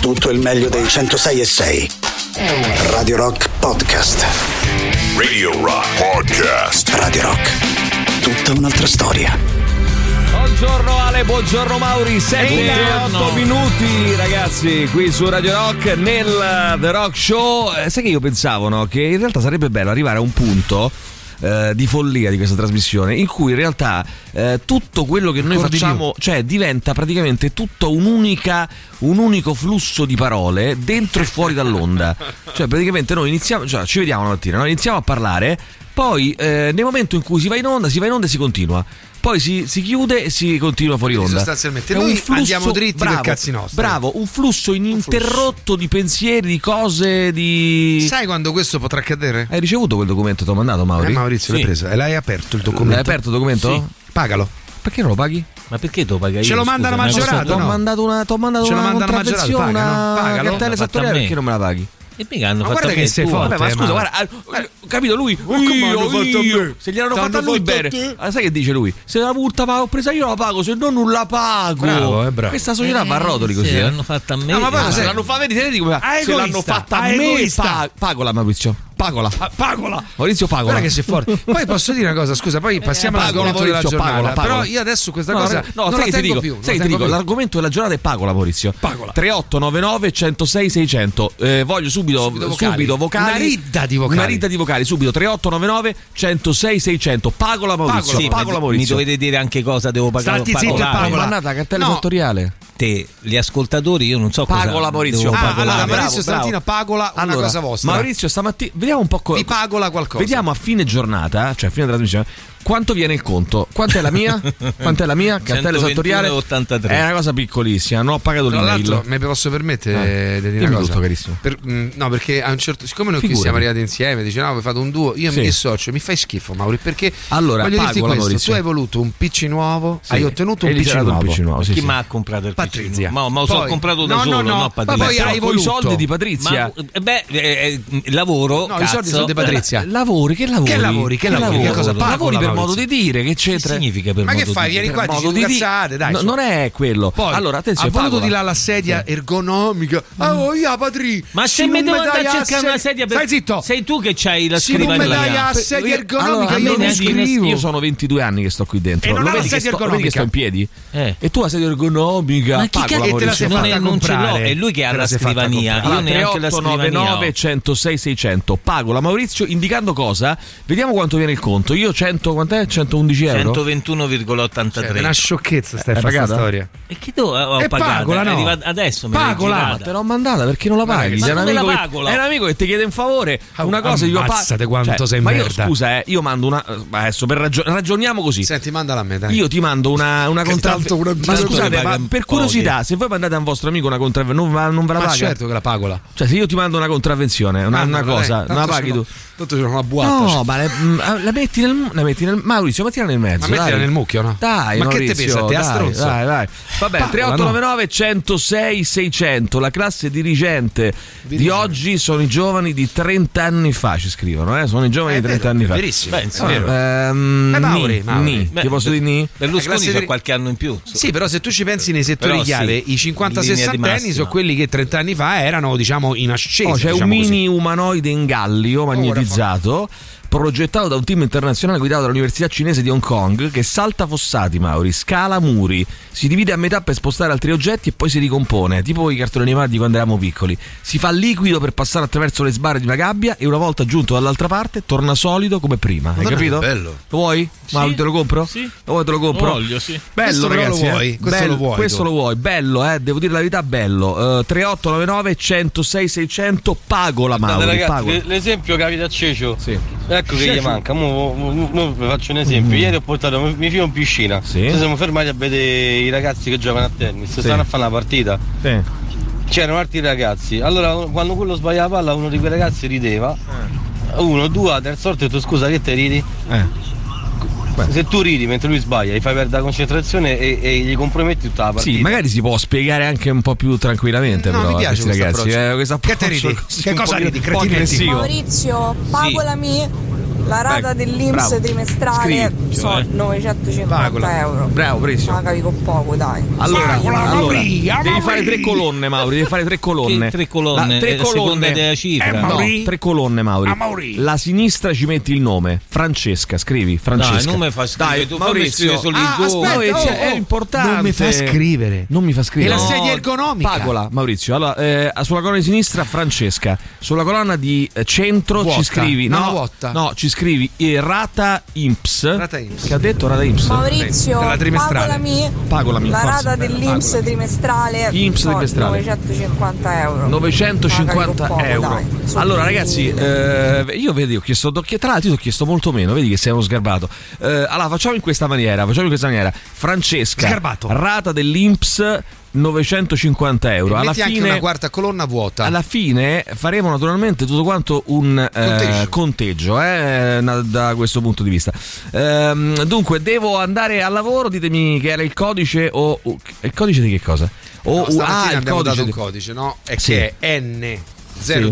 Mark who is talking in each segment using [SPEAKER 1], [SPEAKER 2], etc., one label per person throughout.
[SPEAKER 1] tutto il meglio dei 106 e 6. Radio Rock Podcast.
[SPEAKER 2] Radio Rock Podcast.
[SPEAKER 1] Radio Rock. Tutta un'altra storia.
[SPEAKER 3] Buongiorno Ale, buongiorno Mauri, 7 8 minuti ragazzi qui su Radio Rock nel eh, The Rock Show. Eh, Sai che io pensavo no, che in realtà sarebbe bello arrivare a un punto eh, di follia di questa trasmissione in cui in realtà eh, tutto quello che noi
[SPEAKER 4] Ancora di
[SPEAKER 3] facciamo cioè diventa praticamente tutto un'unica un unico flusso di parole dentro e fuori dall'onda cioè praticamente noi iniziamo cioè, ci vediamo la mattina no? iniziamo a parlare poi eh, nel momento in cui si va in onda si va in onda e si continua poi si, si chiude e si continua fuori onda.
[SPEAKER 4] sostanzialmente noi andiamo dritti per cazzi nostri.
[SPEAKER 3] Bravo, un flusso ininterrotto di pensieri, di cose, di...
[SPEAKER 4] Sai quando questo potrà accadere?
[SPEAKER 3] Hai ricevuto quel documento che ti ho mandato, Mauri?
[SPEAKER 4] Eh, Maurizio, l'hai preso e l'hai aperto il documento.
[SPEAKER 3] L'hai aperto il documento?
[SPEAKER 4] Pagalo.
[SPEAKER 3] Perché non lo paghi?
[SPEAKER 5] Ma perché tu paghi?
[SPEAKER 4] Ce lo mandano maggiorato,
[SPEAKER 3] Ti ho
[SPEAKER 4] no?
[SPEAKER 3] mandato una, t'ho mandato
[SPEAKER 4] Ce lo
[SPEAKER 3] una
[SPEAKER 4] mandano
[SPEAKER 3] contravvenzione,
[SPEAKER 4] maggiorato, paga, no?
[SPEAKER 3] una cartella
[SPEAKER 4] Pagalo.
[SPEAKER 5] L'ha fatta a
[SPEAKER 3] esattoriale,
[SPEAKER 5] me.
[SPEAKER 3] perché non me la paghi?
[SPEAKER 5] E mica hanno
[SPEAKER 4] Ma
[SPEAKER 5] fatto
[SPEAKER 4] guarda
[SPEAKER 5] a me
[SPEAKER 4] che sei
[SPEAKER 5] tu.
[SPEAKER 4] forte.
[SPEAKER 3] Vabbè, ma
[SPEAKER 4] eh,
[SPEAKER 3] scusa,
[SPEAKER 4] Mauro.
[SPEAKER 3] guarda, ah, eh, capito lui,
[SPEAKER 4] come
[SPEAKER 3] io,
[SPEAKER 4] hanno fatto a
[SPEAKER 3] io.
[SPEAKER 4] me?
[SPEAKER 3] se gliel'hanno
[SPEAKER 4] T'hanno
[SPEAKER 3] fatta a lui
[SPEAKER 4] fatto a
[SPEAKER 3] bene.
[SPEAKER 4] te.
[SPEAKER 3] Ah, sai che dice lui? Se la multa va- ho presa io la pago, se no non la pago.
[SPEAKER 4] Bravo, eh, bravo.
[SPEAKER 3] oh, Questa società va a rotoli
[SPEAKER 5] Eh,
[SPEAKER 3] così,
[SPEAKER 5] sì,
[SPEAKER 3] eh.
[SPEAKER 5] L'hanno fatta a me.
[SPEAKER 3] No, ma poi
[SPEAKER 5] Ah,
[SPEAKER 3] se
[SPEAKER 5] sì.
[SPEAKER 3] l'hanno fatta, vedi, vedi come
[SPEAKER 4] Ah,
[SPEAKER 3] se
[SPEAKER 4] egoista,
[SPEAKER 3] l'hanno fatta a
[SPEAKER 4] ah,
[SPEAKER 3] me,
[SPEAKER 4] egoista.
[SPEAKER 3] pa- pagola Maurizio, pagola, Ah, pagola. Maurizio pagola.
[SPEAKER 4] Guarda che sei forte. Poi posso dire una cosa, scusa, poi passiamo
[SPEAKER 3] Eh,
[SPEAKER 4] all'argomento
[SPEAKER 3] Pagola,
[SPEAKER 4] della
[SPEAKER 3] Maurizio,
[SPEAKER 4] giornata.
[SPEAKER 3] Pagola, Pagola.
[SPEAKER 4] Però io adesso questa
[SPEAKER 3] No,
[SPEAKER 4] cosa
[SPEAKER 3] no,
[SPEAKER 4] non
[SPEAKER 3] sai che
[SPEAKER 4] la
[SPEAKER 3] ti
[SPEAKER 4] tengo
[SPEAKER 3] dico,
[SPEAKER 4] più. non
[SPEAKER 3] sai
[SPEAKER 4] la
[SPEAKER 3] che ti dico,
[SPEAKER 4] tengo più.
[SPEAKER 3] l'argomento della giornata è Pagola Maurizio.
[SPEAKER 4] Pagola.
[SPEAKER 3] 3899 106 600. Eh, voglio subito
[SPEAKER 4] Subito
[SPEAKER 3] subito
[SPEAKER 4] vocali.
[SPEAKER 3] vocali.
[SPEAKER 4] Una ridda di vocali.
[SPEAKER 3] Una ridda di vocali, subito 3899 106 600. Pagola Maurizio.
[SPEAKER 5] Sì,
[SPEAKER 3] Pagola
[SPEAKER 5] mi-
[SPEAKER 3] Maurizio.
[SPEAKER 5] Mi dovete dire anche cosa
[SPEAKER 3] oh,
[SPEAKER 5] devo pagare.
[SPEAKER 4] Stati zitto e
[SPEAKER 5] pagolare.
[SPEAKER 4] Pagola.
[SPEAKER 3] Mannata, cartella
[SPEAKER 4] No.
[SPEAKER 3] esattoriale.
[SPEAKER 5] Te, gli ascoltatori, io non so cosa.
[SPEAKER 3] Pagola, Maurizio.
[SPEAKER 5] devo
[SPEAKER 3] Ah,
[SPEAKER 5] pagolare.
[SPEAKER 4] allora,
[SPEAKER 5] Bravo,
[SPEAKER 4] Maurizio stamattina
[SPEAKER 5] bravo.
[SPEAKER 4] pagola una
[SPEAKER 3] Allora,
[SPEAKER 4] cosa vostra.
[SPEAKER 3] Maurizio stamattina vediamo un po' co-
[SPEAKER 4] Vi pagola qualcosa.
[SPEAKER 3] Vediamo a fine giornata, cioè a fine trasmissione, quanto viene il conto? Quanto è la mia? Quant'è la mia?
[SPEAKER 5] 121,83.
[SPEAKER 3] Cartella esattoriale È una cosa piccolissima, non ho pagato
[SPEAKER 4] Tra l'altro,
[SPEAKER 3] l'email.
[SPEAKER 4] mi posso permettere
[SPEAKER 3] Eh,
[SPEAKER 4] di dire
[SPEAKER 3] dimmi
[SPEAKER 4] una cosa?
[SPEAKER 3] tutto, carissimo.
[SPEAKER 4] Per- mm, no, perché a un certo siccome noi qui
[SPEAKER 3] Figurati.
[SPEAKER 4] siamo arrivati insieme, dice no, vi fate un duo, io
[SPEAKER 3] Sì.
[SPEAKER 4] mi dissocio, mi fai schifo, Mauri, perché
[SPEAKER 3] Allora,
[SPEAKER 4] voglio dirti
[SPEAKER 3] Pagola,
[SPEAKER 4] questo,
[SPEAKER 3] Maurizio.
[SPEAKER 4] tu hai voluto un PC nuovo,
[SPEAKER 3] Sì.
[SPEAKER 4] hai ottenuto
[SPEAKER 3] E
[SPEAKER 4] un
[SPEAKER 3] gli
[SPEAKER 4] PC
[SPEAKER 3] sarà dato
[SPEAKER 4] nuovo.
[SPEAKER 3] un PC nuovo, sì,
[SPEAKER 5] Chi
[SPEAKER 3] sì.
[SPEAKER 5] mi ha comprato il
[SPEAKER 4] Patrizia.
[SPEAKER 5] PC? Ma, ma lo so,
[SPEAKER 4] Poi-
[SPEAKER 5] ho comprato da
[SPEAKER 4] no,
[SPEAKER 5] solo,
[SPEAKER 4] no, no.
[SPEAKER 5] no, Patrizia.
[SPEAKER 4] Ma poi
[SPEAKER 3] Però
[SPEAKER 4] hai
[SPEAKER 3] con i
[SPEAKER 4] voluto.
[SPEAKER 3] soldi di Patrizia.
[SPEAKER 5] Ma, eh, beh, eh, eh, lavoro.
[SPEAKER 4] No, i soldi
[SPEAKER 5] cazzo. Eh,
[SPEAKER 4] sono di Patrizia.
[SPEAKER 3] Lavori, che lavori?
[SPEAKER 4] Che lavori, che lavori, che cosa parla,
[SPEAKER 3] lavori per
[SPEAKER 4] Maurizio?
[SPEAKER 3] modo di dire, che
[SPEAKER 5] Che
[SPEAKER 3] c'entra?
[SPEAKER 5] significa per
[SPEAKER 4] Ma che
[SPEAKER 5] modo
[SPEAKER 4] fai?
[SPEAKER 5] di dire?
[SPEAKER 4] Vieni qua,
[SPEAKER 3] Per
[SPEAKER 4] dici
[SPEAKER 3] modo di
[SPEAKER 4] due
[SPEAKER 3] di-
[SPEAKER 4] cazzate, dai.
[SPEAKER 3] No,
[SPEAKER 4] su.
[SPEAKER 3] non è quello.
[SPEAKER 4] Poi,
[SPEAKER 3] allora, attenzione,
[SPEAKER 4] ha voluto
[SPEAKER 3] Pagola.
[SPEAKER 4] di là la sedia ergonomica.
[SPEAKER 3] Mm.
[SPEAKER 4] Ah, oh, io, Patri.
[SPEAKER 5] Ma se mi
[SPEAKER 4] non
[SPEAKER 5] devo
[SPEAKER 4] dai
[SPEAKER 5] andare a
[SPEAKER 4] la
[SPEAKER 5] cercare una sedia per...
[SPEAKER 4] Stai zitto.
[SPEAKER 5] Sei tu che c'hai la
[SPEAKER 4] Se non mi dai
[SPEAKER 5] scrivania.
[SPEAKER 4] la sedia ergonomica,
[SPEAKER 3] allora,
[SPEAKER 4] io
[SPEAKER 3] a me
[SPEAKER 4] non
[SPEAKER 3] neanche-
[SPEAKER 4] scrivo.
[SPEAKER 3] Io sono 22 anni che sto qui dentro.
[SPEAKER 4] E non
[SPEAKER 3] Lo
[SPEAKER 4] ha la
[SPEAKER 3] vedi, che
[SPEAKER 4] sedia
[SPEAKER 3] sto, lo vedi che sto in piedi?
[SPEAKER 5] Eh.
[SPEAKER 3] E tu la sedia ergonomica.
[SPEAKER 5] Ma chi
[SPEAKER 3] Pagola,
[SPEAKER 5] cacchio
[SPEAKER 4] te la
[SPEAKER 3] Maurizio.
[SPEAKER 4] sei
[SPEAKER 5] Non,
[SPEAKER 4] fatta
[SPEAKER 5] è, non ce l'ho,
[SPEAKER 4] comprare?
[SPEAKER 5] è lui che ha
[SPEAKER 4] Te la
[SPEAKER 5] la
[SPEAKER 4] sei fatta
[SPEAKER 5] scrivania. Io
[SPEAKER 3] Allora,
[SPEAKER 5] neanche la scrivania.
[SPEAKER 3] 3899
[SPEAKER 5] ho.
[SPEAKER 3] 106 600 Pagola Maurizio indicando cosa vediamo quanto viene il conto io 100 quant'è 111 euro
[SPEAKER 5] 121,83.
[SPEAKER 4] Cioè, È una sciocchezza sta
[SPEAKER 3] Hai
[SPEAKER 4] questa
[SPEAKER 3] Eh, pagata?
[SPEAKER 4] storia.
[SPEAKER 5] E che do eh, ho
[SPEAKER 4] E
[SPEAKER 5] pagato?
[SPEAKER 4] pagola,
[SPEAKER 5] È
[SPEAKER 4] no.
[SPEAKER 5] arrivata- adesso mi l'hai
[SPEAKER 4] Pagola,
[SPEAKER 5] girata.
[SPEAKER 3] Ma te l'ho mandata perché non la paghi?
[SPEAKER 4] Ma
[SPEAKER 3] C'è un
[SPEAKER 5] come la
[SPEAKER 3] amico che-
[SPEAKER 5] pagola?
[SPEAKER 3] è un amico che ti chiede un favore.
[SPEAKER 4] Ah,
[SPEAKER 3] Una cosa io Cioè,
[SPEAKER 4] ammazzate quanto sei
[SPEAKER 3] Ma
[SPEAKER 4] merda.
[SPEAKER 3] io scusa, eh, io mando una. ma Adesso per ragio- ragioniamo così.
[SPEAKER 4] Senti, mandala a me, dai.
[SPEAKER 3] Io ti mando una, una
[SPEAKER 4] Che
[SPEAKER 3] contrav-
[SPEAKER 4] tanto una-
[SPEAKER 3] Ma scusate,
[SPEAKER 5] Tanto
[SPEAKER 3] ma
[SPEAKER 5] paga-
[SPEAKER 3] per curiosità, se voi mandate a un vostro amico una contravvenzione, non, ve la
[SPEAKER 4] Ma
[SPEAKER 3] paga?
[SPEAKER 4] certo che la pagola.
[SPEAKER 3] Cioè, se io ti mando una contravvenzione, una, una
[SPEAKER 4] Mandala, dai.
[SPEAKER 3] cosa,
[SPEAKER 4] Ah, eh, Tanto
[SPEAKER 3] non la paghi
[SPEAKER 4] sono-
[SPEAKER 3] tu.
[SPEAKER 4] Tanto c'è una buata.
[SPEAKER 3] No,
[SPEAKER 4] cioè.
[SPEAKER 3] ma le- mm, la metti nel. La metti nel. Maurizio, mettila nel mezzo.
[SPEAKER 4] Ma mettila
[SPEAKER 3] dai.
[SPEAKER 4] nel mucchio, no?
[SPEAKER 3] Dai,
[SPEAKER 4] Ma che te
[SPEAKER 3] Maurizio,
[SPEAKER 4] pesa, te, a
[SPEAKER 3] dai,
[SPEAKER 4] stronzo?
[SPEAKER 3] Dai, dai. Vabbè,
[SPEAKER 4] Paola,
[SPEAKER 3] 3899 106 600. La classe dirigente di
[SPEAKER 4] Dirigente.
[SPEAKER 3] oggi sono i giovani di 30 anni fa, ci scrivono, eh? Sono i giovani
[SPEAKER 4] È
[SPEAKER 3] di 30
[SPEAKER 4] vero,
[SPEAKER 3] anni fa.
[SPEAKER 4] verissimo.
[SPEAKER 5] Beh, insomma,
[SPEAKER 3] Ah,
[SPEAKER 4] vero.
[SPEAKER 3] ehm,
[SPEAKER 4] Eh, Mauri,
[SPEAKER 3] ni,
[SPEAKER 4] Mauri.
[SPEAKER 3] ni.
[SPEAKER 5] Beh,
[SPEAKER 3] ti posso dire Eh, ni?
[SPEAKER 4] La
[SPEAKER 5] Berlusconi
[SPEAKER 4] classe
[SPEAKER 5] c'ha
[SPEAKER 4] di-
[SPEAKER 5] qualche anno in più.
[SPEAKER 4] Sì, però se tu ci pensi nei settori
[SPEAKER 5] Però sì,
[SPEAKER 4] chiave, i
[SPEAKER 5] in linea di
[SPEAKER 4] 50-60 anni
[SPEAKER 5] massima.
[SPEAKER 4] sono quelli che 30 anni fa erano, diciamo, in ascesa.
[SPEAKER 3] Oh, c'è un
[SPEAKER 4] diciamo così.
[SPEAKER 3] mini umanoide in gallio magnetizzato progettato da un team internazionale guidato dall'Università cinese di Hong Kong che salta fossati, Mauri, scala muri, si divide a metà per spostare altri oggetti e poi si ricompone, tipo i cartoni animati di quando eravamo piccoli. Si fa liquido per passare attraverso le sbarre di una gabbia e una volta giunto dall'altra parte torna solido come prima. Hai
[SPEAKER 4] Madonna,
[SPEAKER 3] capito?
[SPEAKER 4] che bello.
[SPEAKER 3] Lo vuoi? Mauri, te lo compro?
[SPEAKER 5] Sì.
[SPEAKER 3] Lo vuoi te lo compro?
[SPEAKER 5] Voglio, sì.
[SPEAKER 3] Bello,
[SPEAKER 4] Questo però
[SPEAKER 3] ragazzi.
[SPEAKER 4] lo
[SPEAKER 3] eh.
[SPEAKER 4] vuoi, questo
[SPEAKER 3] Bello,
[SPEAKER 4] lo vuoi
[SPEAKER 3] questo
[SPEAKER 4] tu.
[SPEAKER 3] lo vuoi, bello, eh. Devo dire la verità, bello. Eh, 3899 106 600 pago la
[SPEAKER 6] Guardate,
[SPEAKER 3] Mauri,
[SPEAKER 6] ragazzi,
[SPEAKER 3] pago.
[SPEAKER 6] l- l'esempio capita a Cecio.
[SPEAKER 3] Sì.
[SPEAKER 6] Ecco che gli manca. Mo, mo- mo- mo vi faccio un esempio. Ieri ho portato mi- mio figlio in piscina.
[SPEAKER 3] Mm-hmm. Sì.
[SPEAKER 6] Ci siamo fermati a vedere i ragazzi che giocano a tennis. Stanno a fare una partita.
[SPEAKER 3] Sì.
[SPEAKER 6] C'erano altri ragazzi. Allora, quando quello sbaglia la palla, uno di quei ragazzi rideva. Uno, due, la terza volta ho detto scusa che te ridi?
[SPEAKER 3] Eh.
[SPEAKER 6] Se tu ridi mentre lui sbaglia, gli fai perdere la concentrazione e, e gli comprometti tutta la partita.
[SPEAKER 3] Sì, magari si può spiegare anche un po' più tranquillamente.
[SPEAKER 4] No,
[SPEAKER 3] però,
[SPEAKER 4] mi
[SPEAKER 3] a
[SPEAKER 4] piace
[SPEAKER 3] questi
[SPEAKER 4] questo
[SPEAKER 3] ragazzi.
[SPEAKER 4] approccio.
[SPEAKER 3] Eh, questo
[SPEAKER 4] Che te
[SPEAKER 3] approccio
[SPEAKER 4] ridi?
[SPEAKER 3] così
[SPEAKER 4] Che
[SPEAKER 3] un
[SPEAKER 4] cosa
[SPEAKER 3] po'
[SPEAKER 4] ridi,
[SPEAKER 3] un po'
[SPEAKER 4] cretinetti?
[SPEAKER 3] aggressivo.
[SPEAKER 7] Maurizio, pagolami La rata dell'Inps
[SPEAKER 3] bravo.
[SPEAKER 7] trimestrale
[SPEAKER 3] Scrivicelo,
[SPEAKER 7] sono
[SPEAKER 3] eh.
[SPEAKER 7] 950
[SPEAKER 4] Pagola.
[SPEAKER 7] euro.
[SPEAKER 3] Bravo, bravissimo.
[SPEAKER 7] Ma capi con poco, dai.
[SPEAKER 3] Allora,
[SPEAKER 4] Pagola,
[SPEAKER 3] allora,
[SPEAKER 4] Maurizio,
[SPEAKER 3] devi fare tre
[SPEAKER 4] Maurizio.
[SPEAKER 3] colonne, Mauri. Devi fare tre colonne.
[SPEAKER 5] Che tre colonne?
[SPEAKER 3] La- tre
[SPEAKER 5] Eh, a seconda
[SPEAKER 3] colonne.
[SPEAKER 5] della cifra.
[SPEAKER 4] Eh, ma-
[SPEAKER 3] No,
[SPEAKER 4] Mauri?
[SPEAKER 3] tre colonne, Mauri.
[SPEAKER 4] Ah, Mauri.
[SPEAKER 3] La sinistra ci metti il nome. Francesca, scrivi. Francesca.
[SPEAKER 5] non mi fa scrivere,
[SPEAKER 3] Dai,
[SPEAKER 5] tu fammi
[SPEAKER 3] Maurizio.
[SPEAKER 5] scrivere solo il
[SPEAKER 3] Ah,
[SPEAKER 5] tuo.
[SPEAKER 3] aspetta,
[SPEAKER 4] Mauri,
[SPEAKER 3] oh,
[SPEAKER 4] cioè,
[SPEAKER 3] oh,
[SPEAKER 4] è
[SPEAKER 3] è importante.
[SPEAKER 4] non mi fa scrivere.
[SPEAKER 3] Non mi fa scrivere.
[SPEAKER 4] E la sedia ergonomica?
[SPEAKER 3] Pagola, Maurizio. Allora, eh, sulla colonna di sinistra Francesca. Sulla colonna di eh, centro
[SPEAKER 4] Vuota.
[SPEAKER 3] ci scrivi.
[SPEAKER 4] No,
[SPEAKER 3] No,
[SPEAKER 4] vuota.
[SPEAKER 3] no, ci scrivi eh, Rata Imps.
[SPEAKER 4] Rata Imps.
[SPEAKER 3] Che ha detto Rata Imps?
[SPEAKER 7] Maurizio,
[SPEAKER 4] Della trimestrale.
[SPEAKER 7] pagolami
[SPEAKER 3] Eh, Pagolami,
[SPEAKER 7] la
[SPEAKER 3] forza,
[SPEAKER 7] rata
[SPEAKER 3] bella,
[SPEAKER 7] dell'Inps
[SPEAKER 3] pagolami.
[SPEAKER 7] trimestrale.
[SPEAKER 3] INPS
[SPEAKER 7] sono
[SPEAKER 3] trimestrale.
[SPEAKER 7] 950 euro. Ma capi
[SPEAKER 3] 950
[SPEAKER 7] con poco,
[SPEAKER 3] euro.
[SPEAKER 7] dai. Su-
[SPEAKER 3] Allora, ragazzi, eh, io vedi, ho chiesto doc- tra l'altro, io ti ho chiesto molto meno. Vedi che sei uno sgarbato. Eh, allora, facciamo in questa maniera: facciamo in questa maniera. Francesca,
[SPEAKER 4] Sgarbato.
[SPEAKER 3] rata dell'Inps 950 euro. Alla
[SPEAKER 4] Metti anche
[SPEAKER 3] fine,
[SPEAKER 4] una quarta colonna vuota.
[SPEAKER 3] alla fine faremo naturalmente tutto quanto un eh,
[SPEAKER 4] Conteggio.
[SPEAKER 3] conteggio, eh, na- da questo punto di vista. Ehm, dunque, devo andare al lavoro, ditemi che era il codice o... o- il codice di che cosa? O,
[SPEAKER 4] No, stamattina
[SPEAKER 3] ah, il
[SPEAKER 4] abbiamo dato
[SPEAKER 3] di-
[SPEAKER 4] un codice, no? È
[SPEAKER 3] Sì.
[SPEAKER 4] che è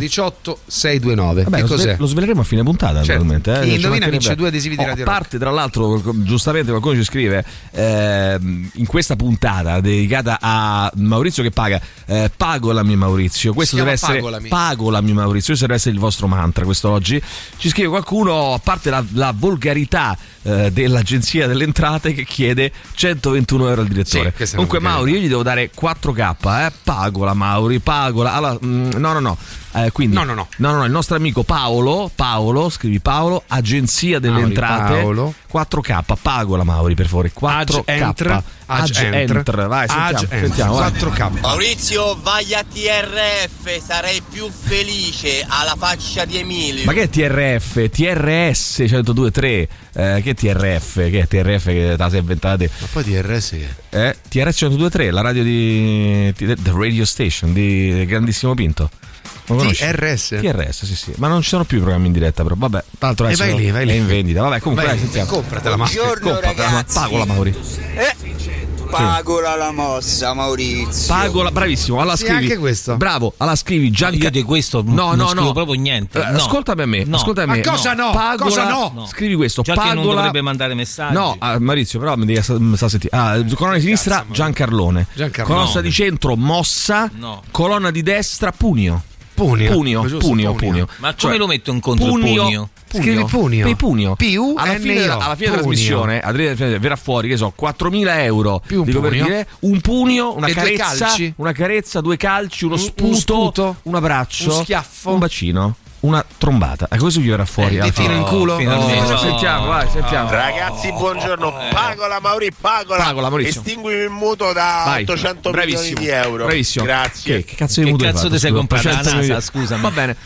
[SPEAKER 4] N018629.
[SPEAKER 3] Vabbè,
[SPEAKER 4] che
[SPEAKER 3] lo, sve-
[SPEAKER 4] cos'è?
[SPEAKER 3] lo sveleremo a fine puntata,
[SPEAKER 4] Certo.
[SPEAKER 3] naturalmente.
[SPEAKER 4] Chi
[SPEAKER 3] eh,
[SPEAKER 4] indovina
[SPEAKER 3] ci mancherebbe.
[SPEAKER 4] vince due adesivi di
[SPEAKER 3] Oh,
[SPEAKER 4] Radio
[SPEAKER 3] A
[SPEAKER 4] Rock.
[SPEAKER 3] parte, tra l'altro, qual- giustamente qualcuno ci scrive ehm, in questa puntata dedicata a Maurizio che paga. eh, pagolami, Maurizio. Questo
[SPEAKER 4] Si
[SPEAKER 3] deve
[SPEAKER 4] chiama
[SPEAKER 3] essere
[SPEAKER 4] Pagolami.
[SPEAKER 3] Pagolami, Maurizio. Questo deve essere il vostro mantra questo oggi. Ci scrive qualcuno, a parte la, la volgarità eh, dell'agenzia delle entrate, che chiede 121 euro al direttore.
[SPEAKER 4] Sì, questa è una
[SPEAKER 3] Comunque,
[SPEAKER 4] volgarità.
[SPEAKER 3] Mauri, io gli devo dare 4K. Eh. Pagola, Mauri, pagola. Allora, mm, no, no, no. Eh, quindi,
[SPEAKER 4] No, no, no.
[SPEAKER 3] No, no, no, il nostro amico Paolo, Paolo, scrivi Paolo, agenzia delle
[SPEAKER 4] Mauri,
[SPEAKER 3] entrate.
[SPEAKER 4] Paolo.
[SPEAKER 3] 4K, pagola Mauri per favore. 4K.
[SPEAKER 4] Agentr.
[SPEAKER 3] Agentr, vai, sentiamo,
[SPEAKER 4] Agentr.
[SPEAKER 3] sentiamo, vai.
[SPEAKER 4] 4K.
[SPEAKER 8] Maurizio, vai a TRF, sarei più felice alla faccia di Emilio.
[SPEAKER 3] Ma che è TRF? TRS 1023. Eh, che è TRF? Che è TRF che te la sei inventate?
[SPEAKER 4] Ma poi DRS che è?
[SPEAKER 3] Eh, TRS 1023, la radio di di- The Radio Station di grandissimo Pinto. Lo conosci?
[SPEAKER 4] TRS?
[SPEAKER 3] TRS, sì, sì. Ma non ci sono più i programmi in diretta, però. Vabbè, tra l'altro
[SPEAKER 4] E
[SPEAKER 3] adesso
[SPEAKER 4] Eh, vai lì, vai lì.
[SPEAKER 3] è in vendita. Vabbè, comunque
[SPEAKER 4] Vai,
[SPEAKER 3] dai, sentiamo.
[SPEAKER 4] compratela, ma
[SPEAKER 3] Compratela, ma pagola Mauri. Eh.
[SPEAKER 8] Pagola la mossa, Maurizio.
[SPEAKER 3] Pagola, bravissimo. Allora
[SPEAKER 4] Sì,
[SPEAKER 3] scrivi.
[SPEAKER 4] anche questo.
[SPEAKER 3] Bravo, allora scrivi Gianca.
[SPEAKER 5] Io di questo n- non scrivo proprio niente,
[SPEAKER 3] Eh,
[SPEAKER 5] no.
[SPEAKER 3] Ascoltami a me.
[SPEAKER 5] No.
[SPEAKER 3] Ascoltami a me.
[SPEAKER 4] Ma cosa no?
[SPEAKER 3] Pagola,
[SPEAKER 4] Cosa no?
[SPEAKER 5] No.
[SPEAKER 3] Scrivi questo.
[SPEAKER 5] Già
[SPEAKER 3] oh. Pagola.
[SPEAKER 5] che non dovrebbe mandare messaggi.
[SPEAKER 3] No, ah, Maurizio, però mi devi sa- mi sa sentire. Ah, colonna di sinistra Giancarlone.
[SPEAKER 4] Giancarlone.
[SPEAKER 3] Colonna di centro Mossa.
[SPEAKER 5] No.
[SPEAKER 3] Colonna di destra Punio.
[SPEAKER 4] Punio.
[SPEAKER 3] Punio,
[SPEAKER 4] Giusto,
[SPEAKER 3] punio, punio.
[SPEAKER 5] Ma come lo metto incontro il punio?
[SPEAKER 4] Scrivi punio.
[SPEAKER 3] Pei punio.
[SPEAKER 4] P-U-N-I-O.
[SPEAKER 3] alla fine, della- alla fine della
[SPEAKER 4] Punio.
[SPEAKER 3] trasmissione, alla fine della- verrà fuori, che so, 4.000 euro.
[SPEAKER 4] Più un
[SPEAKER 3] dico per
[SPEAKER 4] punio.
[SPEAKER 3] dire, un punio, una
[SPEAKER 4] E due
[SPEAKER 3] carezza,
[SPEAKER 4] calci.
[SPEAKER 3] una carezza, due calci, uno
[SPEAKER 4] Un-
[SPEAKER 3] sputo,
[SPEAKER 4] un sputo.
[SPEAKER 3] un abbraccio,
[SPEAKER 4] Un schiaffo.
[SPEAKER 3] un bacino, una trombata. E così vi verrà fuori.
[SPEAKER 8] Eh,
[SPEAKER 3] alla
[SPEAKER 4] Ti
[SPEAKER 3] fine.
[SPEAKER 4] tiro in culo?
[SPEAKER 5] finalmente.
[SPEAKER 3] Oh, Sentiamo, vai, sentiamo.
[SPEAKER 9] Ragazzi, buongiorno.
[SPEAKER 8] Eh.
[SPEAKER 9] Pagola Mauri, pagola.
[SPEAKER 3] Pagola, Maurizio.
[SPEAKER 9] Estinguimi il mutuo da
[SPEAKER 3] Vai,
[SPEAKER 9] 800
[SPEAKER 3] bravissimo,
[SPEAKER 9] milioni di euro.
[SPEAKER 3] Bravissimo.
[SPEAKER 9] Grazie.
[SPEAKER 3] Che, che cazzo di
[SPEAKER 5] Che
[SPEAKER 3] mutuo hai
[SPEAKER 5] cazzo
[SPEAKER 3] fatto,
[SPEAKER 5] ti sei
[SPEAKER 3] scusa?
[SPEAKER 5] comprato?
[SPEAKER 3] 800
[SPEAKER 5] La NASA,
[SPEAKER 3] milioni.
[SPEAKER 5] scusami.
[SPEAKER 3] Va bene.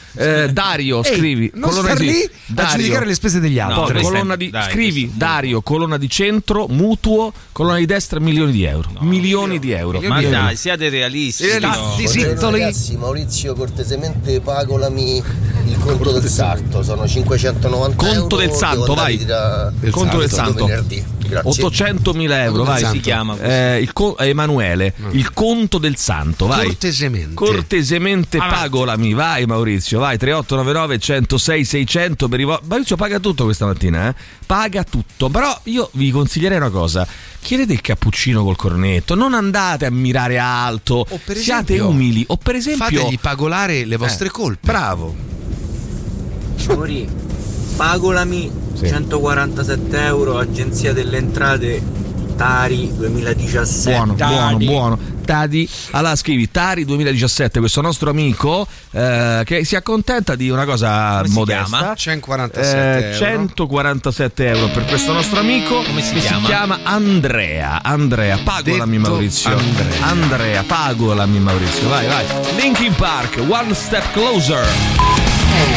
[SPEAKER 3] Eh, Dario,
[SPEAKER 4] Ehi,
[SPEAKER 3] scrivi.
[SPEAKER 4] non
[SPEAKER 3] colonna
[SPEAKER 4] star
[SPEAKER 3] di-
[SPEAKER 4] lì a
[SPEAKER 3] Dario.
[SPEAKER 4] giudicare le spese degli
[SPEAKER 5] No,
[SPEAKER 4] altri.
[SPEAKER 3] Poi,
[SPEAKER 5] questo è-
[SPEAKER 3] colonna di,
[SPEAKER 5] dai,
[SPEAKER 3] scrivi
[SPEAKER 5] questo è-
[SPEAKER 3] Dario, colonna di centro, mutuo, colonna di destra, milioni di euro. milioni di euro.
[SPEAKER 5] Ma
[SPEAKER 3] Milioni di
[SPEAKER 5] dai, siate realisti. no.
[SPEAKER 4] Sì, sì,
[SPEAKER 8] Buongiorno, ragazzi, Maurizio cortesemente pagolami il conto del sarto, sono 590
[SPEAKER 3] Conto
[SPEAKER 8] euro,
[SPEAKER 3] del
[SPEAKER 8] devo
[SPEAKER 3] sarto,
[SPEAKER 8] andare
[SPEAKER 3] vai.
[SPEAKER 8] di da-
[SPEAKER 3] euro. Contro del
[SPEAKER 8] Santo
[SPEAKER 3] santo.
[SPEAKER 8] venerdì. Grazie.
[SPEAKER 3] 800.000 euro, vai.
[SPEAKER 5] si chiama questo?
[SPEAKER 3] Eh, il co- Emanuele, il conto del santo, vai.
[SPEAKER 4] Cortesemente.
[SPEAKER 3] Cortesemente pagolami, vai Maurizio, vai 3899 106 600 per i vo- Maurizio paga tutto questa mattina, eh? Paga tutto, però io vi consiglierei una cosa. Chiedete il cappuccino col cornetto, non andate a mirare alto,
[SPEAKER 4] O per
[SPEAKER 3] siate
[SPEAKER 4] esempio,
[SPEAKER 3] umili o per esempio
[SPEAKER 4] Fategli pagolare le vostre
[SPEAKER 3] Eh,
[SPEAKER 4] colpe.
[SPEAKER 3] Bravo.
[SPEAKER 10] Mauri, pagolami
[SPEAKER 3] Sì.
[SPEAKER 10] 147 euro, agenzia delle entrate Tari 2017.
[SPEAKER 3] Buono, buono, buono. Tadi, allora scrivi Tari 2017, questo nostro amico eh, che si accontenta di una cosa
[SPEAKER 5] Come si
[SPEAKER 3] modesta.
[SPEAKER 5] chiama?
[SPEAKER 4] 147
[SPEAKER 3] Eh,
[SPEAKER 4] euro.
[SPEAKER 3] 147 euro per questo nostro amico
[SPEAKER 5] Come si
[SPEAKER 3] che
[SPEAKER 5] chiama?
[SPEAKER 3] si chiama Andrea. Andrea, pagolami
[SPEAKER 4] Detto
[SPEAKER 3] Maurizio.
[SPEAKER 4] Andrea.
[SPEAKER 3] Andrea, pagolami Maurizio. Vai, vai. Linkin Park, One Step Closer.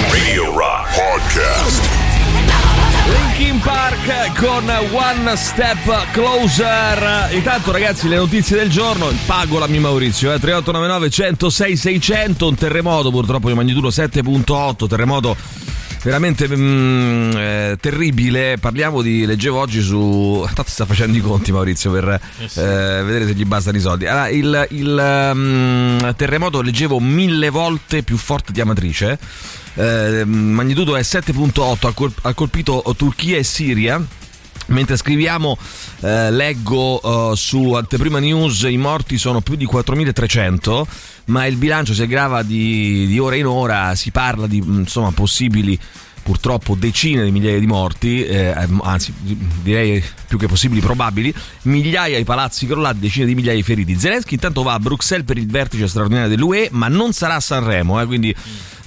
[SPEAKER 2] Radio Rock Podcast.
[SPEAKER 3] Linkin Park con One Step Closer. Intanto, ragazzi, le notizie del giorno. Pagolami Maurizio, eh, 3899 106 600. Un terremoto purtroppo di magnitudo 7.8. Terremoto veramente mm, eh, terribile. Parliamo di. Leggevo oggi su. Tanto sta facendo i conti, Maurizio, per eh, vedere se gli bastano i soldi. Allora, il, il, mm, terremoto leggevo mille volte più forte di Amatrice. Eh, magnitudo è 7.8, ha col- ha colpito Turchia e Siria. Mentre scriviamo, eh, leggo eh, su Anteprima News i morti sono più di 4.300, ma il bilancio si aggrava di, di ora in ora, si parla di mh, insomma, possibili purtroppo decine di migliaia di morti, eh, anzi di- direi più che possibili probabili, migliaia di palazzi crollati, decine di migliaia di feriti. Zelensky intanto va a Bruxelles per il vertice straordinario dell'UE, ma non sarà a Sanremo, eh, quindi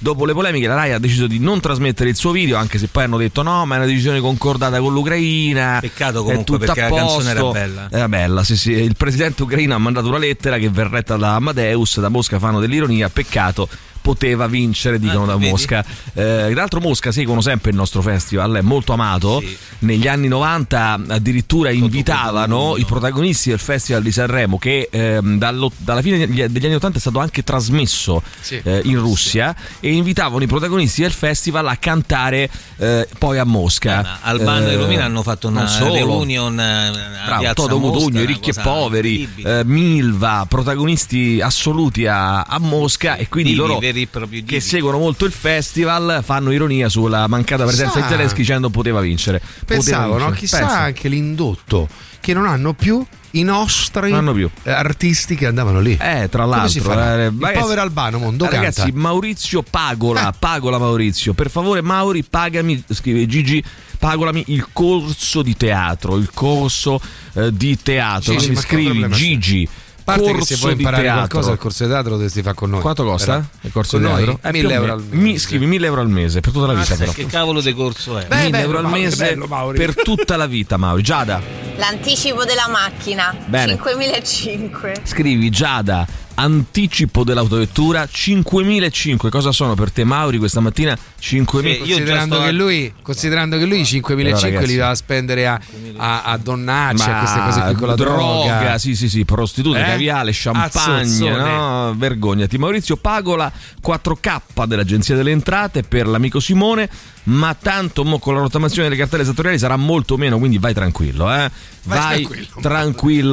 [SPEAKER 3] dopo le polemiche la RAI ha deciso di non trasmettere il suo video, anche se poi hanno detto no, ma è una decisione concordata con l'Ucraina.
[SPEAKER 5] Peccato
[SPEAKER 3] è
[SPEAKER 5] comunque
[SPEAKER 3] tutto a
[SPEAKER 5] perché la canzone era
[SPEAKER 3] posto.
[SPEAKER 5] bella.
[SPEAKER 3] Era Eh, bella, sì, sì. Il presidente ucraino ha mandato una lettera che verretta da Amadeus, da Mosca fanno dell'ironia, peccato. Poteva vincere, dicono da
[SPEAKER 5] Ah, vedi?
[SPEAKER 3] Mosca. Eh, tra l'altro, Mosca seguono sempre il nostro festival, è molto amato. Negli anni 90 addirittura invitavano i protagonisti del Festival di Sanremo, che ehm, dallo- dalla fine degli degli anni 80 è stato anche trasmesso
[SPEAKER 4] Sì.
[SPEAKER 3] eh, in Russia. E invitavano i protagonisti del festival a cantare eh, poi a Mosca.
[SPEAKER 5] Albano
[SPEAKER 3] Eh,
[SPEAKER 5] Ah, e Romina hanno fatto una
[SPEAKER 3] non solo.
[SPEAKER 5] reunion eh, a
[SPEAKER 3] Bravo,
[SPEAKER 5] Piazza
[SPEAKER 3] Toto
[SPEAKER 5] Mostra,
[SPEAKER 3] Cotugno, i
[SPEAKER 5] una
[SPEAKER 3] ricchi e
[SPEAKER 5] cosa
[SPEAKER 3] poveri,
[SPEAKER 5] incredibile.
[SPEAKER 3] eh, Milva, protagonisti assoluti a, a Mosca e quindi
[SPEAKER 5] Divi,
[SPEAKER 3] loro
[SPEAKER 5] veri e propri
[SPEAKER 3] che seguono molto il festival fanno ironia sulla mancata presenza
[SPEAKER 4] Chissà.
[SPEAKER 3] di Zelensky dicendo poteva vincere. Poteva
[SPEAKER 4] Pensavo, no?
[SPEAKER 3] vincere.
[SPEAKER 4] Chissà
[SPEAKER 3] Pensa.
[SPEAKER 4] anche l'indotto che non hanno più i nostri
[SPEAKER 3] Non hanno più.
[SPEAKER 4] artisti che andavano lì.
[SPEAKER 3] Eh, tra
[SPEAKER 4] Come si
[SPEAKER 3] l'altro,
[SPEAKER 4] farà?
[SPEAKER 3] eh,
[SPEAKER 4] il
[SPEAKER 3] ragazzi-
[SPEAKER 4] povero Albano Ah. Mondo
[SPEAKER 3] Eh, ragazzi,
[SPEAKER 4] canta.
[SPEAKER 3] Maurizio Pagola, Pagola Maurizio, per favore Mauri pagami, scrive Gigi, pagolami il corso di teatro, il corso eh, di teatro,
[SPEAKER 4] Gigi,
[SPEAKER 3] quindi
[SPEAKER 4] ma che
[SPEAKER 3] scrivi
[SPEAKER 4] problema c'è?
[SPEAKER 3] Gigi,
[SPEAKER 4] A parte che se
[SPEAKER 3] corso
[SPEAKER 4] vuoi
[SPEAKER 3] di
[SPEAKER 4] imparare
[SPEAKER 3] teatro.
[SPEAKER 4] qualcosa al corso di teatro dovresti fare con noi.
[SPEAKER 3] Quanto costa
[SPEAKER 4] Però-
[SPEAKER 3] il corso
[SPEAKER 4] con
[SPEAKER 3] di
[SPEAKER 4] noi?
[SPEAKER 3] teatro? Eh,
[SPEAKER 4] 1000
[SPEAKER 3] più o
[SPEAKER 4] euro al
[SPEAKER 3] meno.
[SPEAKER 4] mese. Ah,
[SPEAKER 3] Mi, scrivi 1000 euro al mese per tutta la vita
[SPEAKER 5] Mazza,
[SPEAKER 3] però.
[SPEAKER 5] Che cavolo di corso è?
[SPEAKER 3] 1000 euro al mese per tutta la vita, Mauri. Giada,
[SPEAKER 11] L'anticipo della macchina
[SPEAKER 3] Bene.
[SPEAKER 11] 5005.
[SPEAKER 3] scrivi Giada, anticipo dell'autovettura 5.500. Cosa sono per te, Mauri, questa mattina? 5.000.
[SPEAKER 4] considerando, che lui, considerando che lui i 5.500
[SPEAKER 3] Eh, ragazzi.
[SPEAKER 4] li doveva spendere a, a, a donnarci, a queste cose qui con la
[SPEAKER 3] droga,
[SPEAKER 4] droga.
[SPEAKER 3] sì, sì, sì, prostitute,
[SPEAKER 4] Eh?
[SPEAKER 3] caviale, champagne,
[SPEAKER 4] Azzozzone.
[SPEAKER 3] no? vergognati. Maurizio Pagola, 4K dell'Agenzia delle Entrate per l'amico Simone, ma tanto mo con la rottamazione delle cartelle esattoriali sarà molto meno, quindi vai tranquillo, eh. Vai, tranquillo,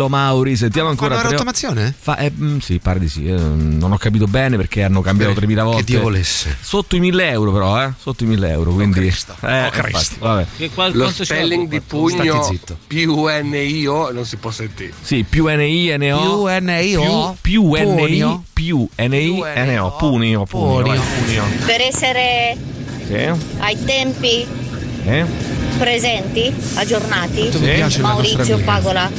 [SPEAKER 3] Mauri, sentiamo ancora
[SPEAKER 4] fanno la
[SPEAKER 3] tre-
[SPEAKER 4] rottamazione?
[SPEAKER 3] Fa- eh, mm, sì, pare di sì, eh, non ho capito bene perché hanno cambiato 3000 volte.
[SPEAKER 4] Dio volesse. Oh
[SPEAKER 3] Sotto i 1000 euro però, eh? Sotto i 1000 euro, quindi... Eh, infatti, vabbè.
[SPEAKER 5] Che qual-
[SPEAKER 12] Lo
[SPEAKER 5] quanto c'è?
[SPEAKER 12] spelling di
[SPEAKER 3] State
[SPEAKER 12] pugno
[SPEAKER 3] zitto.
[SPEAKER 12] P-U-N-I-O non si può sentire.
[SPEAKER 3] Sì, più NI, NO.
[SPEAKER 12] Più NI, O.
[SPEAKER 3] Più, più NI,
[SPEAKER 12] Punio.
[SPEAKER 3] più NI, NO. Punio, punio. vai, punio.
[SPEAKER 13] Per essere
[SPEAKER 3] Sì,
[SPEAKER 13] ai tempi
[SPEAKER 3] eh.
[SPEAKER 13] presenti, aggiornati,
[SPEAKER 3] Quanto mi piace la nostra
[SPEAKER 13] Maurizio
[SPEAKER 3] amica.
[SPEAKER 13] Pagola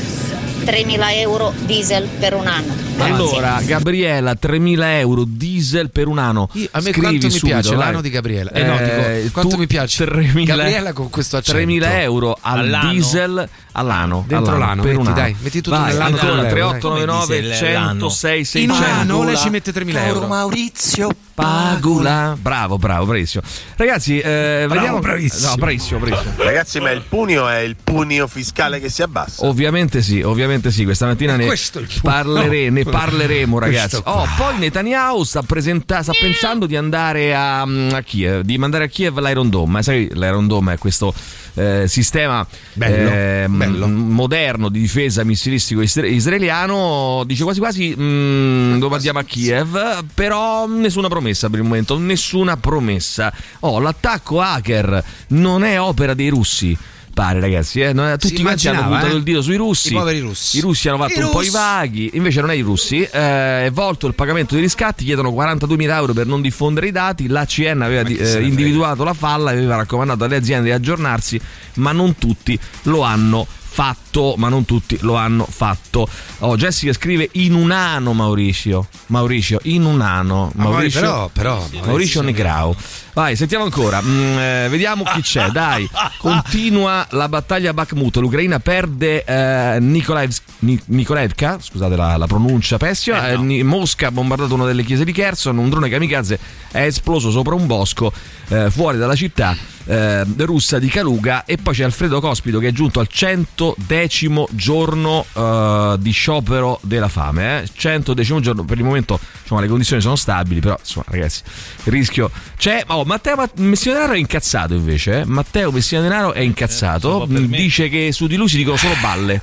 [SPEAKER 13] 3.000 euro diesel per un anno.
[SPEAKER 3] Allora, Gabriella, 3000 euro diesel per un anno.
[SPEAKER 4] A me
[SPEAKER 3] Scrivi
[SPEAKER 4] quanto mi
[SPEAKER 3] subito,
[SPEAKER 4] piace
[SPEAKER 3] vai.
[SPEAKER 4] l'anno di Gabriella. Eh, no, dico, quanto
[SPEAKER 3] tu
[SPEAKER 4] mi piace
[SPEAKER 3] 3.000
[SPEAKER 4] Gabriella con questo accento.
[SPEAKER 3] 3.000 euro al
[SPEAKER 4] All'anno.
[SPEAKER 3] diesel all'anno.
[SPEAKER 4] Dentro
[SPEAKER 3] all'anno,
[SPEAKER 4] l'anno,
[SPEAKER 3] per
[SPEAKER 4] metti,
[SPEAKER 3] un anno.
[SPEAKER 4] dai, metti tutto
[SPEAKER 3] Vai,
[SPEAKER 4] nell'anno
[SPEAKER 3] ancora,
[SPEAKER 4] dell'euro, dai.
[SPEAKER 3] 3899
[SPEAKER 4] Come diesel l'anno?
[SPEAKER 3] 106
[SPEAKER 4] In
[SPEAKER 3] 600.
[SPEAKER 9] certo.
[SPEAKER 4] un anno lei ci mette 3.000 euro.
[SPEAKER 3] Maurizio Pagula. Bravo, bravo, bravissimo. Ragazzi, eh, vediamo.
[SPEAKER 9] bravissimo.
[SPEAKER 3] No, bravissimo, bravissimo.
[SPEAKER 9] Ragazzi, ma il punio è il punio fiscale che si abbassa.
[SPEAKER 3] Ovviamente sì, ovviamente sì. Questa mattina ne,
[SPEAKER 9] questo è il punto.
[SPEAKER 3] parlere- ne parleremo,
[SPEAKER 9] Questo
[SPEAKER 3] ragazzi.
[SPEAKER 9] qua.
[SPEAKER 3] Oh, poi Netanyahu sta, presenta- sta pensando di andare a, mm, a Kiev, di mandare a Kiev l'Iron Dome. Eh, Sai, l'Iron Dome è questo eh, sistema
[SPEAKER 4] Bello,
[SPEAKER 3] m- moderno di difesa missilistico isra- israeliano. Dice quasi quasi mm, lo mandiamo a Kiev, però nessuna promessa per il momento, nessuna promessa. Oh, l'attacco hacker non è opera dei russi. Pare ragazzi, eh? Non è- tutti quanti hanno
[SPEAKER 4] immaginava,
[SPEAKER 3] puntato
[SPEAKER 4] eh?
[SPEAKER 3] il dito sui russi.
[SPEAKER 4] I poveri russi.
[SPEAKER 3] I russi hanno fatto
[SPEAKER 4] I
[SPEAKER 3] un po' i
[SPEAKER 4] russi.
[SPEAKER 3] vaghi, invece non è i russi. Eh, è volto il pagamento dei riscatti, chiedono 42.000 euro per non diffondere i dati. L'ACN aveva di-
[SPEAKER 4] chi se ne
[SPEAKER 3] eh,
[SPEAKER 4] frega.
[SPEAKER 3] individuato la falla e aveva raccomandato alle aziende di aggiornarsi, ma non tutti lo hanno fatto, ma non tutti lo hanno fatto. Oh, Jessica scrive in un anno Mauricio. Mauricio, in un anno.
[SPEAKER 4] Ma
[SPEAKER 3] Mauricio,
[SPEAKER 4] Mauri, però- però,
[SPEAKER 3] Maurizio,
[SPEAKER 4] Maurizio
[SPEAKER 3] Negrao. Vai, sentiamo ancora. Mm, eh, vediamo chi c'è. Dai, continua la battaglia a Bakhmut. L'Ucraina perde eh, Nikolaevs- Ni- Nikolaevka. Scusate la, la pronuncia pessima. Eh, Ni- Mosca ha bombardato una delle chiese di Kherson. Un drone kamikaze è esploso sopra un bosco eh, fuori dalla città eh, russa di Kaluga. E poi c'è Alfredo Cospito che è giunto al 100 110 giorno eh, di sciopero della fame. Eh? 110 giorno, per il momento insomma, le condizioni sono stabili, però insomma, ragazzi, il rischio c'è. Oh, Matteo Mat- Messina Denaro è incazzato invece. eh. Matteo Messina Denaro è incazzato. Mm, dice che su di lui si dicono solo balle.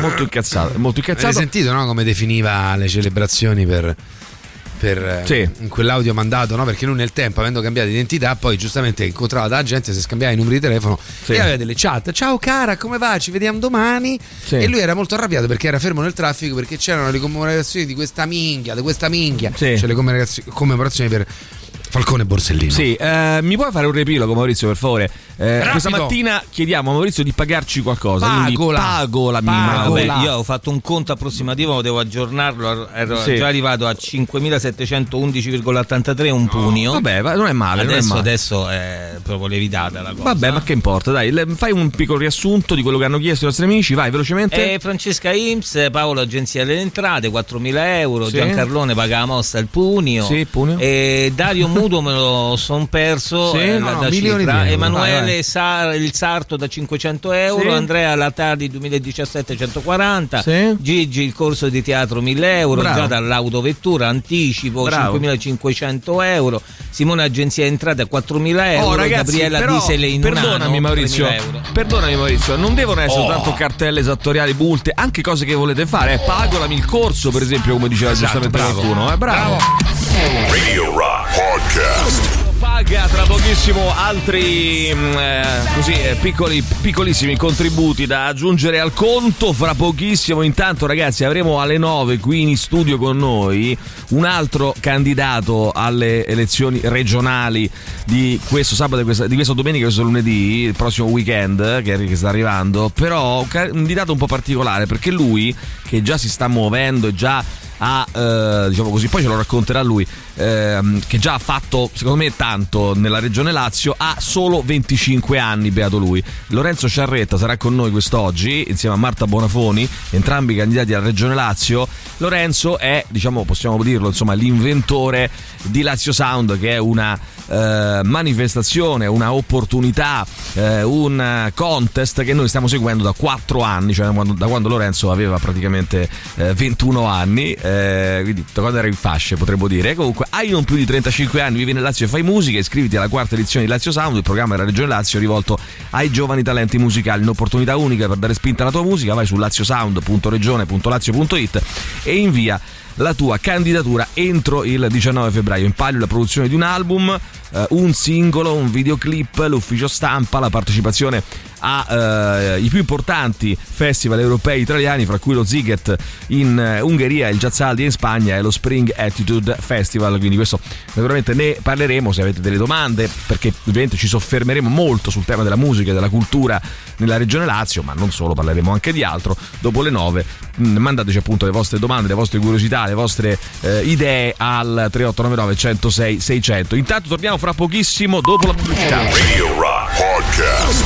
[SPEAKER 3] molto incazzato. Molto
[SPEAKER 4] Hai
[SPEAKER 3] incazzato.
[SPEAKER 4] sentito no, come definiva le celebrazioni per, per, eh,
[SPEAKER 3] Sì.
[SPEAKER 4] in quell'audio mandato? no? Perché lui nel tempo, avendo cambiato identità, poi giustamente incontrava la gente, si scambiava i numeri di telefono e aveva delle chat. Ciao cara, come va? Ci vediamo domani.
[SPEAKER 3] Sì.
[SPEAKER 4] E lui era molto arrabbiato perché era fermo nel traffico perché c'erano le commemorazioni di questa minchia, di questa minchia. Cioè le commemorazi- commemorazioni per Falcone e Borsellino.
[SPEAKER 3] Sì, eh, mi puoi fare un riepilogo, Maurizio, per favore? Eh,
[SPEAKER 4] Rapido.
[SPEAKER 3] questa mattina chiediamo a Maurizio di pagarci qualcosa. Quindi
[SPEAKER 5] Pagola.
[SPEAKER 3] pagola,
[SPEAKER 5] Ah, vabbè, io ho fatto un conto approssimativo, devo aggiornarlo. Ero
[SPEAKER 3] Sì.
[SPEAKER 5] già arrivato a 5.711,83 un punio.
[SPEAKER 3] Oh, Vabbè, va- non è male, non è
[SPEAKER 5] Adesso,
[SPEAKER 3] male.
[SPEAKER 5] adesso è proprio levitata la cosa.
[SPEAKER 3] Vabbè, ma che importa, dai, le- fai un piccolo riassunto di quello che hanno chiesto i nostri amici, vai velocemente.
[SPEAKER 5] Eh, Francesca Imps, Paolo Agenzia delle Entrate, 4.000 euro,
[SPEAKER 3] Sì.
[SPEAKER 5] Giancarlone paga la mossa il punio,
[SPEAKER 3] Sì, punio.
[SPEAKER 5] E Dario Muto me lo son perso,
[SPEAKER 3] Sì,
[SPEAKER 5] eh,
[SPEAKER 3] no,
[SPEAKER 5] la-
[SPEAKER 3] no,
[SPEAKER 5] da
[SPEAKER 3] milioni
[SPEAKER 5] cifra.
[SPEAKER 3] di euro.
[SPEAKER 5] Emanuele
[SPEAKER 3] Vai, vai.
[SPEAKER 5] Sar- il Sarto da 500 euro,
[SPEAKER 3] Sì.
[SPEAKER 5] Andrea Latardi 2017 140,
[SPEAKER 3] Sì.
[SPEAKER 5] Gigi il corso di teatro 1.000 euro,
[SPEAKER 3] Bravo.
[SPEAKER 5] già dall'autovettura, anticipo
[SPEAKER 3] Bravo.
[SPEAKER 5] 5.500 euro, Simone Agenzia Entrate 4.000 euro, Gabriella
[SPEAKER 3] Oh, però,
[SPEAKER 5] Disele in un
[SPEAKER 3] perdonami
[SPEAKER 5] anno,
[SPEAKER 3] Maurizio,
[SPEAKER 5] 3.000 euro.
[SPEAKER 3] perdonami Maurizio, non devono essere
[SPEAKER 5] Oh.
[SPEAKER 3] tanto cartelle esattoriali, bulte, anche cose che volete fare, eh, pagolami il corso per esempio, come diceva
[SPEAKER 5] Esatto,
[SPEAKER 3] giustamente qualcuno, eh, bravo.
[SPEAKER 2] Radio Rock Podcast.
[SPEAKER 3] Paga tra pochissimo altri mm, eh, così, eh, piccoli, piccolissimi contributi da aggiungere al conto. Fra pochissimo, intanto, ragazzi, avremo alle 9 qui in studio con noi un altro candidato alle elezioni regionali di questo sabato, e questa- di questa domenica, e questo lunedì, il prossimo weekend eh, che, che sta arrivando. Però un ca- un dato un po' particolare perché lui, che già si sta muovendo e già ha, eh, diciamo così, poi ce lo racconterà lui, ehm, che già ha fatto, secondo me, tanto nella regione Lazio, ha solo 25 anni, beato lui. Lorenzo Sciarretta sarà con noi quest'oggi, insieme a Marta Bonafoni, entrambi candidati alla regione Lazio. Lorenzo è, diciamo, possiamo dirlo, insomma, l'inventore di Lazio Sound, che è una eh, manifestazione, una opportunità, eh, un eh, contest che noi stiamo seguendo da 4 anni, cioè quando- da quando Lorenzo aveva praticamente eh, 21 anni, eh, quindi da quando era in fasce potremmo dire. Comunque, hai non più di 35 anni, vivi nel Lazio e fai musica, iscriviti alla quarta edizione di Lazio Sound, il programma della Regione Lazio rivolto ai giovani talenti musicali, un'opportunità unica per dare spinta alla tua musica, vai su laziosound.regione.lazio.it e invia la tua candidatura entro il 19 febbraio. In palio la produzione di un album, eh, un singolo, un videoclip, l'ufficio stampa, la partecipazione ai più importanti festival europei italiani, fra cui lo Ziget in eh, Ungheria, il Jazzaldi in Spagna e lo Spring Attitude Festival. Quindi questo naturalmente ne parleremo se avete delle domande, perché ovviamente ci soffermeremo molto sul tema della musica e della cultura nella regione Lazio, ma non solo, parleremo anche di altro. Dopo le 9 mh, mandateci appunto le vostre domande, le vostre curiosità, le vostre eh, idee al 3899 106 600. Intanto torniamo fra pochissimo dopo la pubblicità.
[SPEAKER 2] Radio Rock Podcast.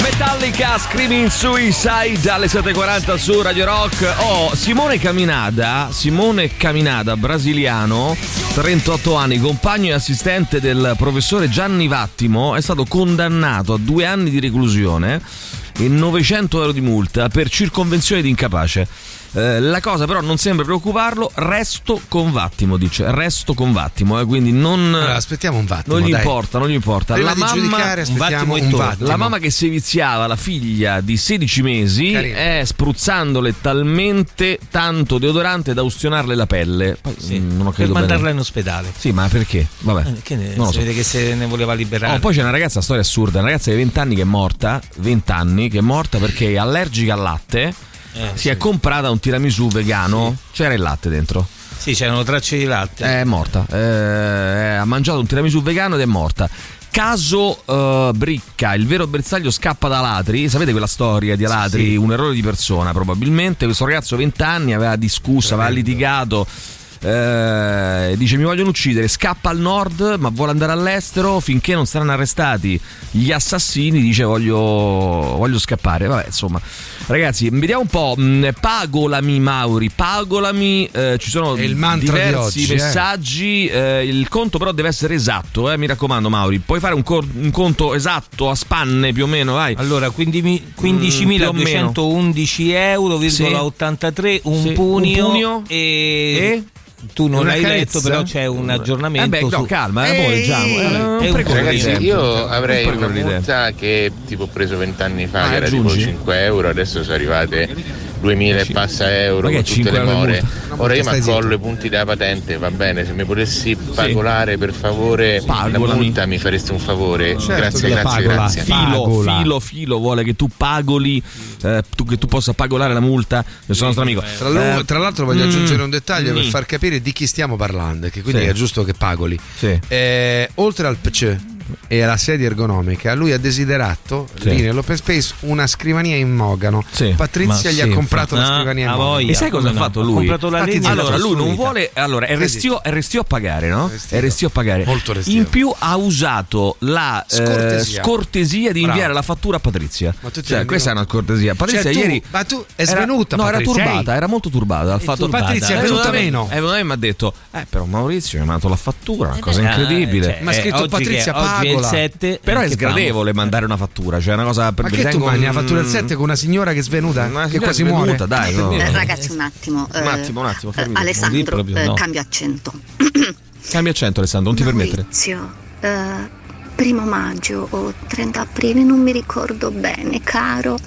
[SPEAKER 3] Metallica Screaming Suicide alle 7.40 su Radio Rock. Oh, Simone Caminada, Simone Caminada, brasiliano, 38 anni, compagno e assistente del professore Gianni Vattimo, è stato condannato a due anni di reclusione e 900 euro di multa per circonvenzione di incapace. Eh, la cosa però non sembra preoccuparlo, resto con Vattimo, dice, resto con Vattimo, eh, quindi non...
[SPEAKER 4] aspettiamo un Vattimo.
[SPEAKER 3] Non gli
[SPEAKER 4] dai.
[SPEAKER 3] importa, non gli importa.
[SPEAKER 4] Prima
[SPEAKER 3] la
[SPEAKER 4] di
[SPEAKER 3] mamma,
[SPEAKER 4] giudicare, aspettiamo
[SPEAKER 3] e
[SPEAKER 4] un
[SPEAKER 3] torna.
[SPEAKER 4] Vattimo.
[SPEAKER 3] La mamma che si viziava la figlia di 16 mesi è spruzzandole talmente tanto deodorante da ustionarle la pelle. Poi, mm, non ho
[SPEAKER 5] per
[SPEAKER 3] capito bene.
[SPEAKER 5] mandarla in ospedale.
[SPEAKER 3] Sì, ma perché? Vabbè.
[SPEAKER 5] Eh, Che ne,
[SPEAKER 3] Non lo
[SPEAKER 5] si
[SPEAKER 3] so.
[SPEAKER 5] vede che se ne voleva liberare.
[SPEAKER 3] Oh, poi c'è una ragazza, una storia assurda, una ragazza di 20 anni che è morta, 20 anni, che è morta perché è allergica al latte,
[SPEAKER 5] Eh,
[SPEAKER 3] si è comprata un tiramisù vegano, c'era il latte dentro.
[SPEAKER 5] Sì, c'erano tracce di latte.
[SPEAKER 3] È morta. Eh, ha mangiato un tiramisù vegano ed è morta. Caso eh, Bricca, il vero bersaglio scappa da ladri. Sapete quella storia di ladri? Un errore di persona, probabilmente. Questo ragazzo, 20 anni, aveva discusso, aveva litigato. eh, dice mi vogliono uccidere, scappa al nord ma vuole andare all'estero finché non saranno arrestati gli assassini, dice voglio, voglio scappare. Vabbè, insomma, ragazzi, vediamo un po'. mh, Pagolami Mauri, pagolami, eh, ci sono
[SPEAKER 4] È il mantra di
[SPEAKER 3] diversi
[SPEAKER 4] oggi, eh.
[SPEAKER 3] messaggi, eh, il conto però deve essere esatto, eh, mi raccomando Mauri, puoi fare un, cor- un conto esatto a spanne più o meno, vai. Mm,
[SPEAKER 5] Allora,
[SPEAKER 3] 15.200
[SPEAKER 5] 15.211 euro,
[SPEAKER 3] Sì.
[SPEAKER 5] 83, un,
[SPEAKER 3] Sì.
[SPEAKER 5] punio,
[SPEAKER 3] Un punio
[SPEAKER 5] e... Tu non
[SPEAKER 3] Una
[SPEAKER 5] l'hai
[SPEAKER 3] carezza?
[SPEAKER 5] letto, però c'è un aggiornamento.
[SPEAKER 3] Eh beh, no,
[SPEAKER 5] su-
[SPEAKER 3] calma, eh, amore, Giamo, eh,
[SPEAKER 5] È un
[SPEAKER 3] non precludere.
[SPEAKER 5] punio.
[SPEAKER 14] Ragazzi, io avrei
[SPEAKER 3] Un po'
[SPEAKER 14] una
[SPEAKER 3] di idea.
[SPEAKER 14] multa che tipo ho preso vent'anni fa,
[SPEAKER 3] Ah,
[SPEAKER 14] che era
[SPEAKER 3] aggiungi?
[SPEAKER 14] tipo 5 euro, adesso sono arrivate 2000 e passa euro
[SPEAKER 3] Ma che
[SPEAKER 14] con
[SPEAKER 3] è 5
[SPEAKER 14] tutte le
[SPEAKER 3] euro di
[SPEAKER 14] more.
[SPEAKER 3] multa? Una
[SPEAKER 14] Ora io mi
[SPEAKER 3] multa, stai
[SPEAKER 14] accollo i punti della patente, va bene, se mi potessi pagolare per favore la
[SPEAKER 3] Pagolami. Certo
[SPEAKER 14] multa mi fareste un favore. grazie,
[SPEAKER 3] che la
[SPEAKER 14] grazie,
[SPEAKER 3] pagola.
[SPEAKER 14] grazie.
[SPEAKER 3] Filo, filo, filo vuole che tu pagoli, eh, tu- che tu possa pagolare la multa del suo nostro amico.
[SPEAKER 4] Tra, l'u-
[SPEAKER 3] Eh,
[SPEAKER 4] tra l'altro voglio
[SPEAKER 3] mm,
[SPEAKER 4] aggiungere un dettaglio per
[SPEAKER 3] mm.
[SPEAKER 4] far capire di chi stiamo parlando, che quindi
[SPEAKER 3] Sì.
[SPEAKER 4] è giusto che pagoli.
[SPEAKER 3] Sì.
[SPEAKER 4] Eh, oltre al PC e alla sedia ergonomica, lui ha desiderato
[SPEAKER 3] Sì.
[SPEAKER 4] lì nell'open space una scrivania in mogano. Patrizia
[SPEAKER 3] Ma
[SPEAKER 4] gli
[SPEAKER 3] sì,
[SPEAKER 4] ha comprato
[SPEAKER 3] infatti.
[SPEAKER 4] la scrivania in
[SPEAKER 3] Ah,
[SPEAKER 4] mogano.
[SPEAKER 3] E sai cosa ha fatto lui?
[SPEAKER 4] Infatti, zia,
[SPEAKER 3] allora,
[SPEAKER 4] l'ha
[SPEAKER 3] lui non
[SPEAKER 4] costruita.
[SPEAKER 3] vuole. Allora, è
[SPEAKER 4] Vedi?
[SPEAKER 3] restio, è restio a pagare, no? È restio a pagare. Molto
[SPEAKER 4] restio.
[SPEAKER 3] In più ha usato la eh,
[SPEAKER 4] Scortesia.
[SPEAKER 3] scortesia, di
[SPEAKER 4] Bravo.
[SPEAKER 3] inviare la fattura a Patrizia.
[SPEAKER 4] Ma tu ti
[SPEAKER 3] cioè,
[SPEAKER 4] rendi
[SPEAKER 3] questa è una cortesia. Patrizia
[SPEAKER 4] Cioè, tu-
[SPEAKER 3] ieri.
[SPEAKER 4] ma tu è
[SPEAKER 3] era-
[SPEAKER 4] svenuta,
[SPEAKER 3] No,
[SPEAKER 4] Patrizia,
[SPEAKER 3] era turbata,
[SPEAKER 4] eh?
[SPEAKER 3] era molto turbata dal
[SPEAKER 4] È
[SPEAKER 3] fatto
[SPEAKER 4] turbata. Patrizia è
[SPEAKER 3] Eh,
[SPEAKER 4] venuta
[SPEAKER 3] venuta
[SPEAKER 4] meno.
[SPEAKER 3] Eh, venuta meno e mi ha detto: Eh, però Maurizio mi ha mandato la fattura, una cosa incredibile.
[SPEAKER 5] cioè, Ma ha eh, scritto oggi che- Patrizia oggi è il Pagola. sette,
[SPEAKER 3] Però
[SPEAKER 5] eh,
[SPEAKER 3] è
[SPEAKER 5] che famo?
[SPEAKER 3] sgradevole mandare una fattura, cioè è una cosa per
[SPEAKER 4] Ma
[SPEAKER 3] mi
[SPEAKER 4] che tu
[SPEAKER 3] ritengo
[SPEAKER 4] mangi la
[SPEAKER 3] un-
[SPEAKER 4] fattura del 7 con una signora che è svenuta? che
[SPEAKER 3] signora
[SPEAKER 4] quasi
[SPEAKER 3] svenuta,
[SPEAKER 4] muore.
[SPEAKER 3] dai, oh. no.
[SPEAKER 13] Eh, Ragazzi, un attimo. eh,
[SPEAKER 3] Un attimo, un attimo,
[SPEAKER 13] eh,
[SPEAKER 3] fermi. Non
[SPEAKER 13] Alessandro,
[SPEAKER 3] dir proprio,
[SPEAKER 13] eh,
[SPEAKER 3] no.
[SPEAKER 13] cambia accento.
[SPEAKER 3] Cambia accento, Alessandro, non ti permettere.
[SPEAKER 13] Maurizio, eh, primo maggio o 30 aprile, non mi ricordo bene, caro.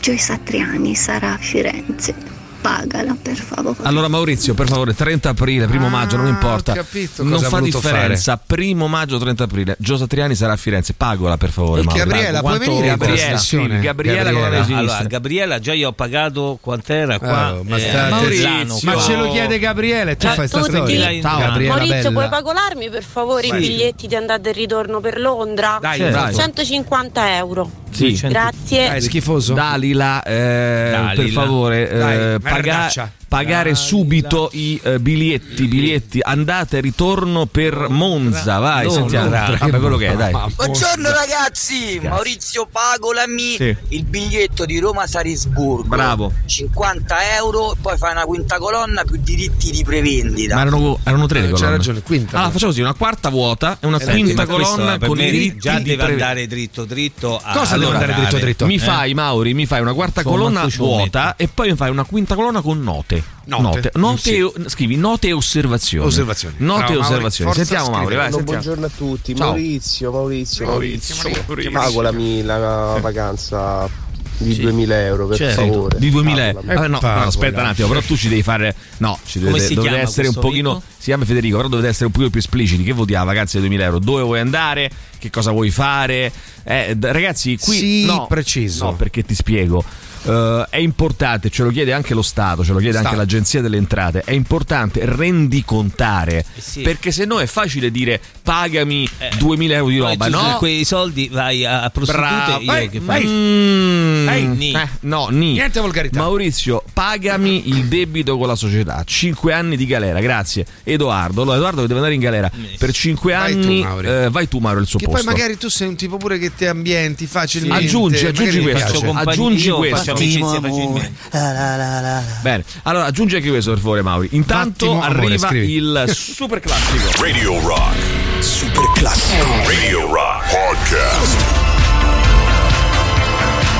[SPEAKER 13] Gioia Satriani sarà a Firenze. Pagala, per favore.
[SPEAKER 3] Allora Maurizio, per favore, 30 aprile, primo maggio, non importa.
[SPEAKER 13] capito
[SPEAKER 3] non
[SPEAKER 4] Ah, cosa ha
[SPEAKER 3] fa
[SPEAKER 4] voluto
[SPEAKER 3] differenza. Primo maggio, 30 aprile. Gio Satriani sarà a Firenze. Pagola, per favore.
[SPEAKER 4] E
[SPEAKER 3] Mauro.
[SPEAKER 4] Gabriela, puoi
[SPEAKER 3] Quanto-
[SPEAKER 4] venire in
[SPEAKER 3] Gabriela, sì,
[SPEAKER 4] trasmissione?
[SPEAKER 3] Gabriela, con la
[SPEAKER 5] Gabriela.
[SPEAKER 3] mano
[SPEAKER 5] Allora,
[SPEAKER 3] sinistra.
[SPEAKER 5] Gabriela, già io ho pagato
[SPEAKER 3] Ah,
[SPEAKER 5] quant'era qua?
[SPEAKER 4] Oh, ma
[SPEAKER 5] eh,
[SPEAKER 4] state-
[SPEAKER 5] a Milano,
[SPEAKER 4] ma
[SPEAKER 5] qua.
[SPEAKER 4] ce lo chiede Gabriele, tu
[SPEAKER 5] Ciao a
[SPEAKER 4] fai sta
[SPEAKER 5] tutti.
[SPEAKER 4] storia.
[SPEAKER 5] Ciao, Gabriela
[SPEAKER 15] Maurizio,
[SPEAKER 4] bella.
[SPEAKER 15] puoi pagolarmi per favore
[SPEAKER 4] Vai.
[SPEAKER 15] i biglietti di andata e ritorno per Londra?
[SPEAKER 3] Dai, Sì, vai.
[SPEAKER 15] 150 euro.
[SPEAKER 3] Sì.
[SPEAKER 15] Grazie.
[SPEAKER 4] Dai, schifoso.
[SPEAKER 3] Dalila, eh,
[SPEAKER 4] Dalila.
[SPEAKER 3] per favore, eh,
[SPEAKER 4] Dai,
[SPEAKER 3] paga-
[SPEAKER 4] merdaccia.
[SPEAKER 3] pagare subito i eh, biglietti, biglietti, andata e ritorno per Monza. Vai,
[SPEAKER 5] Londra.
[SPEAKER 3] sentiamo.
[SPEAKER 5] Londra.
[SPEAKER 3] Vabbè, quello che è, dai.
[SPEAKER 16] Buongiorno ragazzi, Maurizio Pagolami,
[SPEAKER 3] Sì.
[SPEAKER 16] il biglietto di Roma Salisburgo.
[SPEAKER 3] Bravo.
[SPEAKER 16] 50 euro, poi fai una quinta colonna più diritti di prevendita.
[SPEAKER 3] Ma erano, erano tre le
[SPEAKER 4] c'ha
[SPEAKER 3] colonne.
[SPEAKER 4] ragione,
[SPEAKER 3] quinta. Allora facciamo così: una quarta vuota e una
[SPEAKER 5] Eh,
[SPEAKER 3] quinta
[SPEAKER 5] ma questo,
[SPEAKER 3] colonna
[SPEAKER 5] per
[SPEAKER 3] con
[SPEAKER 5] me
[SPEAKER 3] i diritti
[SPEAKER 5] già
[SPEAKER 3] di
[SPEAKER 5] deve
[SPEAKER 3] pre-
[SPEAKER 5] andare dritto dritto a
[SPEAKER 3] Cosa
[SPEAKER 5] allora,
[SPEAKER 3] devo andare dritto dritto? Mi
[SPEAKER 5] eh?
[SPEAKER 3] fai, Mauri, mi fai una quarta
[SPEAKER 5] Insomma,
[SPEAKER 3] colonna
[SPEAKER 5] tu ci vuoi
[SPEAKER 3] vuota e poi mi fai una quinta colonna con note.
[SPEAKER 5] Note.
[SPEAKER 3] Note, Note
[SPEAKER 5] Sì.
[SPEAKER 3] e- scrivi note e osservazioni.
[SPEAKER 4] Osservazioni.
[SPEAKER 3] Note
[SPEAKER 4] Bravo,
[SPEAKER 3] e
[SPEAKER 4] Mauri,
[SPEAKER 3] osservazioni.
[SPEAKER 4] forza,
[SPEAKER 3] Sentiamo Mauri, vai,
[SPEAKER 17] Buongiorno,
[SPEAKER 3] sentiamo.
[SPEAKER 17] buongiorno a tutti,
[SPEAKER 3] Ciao.
[SPEAKER 17] Maurizio, Maurizio,
[SPEAKER 3] Maurizio,
[SPEAKER 17] Maurizio,
[SPEAKER 3] Maurizio.
[SPEAKER 17] pagolami la vacanza di
[SPEAKER 3] Sì.
[SPEAKER 17] 2000 euro per
[SPEAKER 3] Certo.
[SPEAKER 17] favore.
[SPEAKER 3] Di 2000 euro.
[SPEAKER 17] Pagolami.
[SPEAKER 3] Ah, no, no, aspetta un attimo, però tu ci devi fare. No, ci
[SPEAKER 5] Come
[SPEAKER 3] dovete,
[SPEAKER 5] si
[SPEAKER 3] dovete
[SPEAKER 5] chiama
[SPEAKER 3] essere un
[SPEAKER 5] questo
[SPEAKER 3] pochino.
[SPEAKER 5] rito?
[SPEAKER 3] Si chiama Federico, però dovete essere un pochino più espliciti. Che voti a vacanze di 2000 euro? Dove vuoi andare? Che cosa vuoi fare? Eh, d- ragazzi, qui.
[SPEAKER 4] Sii
[SPEAKER 3] no,
[SPEAKER 4] preciso.
[SPEAKER 3] No, perché ti spiego. Eh, è importante, ce lo chiede anche lo Stato, ce lo chiede anche
[SPEAKER 4] Stato.
[SPEAKER 3] l'Agenzia delle Entrate. È importante rendicontare.
[SPEAKER 5] sì. Eh.
[SPEAKER 3] Perché se no è facile dire pagami 2000 euro di
[SPEAKER 5] Poi
[SPEAKER 3] roba,
[SPEAKER 5] tu
[SPEAKER 3] no?
[SPEAKER 5] per quei soldi vai a, a prostitute io
[SPEAKER 3] Brava.
[SPEAKER 5] che
[SPEAKER 3] Eh,
[SPEAKER 5] faccio?
[SPEAKER 3] mm,
[SPEAKER 5] Ehi, ni.
[SPEAKER 3] eh, no, ni.
[SPEAKER 5] Niente
[SPEAKER 3] volgarità. Maurizio, pagami il debito con la società. 5 anni di galera, grazie. Edoardo, allora, Edoardo che deve andare in galera per 5
[SPEAKER 4] Vai tu,
[SPEAKER 3] anni.
[SPEAKER 4] Mauri.
[SPEAKER 3] eh, vai tu, Mauro, il suo
[SPEAKER 4] Che
[SPEAKER 3] posto.
[SPEAKER 4] poi magari tu sei un tipo pure che ti ambienti facilmente.
[SPEAKER 3] Aggiungi,
[SPEAKER 4] magari
[SPEAKER 3] aggiungi
[SPEAKER 4] ti
[SPEAKER 3] questo,
[SPEAKER 4] piace.
[SPEAKER 3] aggiungi questo. Bene, allora aggiungi anche questo per favore, Mauri. Intanto
[SPEAKER 2] Attimo, amore,
[SPEAKER 3] arriva
[SPEAKER 2] scrivi.
[SPEAKER 3] il super classico.
[SPEAKER 2] Radio Rock. Super classico. Radio Rock Podcast.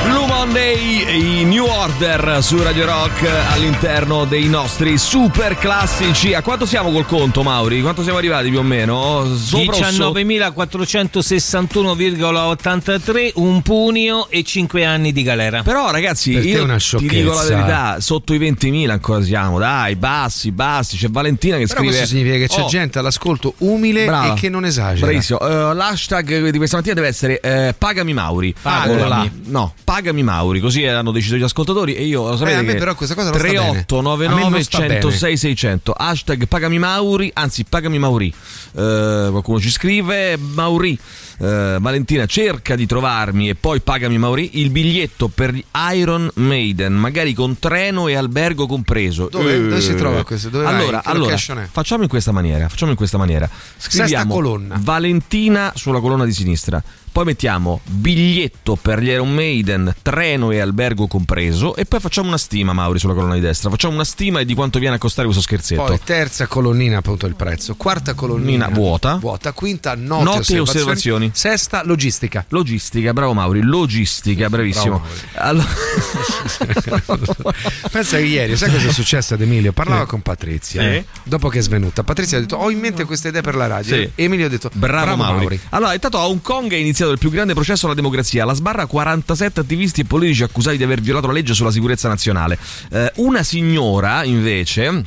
[SPEAKER 3] Blue Monday e i New Order su Radio Rock all'interno dei nostri super classici. A quanto siamo col conto, Mauri? Quanto siamo arrivati più o meno? Sopra o sotto?
[SPEAKER 5] 19.461,83 un punio e 5 anni di galera
[SPEAKER 3] però ragazzi Io ti dico la verità, sotto i 20.000 ancora siamo, dai, bassi, bassi. C'è Valentina che
[SPEAKER 4] Però
[SPEAKER 3] scrive...
[SPEAKER 4] questo significa che c'è
[SPEAKER 3] "Oh,
[SPEAKER 4] gente all'ascolto umile
[SPEAKER 3] Brava.
[SPEAKER 4] e che non esagera.
[SPEAKER 3] Bravissimo. Eh, l'hashtag di questa mattina deve essere eh, Pagami Mauri.
[SPEAKER 4] Pagolami.
[SPEAKER 3] Pagola. No, Pagami Mauri. Così hanno deciso gli ascoltatori e io lo sapete
[SPEAKER 4] Eh, a me
[SPEAKER 3] che
[SPEAKER 4] però questa cosa non sta bene.
[SPEAKER 3] 3899
[SPEAKER 4] A me non sta bene.
[SPEAKER 3] 106 600 hashtag pagami Mauri, anzi pagami Mauri. Eh, qualcuno ci scrive Mauri. eh, Valentina cerca di trovarmi e poi pagami Mauri il biglietto per gli Iron Maiden, magari con treno e albergo compreso.
[SPEAKER 4] Dove-
[SPEAKER 3] Eh.
[SPEAKER 4] dove si trova questo? Dove vai?
[SPEAKER 3] allora,
[SPEAKER 4] Che
[SPEAKER 3] allora
[SPEAKER 4] location è?
[SPEAKER 3] facciamo in questa maniera, facciamo in questa maniera.
[SPEAKER 4] Sesta
[SPEAKER 3] Scriviamo
[SPEAKER 4] colonna.
[SPEAKER 3] Valentina sulla colonna di sinistra. Poi mettiamo biglietto per gli Iron Maiden, treno e albergo compreso. E poi facciamo una stima, Mauri, sulla colonna di destra. Facciamo una stima di quanto viene a costare questo scherzetto.
[SPEAKER 4] Poi terza colonnina appunto il prezzo, quarta colonnina
[SPEAKER 3] Nina vuota.
[SPEAKER 4] vuota, quinta note,
[SPEAKER 3] Note e osservazioni.
[SPEAKER 4] sesta logistica.
[SPEAKER 3] Logistica, bravo Mauri, logistica, bravissimo. Allora...
[SPEAKER 4] Pensa che ieri, sai cosa è successo ad Emilio? Parlava con Patrizia
[SPEAKER 3] Sì.
[SPEAKER 4] eh, dopo che è svenuta. Patrizia ha detto: Ho in mente questa idea per la radio.
[SPEAKER 3] Sì.
[SPEAKER 4] E Emilio ha detto:
[SPEAKER 3] Bravo, Mauri.
[SPEAKER 4] Mauri.
[SPEAKER 3] Allora, intanto a Hong Kong è iniziato il più grande processo alla democrazia. La sbarra 47 attivisti e politici accusati di aver violato la legge sulla sicurezza nazionale. Eh, una signora, invece.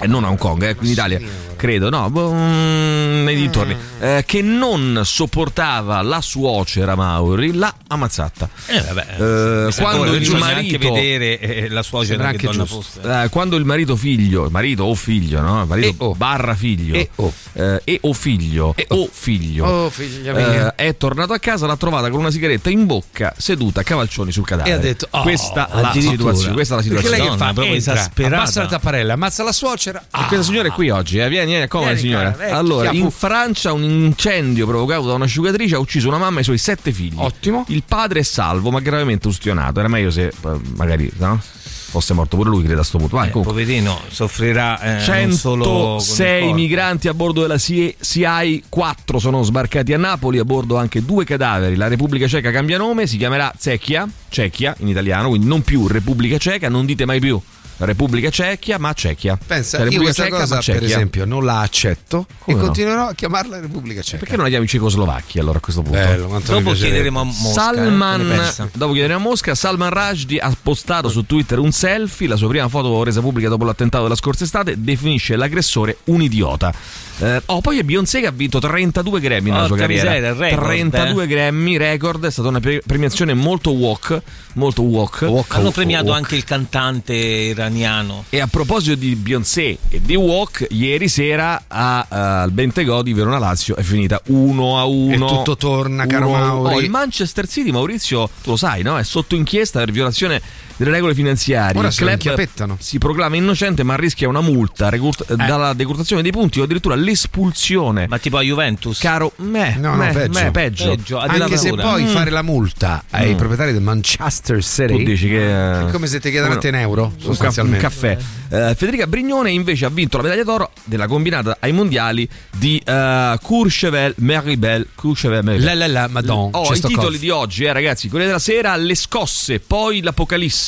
[SPEAKER 3] eh, non a Hong Kong, eh, in Italia, credo, no, boh, mm, nei dintorni, eh, che non sopportava la suocera Mauri, l'ha ammazzata.
[SPEAKER 5] Eh, vabbè.
[SPEAKER 3] Eh, quando il
[SPEAKER 5] bisogna
[SPEAKER 3] marito-
[SPEAKER 5] anche vedere eh, la suocera che donna fosse.
[SPEAKER 3] eh, quando il marito figlio, marito o figlio, no? Marito barra figlio.
[SPEAKER 5] E
[SPEAKER 4] o.
[SPEAKER 3] Eh, e o figlio. o figlio.
[SPEAKER 4] Oh, figlia mia.
[SPEAKER 3] eh, è tornato a casa, l'ha trovata con una sigaretta in bocca, seduta a cavalcioni sul cadavere.
[SPEAKER 4] E ha detto: "Oh,
[SPEAKER 3] questa, la
[SPEAKER 4] addirittura."
[SPEAKER 3] situazione, questa è la
[SPEAKER 4] Perché
[SPEAKER 3] situazione.
[SPEAKER 4] lei che fa? Entra, Abbassa la
[SPEAKER 3] E
[SPEAKER 4] tapparella, ammazza la suocera. Ah,
[SPEAKER 3] questa signora è qui oggi, eh. vieni, vieni, come
[SPEAKER 4] Vieni,
[SPEAKER 3] signora.
[SPEAKER 4] cara, vecchia,
[SPEAKER 3] allora, in
[SPEAKER 4] puff.
[SPEAKER 3] Francia un incendio provocato da un'asciugatrice ha ucciso una mamma e i suoi sette figli. Ottimo. Il padre è salvo, ma gravemente ustionato. Era meglio se, eh, magari, no? Fosse morto pure lui, credo a sto punto. Vai, comunque.
[SPEAKER 5] Eh, Poverino, soffrirà eh, non solo con il
[SPEAKER 3] 106
[SPEAKER 5] corpo.
[SPEAKER 3] migranti a bordo della CI CI 4 sono sbarcati a Napoli, a bordo anche due cadaveri. La Repubblica Ceca cambia nome, si chiamerà Cecchia, Cecchia in italiano, quindi non più Repubblica Ceca, non dite mai più Repubblica Cecchia, ma Cecchia.
[SPEAKER 4] Pensa,
[SPEAKER 3] La
[SPEAKER 4] io
[SPEAKER 3] Repubblica
[SPEAKER 4] questa
[SPEAKER 3] Ceca,
[SPEAKER 4] cosa,
[SPEAKER 3] ma Certo.
[SPEAKER 4] per
[SPEAKER 3] Cecchia.
[SPEAKER 4] esempio, non la accetto
[SPEAKER 3] Come
[SPEAKER 4] e
[SPEAKER 3] no?
[SPEAKER 4] continuerò a chiamarla Repubblica Ceca.
[SPEAKER 3] Perché non la chiami Cecoslovacchia allora a questo punto?
[SPEAKER 4] Bello, quanto mi Dopo piacerebbe. chiederemo a Mosca, eh,
[SPEAKER 3] Salman,
[SPEAKER 4] che ne pensa?
[SPEAKER 3] dopo chiederemo a Mosca, Salman Rushdie ha postato su Twitter un selfie, la sua prima foto resa pubblica dopo l'attentato della scorsa estate, definisce l'aggressore un idiota. Eh, oh, poi è Beyoncé che ha vinto 32 Grammy nella sua
[SPEAKER 5] Porca
[SPEAKER 3] carriera.
[SPEAKER 5] miseria, il record,
[SPEAKER 3] 32
[SPEAKER 5] eh.
[SPEAKER 3] Grammy, record, è stata una pre- premiazione molto walk, molto walk.
[SPEAKER 5] Hanno premiato
[SPEAKER 3] walk.
[SPEAKER 5] anche il cantante iraniano.
[SPEAKER 3] E a proposito di Beyoncé e di Walk, ieri sera a- eh, al Bentegò di Verona Lazio è finita 1 a 1.
[SPEAKER 4] E tutto torna, caro Mauri.
[SPEAKER 3] Oh, il Manchester City, Maurizio, tu lo sai, no? È sotto inchiesta per violazione delle regole finanziarie.
[SPEAKER 4] Ora
[SPEAKER 3] il
[SPEAKER 4] se lo
[SPEAKER 3] club
[SPEAKER 4] inchiapettano. Eh.
[SPEAKER 3] si proclama innocente, ma rischia una multa recurt- dalla decurtazione dei punti o addirittura l'espulsione. Ma
[SPEAKER 5] tipo a Juventus.
[SPEAKER 3] Caro, me,
[SPEAKER 4] No,
[SPEAKER 3] me,
[SPEAKER 4] no, peggio.
[SPEAKER 3] me, peggio.
[SPEAKER 4] Anche se poi
[SPEAKER 3] Mm.
[SPEAKER 4] fare la multa ai
[SPEAKER 3] Mm.
[SPEAKER 4] proprietari del Manchester City.
[SPEAKER 3] Tu dici che. eh,
[SPEAKER 4] È come se ti chiedano a te in euro,
[SPEAKER 3] Un, ca- un
[SPEAKER 4] sostanzialmente.
[SPEAKER 3] caffè. Eh, Federica Brignone invece ha vinto la medaglia d'oro della combinata ai mondiali di eh, Courchevel Meribel. Courchevel Meribel.
[SPEAKER 4] La, la, la, madonna,
[SPEAKER 3] Oh,
[SPEAKER 4] c'è
[SPEAKER 3] i
[SPEAKER 4] sto
[SPEAKER 3] titoli
[SPEAKER 4] cof.
[SPEAKER 3] di oggi, eh, ragazzi. Quella della sera, le scosse, poi l'Apocalisse.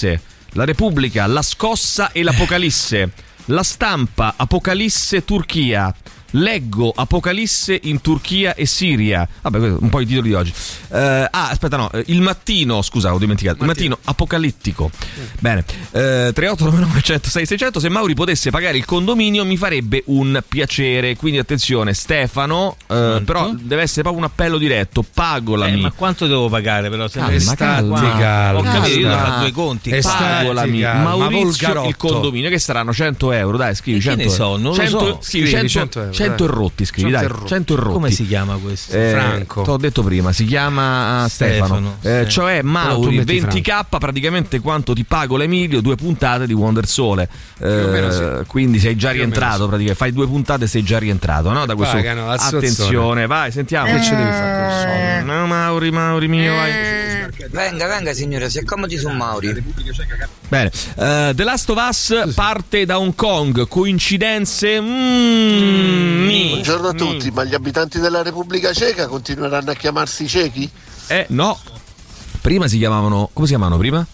[SPEAKER 3] La Repubblica, la scossa e l'Apocalisse. La stampa, Apocalisse Turchia. Leggo Apocalisse in Turchia e Siria. Vabbè, questo, un po' i titoli di oggi. Eh, ah, aspetta, no. eh, Il mattino, scusa, ho dimenticato. Il mattino apocalittico. Bene. Eh, 3899 106 600. Se Mauri potesse pagare il condominio mi farebbe un piacere. Quindi attenzione, Stefano. eh, però deve essere proprio un appello diretto. Pagolami.
[SPEAKER 5] Eh, ma quanto devo pagare però? Se
[SPEAKER 3] Calma,
[SPEAKER 5] non-
[SPEAKER 3] calma.
[SPEAKER 5] Wow. Ho
[SPEAKER 3] Calma.
[SPEAKER 5] capito, io devo fare due conti.
[SPEAKER 3] Pagolami. Maurizio
[SPEAKER 5] Volgarotto.
[SPEAKER 3] il condominio che saranno 100 euro, dai, scrivi
[SPEAKER 5] E che
[SPEAKER 3] 100
[SPEAKER 5] ne so,
[SPEAKER 3] euro.
[SPEAKER 5] non lo
[SPEAKER 3] 100,
[SPEAKER 5] so.
[SPEAKER 3] Scrivi,
[SPEAKER 5] Scrivi
[SPEAKER 3] 100
[SPEAKER 5] 100 euro,
[SPEAKER 3] 100
[SPEAKER 5] dai.
[SPEAKER 3] e rotti, scrivi,
[SPEAKER 5] 100 e
[SPEAKER 3] dai,
[SPEAKER 5] rotti.
[SPEAKER 3] 100 e rotti.
[SPEAKER 5] Come si chiama questo? Franco.
[SPEAKER 3] Eh, T'ho detto prima, si chiama ah, Stefano.
[SPEAKER 5] Stefano,
[SPEAKER 3] Eh,
[SPEAKER 5] sì.
[SPEAKER 3] Cioè
[SPEAKER 5] Però tu
[SPEAKER 3] Mauri,
[SPEAKER 5] metti
[SPEAKER 3] 20k praticamente quanto ti pago l'Emilio, due puntate di Wonder Sole. Eh, Quindi sei già
[SPEAKER 4] Più o
[SPEAKER 3] rientrato,
[SPEAKER 4] meno
[SPEAKER 3] praticamente. fai due puntate e sei già rientrato, no? Da questo...
[SPEAKER 4] pagano, la zozzona.
[SPEAKER 3] Attenzione, vai, sentiamo.
[SPEAKER 4] Che ci devi
[SPEAKER 3] fare? No, Mauri, Mauri mio, vai.
[SPEAKER 16] Eh. Venga, venga signore, si accomodi su Mauri.
[SPEAKER 3] Bene, eh, The Last of Us parte da Hong Kong, coincidenze? Mm, ni.
[SPEAKER 9] Buongiorno a tutti, ma gli abitanti della Repubblica Ceca continueranno a chiamarsi ciechi?
[SPEAKER 3] Eh no, prima si chiamavano, come si chiamavano prima?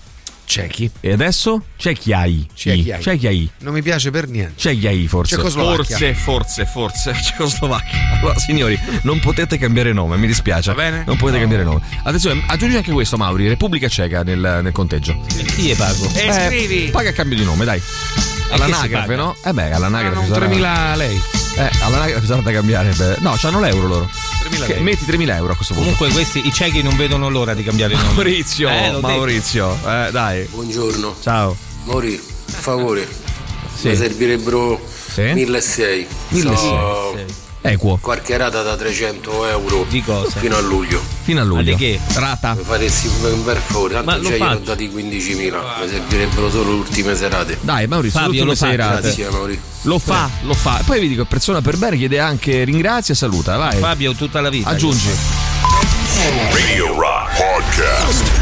[SPEAKER 3] Cechi. E adesso? Cechiai.
[SPEAKER 4] Cechiai.
[SPEAKER 3] Cechiai.
[SPEAKER 4] Non mi piace per niente.
[SPEAKER 3] Cechiai forse.
[SPEAKER 4] Cecoslovacchia.
[SPEAKER 3] Forse, forse, forse. Cecoslovacchia. Allora, signori, non potete cambiare nome, mi dispiace. Va bene? Non potete cambiare nome. Attenzione, aggiungi anche questo, Mauri, Repubblica Ceca nel, nel conteggio. E chi è pago?
[SPEAKER 4] E scrivi.
[SPEAKER 3] Paga a cambio di nome, dai. All'anagrafe, no? Eh beh, all'anagrafe.
[SPEAKER 4] Hanno un
[SPEAKER 3] sarà-
[SPEAKER 4] 3000 lei.
[SPEAKER 3] eh, all'anagrafe sarà da cambiare. beh. No, c'hanno l'euro loro.
[SPEAKER 4] 3.000 3.000
[SPEAKER 3] Che- metti 3.000 euro a questo punto.
[SPEAKER 5] Comunque questi i ciechi non vedono l'ora di cambiare il nome.
[SPEAKER 3] Maurizio,
[SPEAKER 5] Eh, l'ho detto.
[SPEAKER 3] Maurizio, eh, dai.
[SPEAKER 18] Buongiorno.
[SPEAKER 3] Ciao.
[SPEAKER 18] Mori, per favore.
[SPEAKER 3] Sì.
[SPEAKER 18] Mi servirebbero
[SPEAKER 3] Sì.
[SPEAKER 18] 1.600.
[SPEAKER 3] 1.600. Equo.
[SPEAKER 18] Qualche rata da 300 euro fino a luglio.
[SPEAKER 3] Fino a luglio. che? Rata.
[SPEAKER 18] Mi faresti un bel favore,
[SPEAKER 3] Ma
[SPEAKER 18] tanto
[SPEAKER 3] lo
[SPEAKER 18] già gli ho
[SPEAKER 3] faccio.
[SPEAKER 18] dati 15.000, mi servirebbero solo le ultime serate.
[SPEAKER 3] Dai, Maurizio, Fabio, lo sei rate.
[SPEAKER 18] Grazie, Maurizio.
[SPEAKER 3] Lo fa, lo fa. E poi vedi che persona per bene chiede anche ringrazia e saluta, vai.
[SPEAKER 5] Fabio tutta la vita.
[SPEAKER 3] Aggiungi.
[SPEAKER 2] Radio Rock Podcast.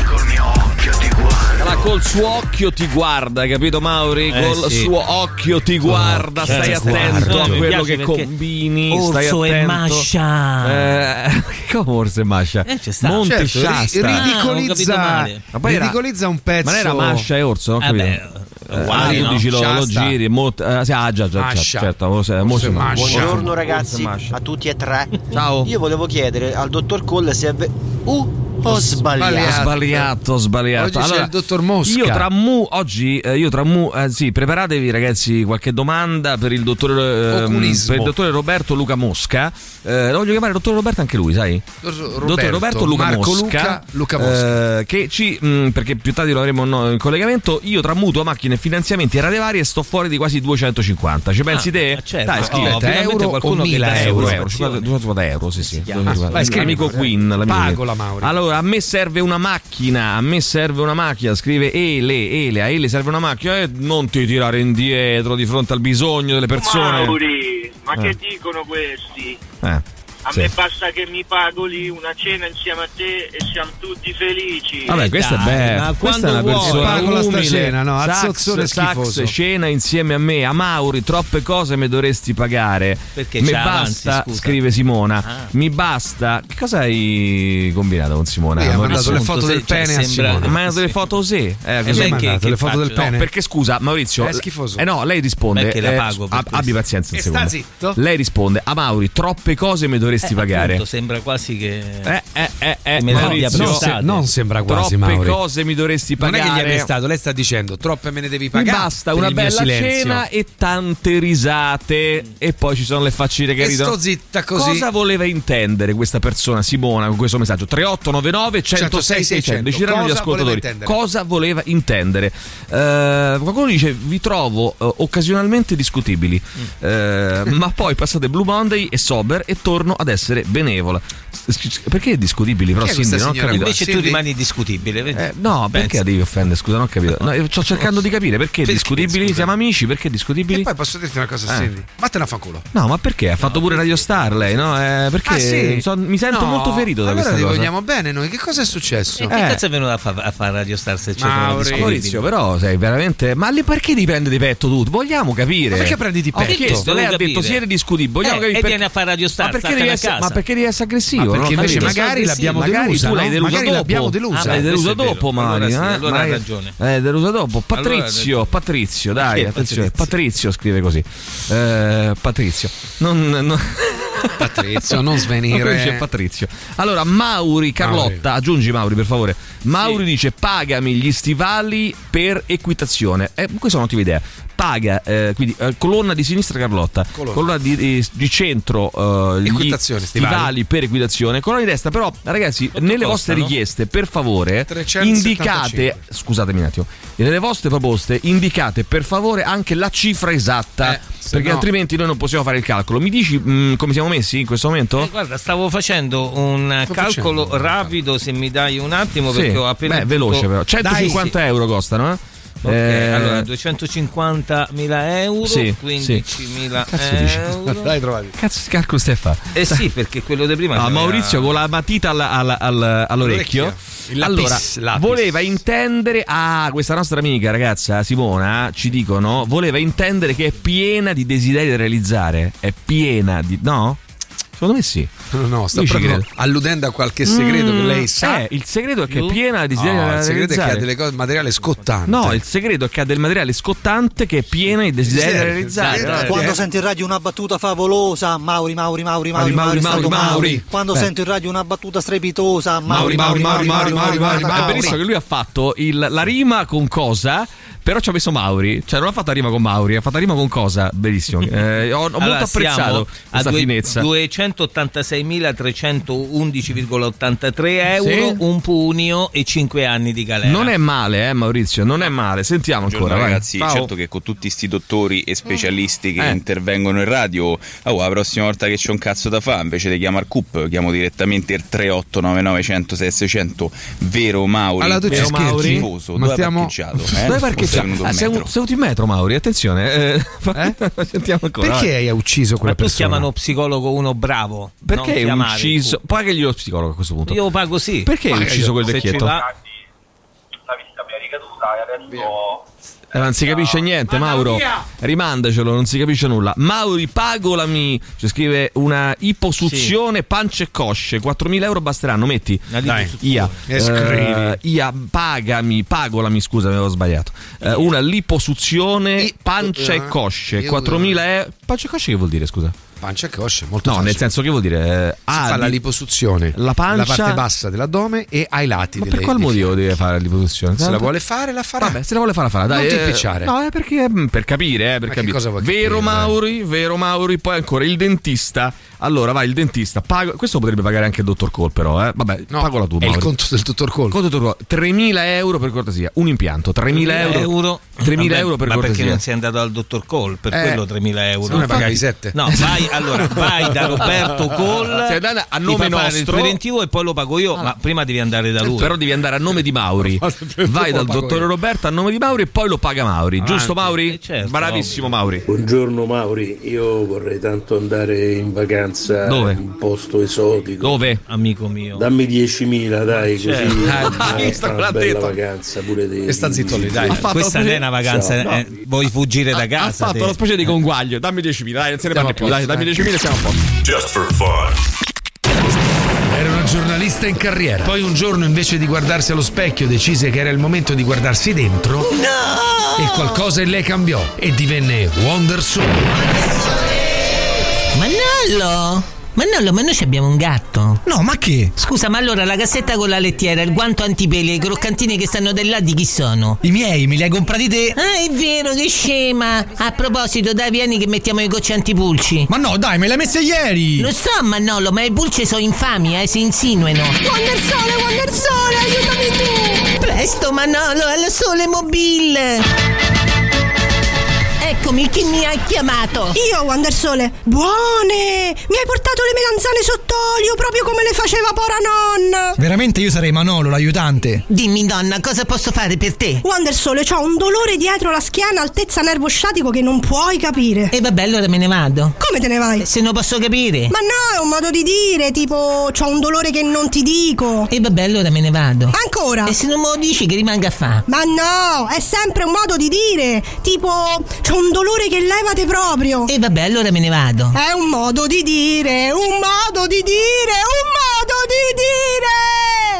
[SPEAKER 3] Allora, col suo occhio ti guarda, capito Mauri?
[SPEAKER 5] Eh,
[SPEAKER 3] col
[SPEAKER 5] sì.
[SPEAKER 3] suo occhio ti guarda,
[SPEAKER 5] Certo,
[SPEAKER 3] stai
[SPEAKER 5] guarda.
[SPEAKER 3] attento a
[SPEAKER 5] Mi
[SPEAKER 3] quello
[SPEAKER 5] piace
[SPEAKER 3] che
[SPEAKER 5] perché
[SPEAKER 3] combini. stai
[SPEAKER 5] Orso e
[SPEAKER 3] attento.
[SPEAKER 5] Mascia.
[SPEAKER 3] Eh, come Orso e Mascia?
[SPEAKER 5] Eh, ci sta.
[SPEAKER 3] Monte
[SPEAKER 5] Certo, ri-
[SPEAKER 3] Shasta.
[SPEAKER 5] ridicolizza- Ah, ho capito male.
[SPEAKER 3] Ma poi era-
[SPEAKER 4] ridicolizza un pezzo.
[SPEAKER 3] Ma non era Mascia e Orso? No?
[SPEAKER 4] Eh,
[SPEAKER 3] Capito?
[SPEAKER 4] beh,
[SPEAKER 3] Eh,
[SPEAKER 4] uguali,
[SPEAKER 3] tu
[SPEAKER 4] no?
[SPEAKER 3] dici lo, lo
[SPEAKER 4] Shasta.
[SPEAKER 3] giri, mo, eh, sì, ah, già, già, già,
[SPEAKER 4] Mascia.
[SPEAKER 3] certo, mo-
[SPEAKER 19] eh,
[SPEAKER 3] se- mo-
[SPEAKER 4] Orso e
[SPEAKER 3] se-
[SPEAKER 4] Mascia.
[SPEAKER 19] Buongiorno ragazzi a tutti e tre. Ciao. Io volevo chiedere al dottor Coll se è ve- Uh, ho
[SPEAKER 3] Ho
[SPEAKER 19] sbagliato.
[SPEAKER 3] sbagliato, ho sbagliato.
[SPEAKER 19] Oggi c'è il dottor Mosca.
[SPEAKER 3] Io tra mu, oggi, eh, io tra mu, eh, sì, preparatevi ragazzi qualche domanda per il dottor, eh,
[SPEAKER 4] Oculismo.
[SPEAKER 3] per il dottore Roberto Luca Mosca. Eh, lo voglio chiamare dottor Roberto anche lui, sai?
[SPEAKER 4] Roberto,
[SPEAKER 3] dottor Roberto Luca
[SPEAKER 4] Marco
[SPEAKER 3] Mosca.
[SPEAKER 4] Luca, Luca Mosca.
[SPEAKER 3] eh, che ci, mh, perché più tardi lo avremo no, in collegamento. Io tra mutuo, macchine, finanziamenti e rate varie sto fuori di quasi 250. Ci pensi te?
[SPEAKER 5] certo.
[SPEAKER 3] Dai,
[SPEAKER 5] Oh,
[SPEAKER 3] scrivi.
[SPEAKER 5] finalmente qualcuno che dà
[SPEAKER 3] Ah, euro.
[SPEAKER 5] euro.
[SPEAKER 3] 250 euro, sì, sì.
[SPEAKER 5] chiama?
[SPEAKER 4] Ah, vai, scrivi,
[SPEAKER 3] L'amico
[SPEAKER 4] guarda.
[SPEAKER 3] Queen. l'amico Queen. Ah,
[SPEAKER 4] Pagola, Mauri.
[SPEAKER 3] Allora, a me serve una macchina, a me serve una macchina, scrive Ele, Ele, a Ele serve una macchina e non ti tirare indietro di fronte al bisogno delle persone.
[SPEAKER 20] Mauri, ma
[SPEAKER 3] Eh.
[SPEAKER 20] che dicono questi?
[SPEAKER 3] Eh,
[SPEAKER 20] A
[SPEAKER 3] sì.
[SPEAKER 20] me basta che mi pagoli una cena insieme a te e siamo tutti
[SPEAKER 5] cioè,
[SPEAKER 20] felici.
[SPEAKER 3] Vabbè, questa è bella. Questa è una persona.
[SPEAKER 4] Pagola sta
[SPEAKER 3] umile.
[SPEAKER 4] cena, no, al
[SPEAKER 3] Sax,
[SPEAKER 4] sozzone schifoso.
[SPEAKER 3] Sax, cena insieme a me. A Mauri, troppe cose mi dovresti pagare.
[SPEAKER 5] Perché
[SPEAKER 3] mi
[SPEAKER 5] c'ha avanzi,
[SPEAKER 3] basta,
[SPEAKER 5] scusa.
[SPEAKER 3] scrive Simona.
[SPEAKER 5] Ah.
[SPEAKER 3] Mi basta. Che cosa hai combinato con Simona?
[SPEAKER 4] Sì, ha
[SPEAKER 3] Ma
[SPEAKER 4] mandato
[SPEAKER 3] adesso-
[SPEAKER 4] le foto del
[SPEAKER 3] cioè,
[SPEAKER 5] eh,
[SPEAKER 4] pene a
[SPEAKER 3] sembra-
[SPEAKER 4] Simona.
[SPEAKER 3] Ha mandato le foto, sì. Eh, cos'è?
[SPEAKER 4] lei che- mandato le che foto del faccio? pene?
[SPEAKER 3] No, perché scusa, Maurizio.
[SPEAKER 4] È schifoso.
[SPEAKER 3] Eh no, lei risponde.
[SPEAKER 5] Ma è che la
[SPEAKER 3] eh,
[SPEAKER 5] pago per
[SPEAKER 3] ab-
[SPEAKER 5] questo.
[SPEAKER 3] abbi pazienza un
[SPEAKER 5] E
[SPEAKER 3] secondo.
[SPEAKER 5] sta zitto.
[SPEAKER 3] Lei risponde a Mauri, troppe cose mi dovresti
[SPEAKER 5] Eh,
[SPEAKER 3] pagare.
[SPEAKER 5] appunto, sembra quasi che.
[SPEAKER 3] Eh, eh, eh, eh,
[SPEAKER 5] me le abbia
[SPEAKER 3] Maurizio,
[SPEAKER 5] prestate.
[SPEAKER 4] Cioè, non sembra quasi,
[SPEAKER 3] troppe
[SPEAKER 4] Mauri.
[SPEAKER 3] cose mi dovresti
[SPEAKER 4] Non
[SPEAKER 3] pagare.
[SPEAKER 4] è che gli è prestato, lei sta dicendo troppe me ne devi
[SPEAKER 3] Mi
[SPEAKER 4] pagare.
[SPEAKER 3] basta
[SPEAKER 4] per
[SPEAKER 3] una
[SPEAKER 4] il mio
[SPEAKER 3] bella
[SPEAKER 4] silenzio.
[SPEAKER 3] cena e tante risate. E poi ci sono le faccine che
[SPEAKER 4] E
[SPEAKER 3] ridono.
[SPEAKER 4] sto zitta così.
[SPEAKER 3] Cosa voleva intendere questa persona, Simona, con questo messaggio? 3899 106 600.
[SPEAKER 4] 106
[SPEAKER 3] Decideranno gli
[SPEAKER 4] Cosa voleva
[SPEAKER 3] ascoltatori.
[SPEAKER 4] intendere?
[SPEAKER 3] Cosa voleva intendere? Eh, qualcuno dice: Vi trovo eh, occasionalmente discutibili,
[SPEAKER 4] Mm.
[SPEAKER 3] Eh, ma poi passate Blue Monday e sober e torno ad essere benevola. S- s- Perché discutibili? Però,
[SPEAKER 5] Chi è questa
[SPEAKER 3] Cindy, non ho
[SPEAKER 5] signora?
[SPEAKER 3] capito.
[SPEAKER 5] Invece tu rimani discutibile, vedi?
[SPEAKER 3] Eh, no, perché
[SPEAKER 5] Pensa.
[SPEAKER 3] devi offendere? Scusa, non ho capito. No, io sto cercando di capire perché, discutibili, siamo amici, perché discutibili?
[SPEAKER 4] E poi posso dirti una cosa,
[SPEAKER 3] Eh.
[SPEAKER 4] Cindy? Vattene a fanculo.
[SPEAKER 3] No, ma perché? Ha fatto pure Radio Star lei, no? Eh, perché
[SPEAKER 4] Ah, sì?
[SPEAKER 3] so- mi sento
[SPEAKER 4] No,
[SPEAKER 3] molto ferito da
[SPEAKER 4] allora
[SPEAKER 3] questa
[SPEAKER 4] ti
[SPEAKER 3] cosa. Eh.
[SPEAKER 4] vogliamo bene noi. Che cosa è successo?
[SPEAKER 5] E che Eh, cazzo è venuto a fa- a fare Radio Star se c'è una
[SPEAKER 3] Mauri.
[SPEAKER 5] discutibile?
[SPEAKER 3] Maurizio, però sei veramente. Ma lì perché ti prende di petto tu? Vogliamo capire.
[SPEAKER 5] Ma perché prendi di
[SPEAKER 3] Ho
[SPEAKER 5] petto?
[SPEAKER 3] chiesto, lei ha
[SPEAKER 5] Voglio
[SPEAKER 3] detto
[SPEAKER 5] capire.
[SPEAKER 3] siete discutibili. Vogliamo
[SPEAKER 5] Eh,
[SPEAKER 3] capire.
[SPEAKER 5] e
[SPEAKER 3] perché-
[SPEAKER 5] viene a fare Radio Star,
[SPEAKER 3] Ma perché
[SPEAKER 5] statene
[SPEAKER 3] devi
[SPEAKER 5] a
[SPEAKER 3] essere,
[SPEAKER 5] casa.
[SPEAKER 3] ma perché devi essere aggressivo?
[SPEAKER 5] Ma perché
[SPEAKER 3] Non ho
[SPEAKER 5] invece
[SPEAKER 3] capito.
[SPEAKER 5] magari l'abbiamo
[SPEAKER 3] magari
[SPEAKER 5] delusa,
[SPEAKER 3] tu l'hai
[SPEAKER 5] no?
[SPEAKER 3] delusa
[SPEAKER 5] Magari
[SPEAKER 3] dopo.
[SPEAKER 5] l'abbiamo delusa.
[SPEAKER 3] Ah, l'hai
[SPEAKER 5] Eh,
[SPEAKER 3] delusa
[SPEAKER 5] questo è
[SPEAKER 3] dopo,
[SPEAKER 5] vero.
[SPEAKER 3] Mario.
[SPEAKER 5] Allora sì,
[SPEAKER 3] eh?
[SPEAKER 5] allora
[SPEAKER 3] Magari-
[SPEAKER 5] ha ragione.
[SPEAKER 3] Eh, delusa dopo.
[SPEAKER 5] Allora ha
[SPEAKER 3] Patrizio, Patrizio, dai,
[SPEAKER 5] Perché
[SPEAKER 3] attenzione. Patrizio scrive così. Eh, Patrizio. Non. non-
[SPEAKER 4] Patrizio, non svenire.
[SPEAKER 3] Poi c'è Patrizio. Allora, Mauri Carlotta, aggiungi Mauri per favore. Mauri dice: pagami gli stivali per equitazione. Eh, questa è un'ottima idea. Paga, eh, quindi eh, colonna di sinistra Carlotta, colonna,
[SPEAKER 4] Colonna.
[SPEAKER 3] di, di- di centro eh, gli
[SPEAKER 4] Equitazione,
[SPEAKER 3] stivali.
[SPEAKER 4] stivali.
[SPEAKER 3] per equitazione, colonna di destra. Però, ragazzi, nelle vostre
[SPEAKER 4] costano?
[SPEAKER 3] richieste, per favore,
[SPEAKER 4] 375.
[SPEAKER 3] indicate. Scusatemi un attimo. Nelle vostre proposte, indicate per favore anche la cifra esatta.
[SPEAKER 5] Eh, se
[SPEAKER 3] perché
[SPEAKER 5] no-
[SPEAKER 3] altrimenti noi non possiamo fare il calcolo. Mi dici mm, come siamo messi in questo momento?
[SPEAKER 5] Guarda, stavo facendo un calcolo rapido, se mi dai un attimo,
[SPEAKER 3] Sì.
[SPEAKER 5] perché ho appena...
[SPEAKER 3] Beh, veloce però. 150 euro costano, eh?
[SPEAKER 5] Ok,
[SPEAKER 3] Eh,
[SPEAKER 5] allora 250.000 euro,
[SPEAKER 3] Sì,
[SPEAKER 5] 15.000
[SPEAKER 3] Cazzo dici?
[SPEAKER 5] euro.
[SPEAKER 4] Dai, trovati.
[SPEAKER 3] Cazzo, che calcolo stai a fare?
[SPEAKER 5] Eh sì, perché quello di prima...
[SPEAKER 3] Ah,
[SPEAKER 5] c'aveva-
[SPEAKER 3] Maurizio con la matita alla- alla- al- all'orecchio.
[SPEAKER 5] Il lapis,
[SPEAKER 3] allora,
[SPEAKER 5] lapis.
[SPEAKER 3] voleva intendere. Ah, questa nostra amica ragazza Simona ci dicono: voleva intendere che è piena di desideri da realizzare. È piena di. No? Secondo me sì.
[SPEAKER 4] No, no, sta
[SPEAKER 3] Io ci
[SPEAKER 4] proprio
[SPEAKER 3] credo.
[SPEAKER 4] alludendo a qualche segreto che
[SPEAKER 3] Mm,
[SPEAKER 4] lei sa.
[SPEAKER 3] eh, il segreto è che è piena di desideri
[SPEAKER 4] No,
[SPEAKER 3] da
[SPEAKER 4] Il segreto è che ha
[SPEAKER 3] realizzare.
[SPEAKER 4] delle cose, materiale scottante.
[SPEAKER 3] No, il segreto è che ha del materiale scottante che è pieno di desideri da realizzare. eh.
[SPEAKER 21] Quando sento in radio una battuta favolosa, Mauri, Mauri, Mauri, Mauri,
[SPEAKER 3] Mauri,
[SPEAKER 21] Mauri,
[SPEAKER 3] Mauri,
[SPEAKER 21] Mauri,
[SPEAKER 3] Mauri.
[SPEAKER 21] Quando
[SPEAKER 3] Eh.
[SPEAKER 21] sento in radio una battuta strepitosa, Mauri,
[SPEAKER 3] Mauri, Mauri, Mauri, Mauri, Mauri, Mauri, Mauri. È bellissimo che lui ha fatto il- la rima con cosa Però ci ha messo Mauri, cioè non l'ha fatta rima con Mauri, ha fatta rima con cosa? Benissimo. Eh, ho ho
[SPEAKER 5] Allora,
[SPEAKER 3] molto apprezzato
[SPEAKER 5] siamo a
[SPEAKER 3] questa
[SPEAKER 5] due-
[SPEAKER 3] finezza.
[SPEAKER 5] 286.311,83 euro,
[SPEAKER 3] Sì.
[SPEAKER 5] un punio e 5 anni di galera.
[SPEAKER 3] Non è male, eh, Maurizio, non è male. Sentiamo ancora.
[SPEAKER 1] Buongiorno
[SPEAKER 3] vai.
[SPEAKER 1] ragazzi,
[SPEAKER 3] Ciao.
[SPEAKER 1] certo che con tutti sti dottori e specialisti che
[SPEAKER 3] Eh.
[SPEAKER 1] intervengono in radio, ah, la prossima volta che c'ho un cazzo da fa, invece di chiamare CUP, chiamo direttamente il 3899106600, vero Mauri,
[SPEAKER 4] Allora, tu ci
[SPEAKER 1] vero
[SPEAKER 4] scherzi?
[SPEAKER 1] tifoso,
[SPEAKER 4] Ma
[SPEAKER 1] dove
[SPEAKER 4] stiamo-
[SPEAKER 1] è parcheggiato? Eh?
[SPEAKER 3] Dove
[SPEAKER 1] O sei
[SPEAKER 3] parcheggiamo?
[SPEAKER 1] venuto
[SPEAKER 3] Ah,
[SPEAKER 1] in
[SPEAKER 3] sei,
[SPEAKER 1] metro?
[SPEAKER 3] un- sei venuto in metro, Mauri. Attenzione, eh, sentiamo ancora.
[SPEAKER 4] Perché hai ucciso quella
[SPEAKER 5] Ma tu
[SPEAKER 4] persona?
[SPEAKER 5] chiamano psicologo uno bravo. non
[SPEAKER 3] Perché hai
[SPEAKER 5] chiamare
[SPEAKER 3] ucciso?
[SPEAKER 5] tu.
[SPEAKER 3] Pagagli lo psicologo a questo punto.
[SPEAKER 5] Io pago sì.
[SPEAKER 3] Perché hai ucciso quel
[SPEAKER 5] Se ci
[SPEAKER 3] vecchietto?
[SPEAKER 5] va-
[SPEAKER 3] Eh, non si capisce niente, Mauro. Rimandacelo, non si capisce nulla. Mauri, pagolami. Ci scrive una iposuzione, pancia e cosce. 4.000 euro basteranno, metti. Dai, Ia. Eh,
[SPEAKER 4] E scrivi.
[SPEAKER 3] Ia, pagami, pagolami, scusa, avevo sbagliato. Eh, una liposuzione, pancia
[SPEAKER 4] eh,
[SPEAKER 3] e cosce. 4.000 euro. Pancia e cosce che vuol dire, scusa?
[SPEAKER 4] Pancia e cosce, molto
[SPEAKER 3] No, nel senso che vuol dire... eh, ah,
[SPEAKER 4] fa la
[SPEAKER 3] di-
[SPEAKER 4] liposuzione.
[SPEAKER 3] La pancia...
[SPEAKER 4] parte bassa dell'addome e ai lati
[SPEAKER 3] Ma
[SPEAKER 4] delle-
[SPEAKER 3] per qual
[SPEAKER 4] dei-
[SPEAKER 3] motivo deve fare la liposuzione?
[SPEAKER 4] Se la vuole fare, la farà.
[SPEAKER 3] Vabbè, se la vuole fare, la farà. Dai,
[SPEAKER 4] Non ti
[SPEAKER 3] eh,
[SPEAKER 4] impicciare.
[SPEAKER 3] No, è perché mm, per capire, eh, per
[SPEAKER 4] Ma che
[SPEAKER 3] capire.
[SPEAKER 4] cosa eh? vuoi
[SPEAKER 3] vero
[SPEAKER 4] capire,
[SPEAKER 3] Mauri, vero Mauri, poi ancora il dentista. Allora, vai, il dentista. pago- Questo potrebbe pagare anche il dottor Cole, però, eh. Vabbè,
[SPEAKER 4] No,
[SPEAKER 3] pagola tu,
[SPEAKER 4] è il
[SPEAKER 3] Mauri.
[SPEAKER 4] conto del dottor Cole.
[SPEAKER 3] Conto del dottor Cole. 3.000 euro per cortesia, un impianto. 3.000 euro. 3.000
[SPEAKER 5] Vabbè,
[SPEAKER 3] euro per
[SPEAKER 5] ma
[SPEAKER 3] cortesia.
[SPEAKER 5] perché non sei andato al dottor Cole per
[SPEAKER 3] Eh,
[SPEAKER 5] quello 3.000 euro
[SPEAKER 3] se no ne pagavi
[SPEAKER 5] Infatti-
[SPEAKER 3] sette.
[SPEAKER 5] no vai allora vai da Roberto Cole
[SPEAKER 3] Sei andato a
[SPEAKER 5] ti
[SPEAKER 3] nome
[SPEAKER 5] fa fare il
[SPEAKER 3] nostro. Ah.
[SPEAKER 5] preventivo e poi lo pago io ma prima devi andare da lui
[SPEAKER 3] Eh, Però devi andare a nome di Mauri. Vai dal dottore Roberto a nome di Mauri e poi lo paga Mauri. Giusto
[SPEAKER 5] Avanti.
[SPEAKER 3] Mauri?
[SPEAKER 5] Eh, certo,
[SPEAKER 3] Bravissimo Mauri.
[SPEAKER 18] Buongiorno Mauri, io vorrei tanto andare in vacanza
[SPEAKER 3] Dove?
[SPEAKER 18] in un posto esotico.
[SPEAKER 3] Dove?
[SPEAKER 5] amico mio
[SPEAKER 18] Dammi 10.000 dai, così
[SPEAKER 5] Certo.
[SPEAKER 18] una-
[SPEAKER 5] Dai, visto
[SPEAKER 18] una,
[SPEAKER 5] quello ha
[SPEAKER 18] bella
[SPEAKER 5] detto.
[SPEAKER 18] vacanza pure di
[SPEAKER 5] E sta zitto lì, dai.
[SPEAKER 18] di-
[SPEAKER 5] Ha fatto Questa così. non è una vacanza, eh, vuoi fuggire da casa,
[SPEAKER 3] Ha fatto
[SPEAKER 5] te.
[SPEAKER 3] una specie di conguaglio. Dammi 10.000, dai, non se ne
[SPEAKER 4] Siamo
[SPEAKER 3] parla
[SPEAKER 4] a
[SPEAKER 3] più. Dai,
[SPEAKER 4] posto,
[SPEAKER 3] dammi
[SPEAKER 4] dai.
[SPEAKER 3] 10.000 e siamo a posto.
[SPEAKER 2] Just for fun.
[SPEAKER 4] Era una giornalista in carriera. Poi un giorno invece di guardarsi allo specchio decise che era il momento di guardarsi dentro. E qualcosa in lei cambiò e divenne Wonder
[SPEAKER 3] Eh,
[SPEAKER 22] Manollo! Manollo, ma noi ci abbiamo un gatto. No, ma che? Scusa, ma allora la cassetta con la lettiera, il guanto antipele, i croccantini che stanno del là di chi sono? I miei, me li hai comprati te. Ah, è vero, che scema. A proposito, dai, vieni che mettiamo i gocci antipulci. Ma no, dai, me l'hai messa ieri. Lo so, Manollo, ma i pulci sono infami, eh, si insinuano.
[SPEAKER 11] Wonder Sole, Wonder Sole, aiutami tu!
[SPEAKER 22] Presto, Manolo, al sole mobile! Eccomi, chi mi ha chiamato?
[SPEAKER 23] Io, Wandersole, buone! Mi hai portato le melanzane sott'olio proprio come le faceva pora nonna!
[SPEAKER 22] Veramente io sarei Manolo, l'aiutante. Dimmi, donna, cosa posso fare per te?
[SPEAKER 23] Wandersole, c'ho un dolore dietro la schiena, altezza nervo sciatico che non puoi capire!
[SPEAKER 22] E vabbè, allora me ne vado.
[SPEAKER 23] Come te ne vai?
[SPEAKER 22] Se non posso capire.
[SPEAKER 23] Ma no, è un modo di dire, tipo, c'ho un dolore che non ti dico!
[SPEAKER 22] E vabbè, allora me ne vado.
[SPEAKER 23] Ancora?
[SPEAKER 22] E se non me lo dici che rimanga a fa?
[SPEAKER 23] Ma no, è sempre un modo di dire, tipo, c'ho un dolore che levate proprio!
[SPEAKER 22] E vabbè, allora me ne vado.
[SPEAKER 23] È un modo di dire, un modo di dire, un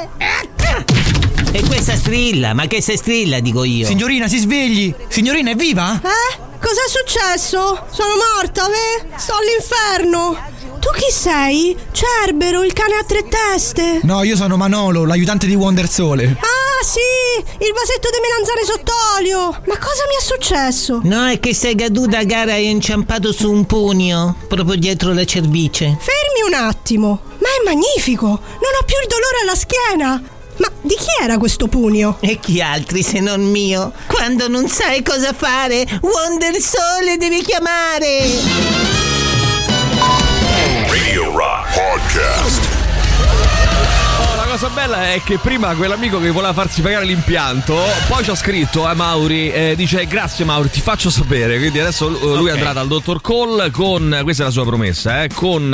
[SPEAKER 23] modo di dire!
[SPEAKER 22] E questa strilla, ma che se strilla, dico io.
[SPEAKER 23] Signorina,
[SPEAKER 22] si svegli. Signorina, è viva?
[SPEAKER 23] Eh? Cos'è successo? Sono morta, ve? Sto all'inferno! Tu chi sei? Cerbero, il cane a tre teste!
[SPEAKER 24] No, io sono Manolo, l'aiutante di Wonder Sole.
[SPEAKER 23] Ah, sì! Il vasetto di melanzane sott'olio! Ma cosa mi è successo?
[SPEAKER 22] No, è che sei caduta a gara e hai inciampato su un pugno, proprio dietro la cervice.
[SPEAKER 23] Fermi un attimo! Ma è magnifico! Non ho più il dolore alla schiena! Ma di chi era questo pugno?
[SPEAKER 22] E chi altri se non mio? Quando non sai cosa fare, Wonder Sole devi chiamare!
[SPEAKER 2] Radio Rock Podcast.
[SPEAKER 3] Oh, la cosa bella è che prima quell'amico che voleva farsi pagare l'impianto, poi ci ha scritto a Mauri, eh, dice grazie Mauri, ti faccio sapere. Quindi adesso eh, lui andrà dal dottor Cole con, questa è la sua promessa, eh, con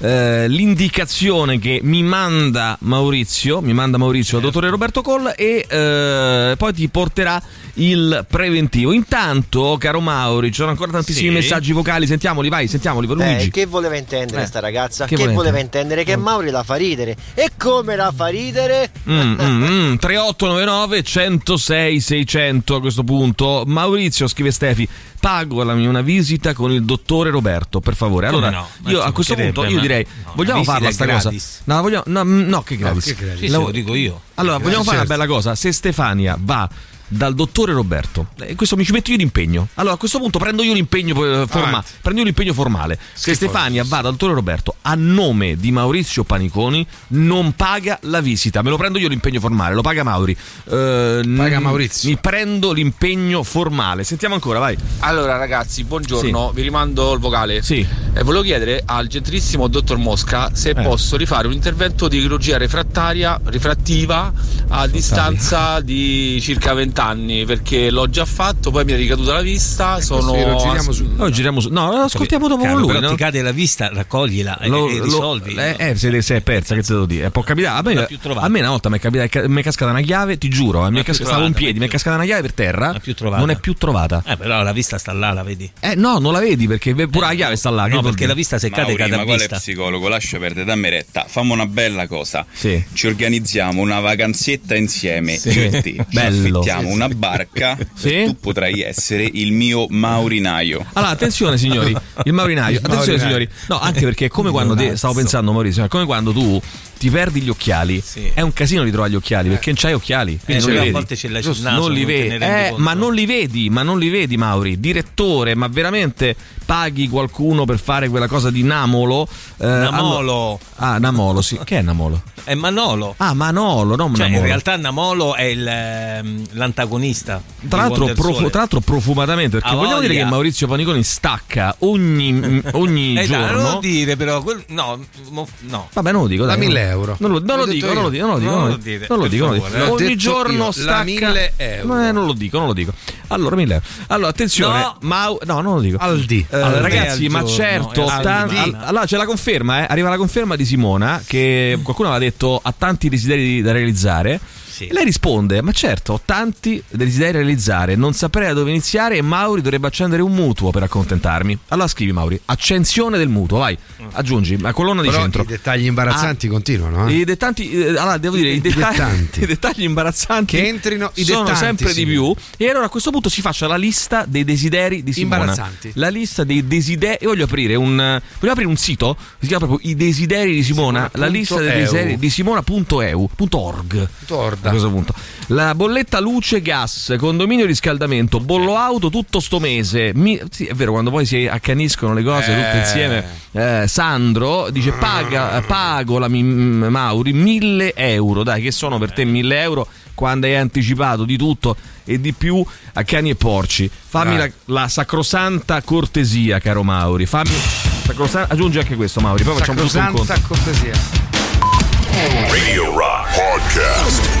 [SPEAKER 3] eh, l'indicazione che mi manda Maurizio, mi manda Maurizio al dottore Roberto Cole e eh, poi ti porterà il preventivo. Intanto, caro Mauri, ci sono ancora tantissimi
[SPEAKER 5] Sì.
[SPEAKER 3] messaggi vocali, sentiamoli, vai, sentiamoli. Luigi.
[SPEAKER 19] Eh, che voleva intendere
[SPEAKER 3] Eh,
[SPEAKER 19] sta ragazza?
[SPEAKER 3] che
[SPEAKER 19] Che,
[SPEAKER 3] voleva
[SPEAKER 19] voleva, intendere? Che Mauri la fa ridere. E come la fa ridere?
[SPEAKER 3] Mm, mm, mm. 3899 106 600 a questo punto Maurizio scrive Stefi pagolami una visita con il dottore Roberto per favore
[SPEAKER 5] Come
[SPEAKER 3] allora
[SPEAKER 5] no? Ma
[SPEAKER 3] io
[SPEAKER 5] ci
[SPEAKER 3] a questo punto
[SPEAKER 5] mancherebbe,
[SPEAKER 3] io
[SPEAKER 5] ma-
[SPEAKER 3] direi
[SPEAKER 5] no,
[SPEAKER 3] vogliamo
[SPEAKER 5] una visita
[SPEAKER 3] farla sta
[SPEAKER 5] gratis.
[SPEAKER 3] cosa no, vogliamo, no, mm, no, che gratis
[SPEAKER 5] che gratis. Sì, se lo dico io.
[SPEAKER 3] allora
[SPEAKER 5] Che
[SPEAKER 3] vogliamo
[SPEAKER 5] gratis,
[SPEAKER 3] fare una bella cosa se Stefania va dal dottore Roberto. E questo mi ci metto io l'impegno. Allora, a questo punto prendo io l'impegno eh, forma-
[SPEAKER 6] Avanti.
[SPEAKER 3] prendo io l'impegno formale. Se Stefania va dal dottore Roberto a nome di Maurizio Paniconi, non paga la visita. Me lo prendo io l'impegno formale, lo paga Mauri. paga Maurizio. Mi prendo l'impegno formale. Sentiamo ancora, vai.
[SPEAKER 7] Allora ragazzi, buongiorno,
[SPEAKER 3] Sì.
[SPEAKER 7] vi rimando il vocale. Eh,
[SPEAKER 3] Sì. Eh.
[SPEAKER 7] volevo chiedere al gentilissimo dottor Mosca se posso rifare un intervento di chirurgia refrattaria, rifrattiva a distanza di circa 20 anni perché l'ho già fatto, poi mi è ricaduta la
[SPEAKER 3] Ecco,
[SPEAKER 7] vista, sono
[SPEAKER 3] Questo lo
[SPEAKER 7] as-
[SPEAKER 3] giriamo su. No, giriamo su. No, lo ascoltiamo dopo
[SPEAKER 5] Caro,
[SPEAKER 3] con lui.
[SPEAKER 5] però
[SPEAKER 3] no?
[SPEAKER 5] ti cade la vista, raccoglila e, e risolvi.
[SPEAKER 3] eh, eh, se, se è persa, che te devo dire? Eh, Può capitare. A
[SPEAKER 5] Non l'ha
[SPEAKER 3] me,
[SPEAKER 5] più trovata.
[SPEAKER 3] a me una volta mi è, capitata- mi è cascata una chiave, ti giuro, eh, mi è
[SPEAKER 5] più
[SPEAKER 3] cascata, stavo in
[SPEAKER 5] trovata,
[SPEAKER 3] piedi, mi è cascata una chiave per terra.
[SPEAKER 5] più trovata.
[SPEAKER 3] Non è più trovata.
[SPEAKER 5] Eh, però la vista sta là, la vedi. Eh,
[SPEAKER 3] Eh no, non la vedi perché ve- pure la chiave sta là. che vuol dire?
[SPEAKER 5] cade,
[SPEAKER 1] Mauri,
[SPEAKER 5] cade a
[SPEAKER 1] ma quale
[SPEAKER 5] vista.
[SPEAKER 1] psicologo? Lascia perdere, dammi retta. Fammi una bella cosa.
[SPEAKER 3] Sì.
[SPEAKER 1] Ci organizziamo una vacanzetta insieme.
[SPEAKER 3] Sì.
[SPEAKER 1] Io e te. Ci
[SPEAKER 3] Bello.
[SPEAKER 1] affittiamo una barca. E tu potrai essere il mio maurinaio.
[SPEAKER 3] Allora, attenzione signori, il maurinaio.
[SPEAKER 1] Il
[SPEAKER 3] Attenzione signori.
[SPEAKER 1] maurinaio.
[SPEAKER 3] No, anche perché è come quando... te- stavo pensando Maurizio, è come quando tu ti perdi gli occhiali. È un casino ritrovare gli occhiali perché non c'hai occhiali.
[SPEAKER 5] Eh,
[SPEAKER 3] Quindi
[SPEAKER 5] cioè,
[SPEAKER 3] non li
[SPEAKER 5] a
[SPEAKER 3] vedi.
[SPEAKER 5] volte ce l'hai sul
[SPEAKER 3] Giusto,
[SPEAKER 5] naso,
[SPEAKER 3] Non li
[SPEAKER 5] non te
[SPEAKER 3] vedi.
[SPEAKER 5] ne rendi
[SPEAKER 3] Eh,
[SPEAKER 5] conto.
[SPEAKER 3] ma non li vedi, ma non li vedi Mauri. Direttore, ma veramente paghi qualcuno per fare quella cosa di Namolo? Eh,
[SPEAKER 5] Namolo.
[SPEAKER 3] allo- ah, Namolo, sì. Che è Namolo?
[SPEAKER 5] È Manolo.
[SPEAKER 3] Ah, Manolo, no
[SPEAKER 5] Cioè, in
[SPEAKER 3] Namolo.
[SPEAKER 5] realtà Namolo è il, ehm, l'antagonista. di
[SPEAKER 3] Tra l'altro,
[SPEAKER 5] Wonder
[SPEAKER 3] profu-
[SPEAKER 5] Sole.
[SPEAKER 3] tra l'altro profumatamente, perché
[SPEAKER 5] Ha
[SPEAKER 3] vogliamo dire
[SPEAKER 5] voglia.
[SPEAKER 3] che Maurizio Paniconi stacca ogni, mm, ogni
[SPEAKER 5] Eh, dai, non lo
[SPEAKER 3] giorno.
[SPEAKER 5] dire, però. quel- no, mo- no.
[SPEAKER 3] Vabbè, non lo dico. Dai, non- Non lo, non lo dico, non lo dico, non lo dico.
[SPEAKER 5] Non
[SPEAKER 3] Non
[SPEAKER 5] lo
[SPEAKER 3] lo
[SPEAKER 5] dite,
[SPEAKER 3] dico. Non lo
[SPEAKER 5] per
[SPEAKER 3] dico, non lo
[SPEAKER 5] favore.
[SPEAKER 3] dico.
[SPEAKER 5] L'ho
[SPEAKER 3] Ogni
[SPEAKER 5] detto io,
[SPEAKER 3] giorno
[SPEAKER 5] la
[SPEAKER 3] stacca.
[SPEAKER 5] 1000 euro.
[SPEAKER 3] Eh, non lo dico, non lo dico. Allora, 1000 euro. Allora, attenzione.
[SPEAKER 5] No.
[SPEAKER 3] Mau- no, non lo dico.
[SPEAKER 5] Aldi.
[SPEAKER 3] Eh,
[SPEAKER 5] Aldi
[SPEAKER 3] ragazzi,
[SPEAKER 5] al
[SPEAKER 3] ma
[SPEAKER 5] giorno,
[SPEAKER 3] certo.
[SPEAKER 5] Aldi.
[SPEAKER 3] tan- all- allora, c'è la conferma, eh. Arriva la conferma di Simona, che qualcuno aveva detto ha tanti desideri da realizzare. E Lei risponde, ma certo, ho tanti desideri da realizzare, non saprei da dove iniziare e Mauri dovrebbe accendere un mutuo per accontentarmi. Allora scrivi Mauri, accensione del mutuo, vai, aggiungi, la colonna di
[SPEAKER 4] Però
[SPEAKER 3] centro. Ah.
[SPEAKER 4] i dettagli imbarazzanti continuano. eh.
[SPEAKER 3] I dettagli, eh, allora devo dire, i dettagli, i dettagli imbarazzanti
[SPEAKER 4] Che entrino i
[SPEAKER 3] sono
[SPEAKER 4] dettanti,
[SPEAKER 3] sempre di
[SPEAKER 4] sì.
[SPEAKER 3] più. E allora a questo punto si faccia la lista dei desideri di Simona.
[SPEAKER 4] Imbarazzanti.
[SPEAKER 3] La lista dei desideri. Io voglio aprire un, voglio aprire un sito che si chiama proprio I desideri di Simona. la lista dei
[SPEAKER 4] Simona.eu.
[SPEAKER 3] desideri di Simona.eu. punto .org. A questo punto. La bolletta luce, gas, condominio riscaldamento, bollo auto tutto sto mese. Mi- sì, è vero, quando poi si accaniscono le cose tutte
[SPEAKER 6] Eh.
[SPEAKER 3] insieme. eh, Sandro dice: Paga, pago la mi- m- Mauri 1000 euro. Dai, che sono per te 1000 euro quando hai anticipato di tutto e di più a cani e porci. Fammi la,
[SPEAKER 6] Dai.
[SPEAKER 3] la sacrosanta cortesia, caro Mauri. Fammi. sacrosan- aggiungi anche questo, Mauri. Poi facciamo tutto un conto.
[SPEAKER 4] Sacrosanta cortesia.
[SPEAKER 2] Radio Rock Podcast.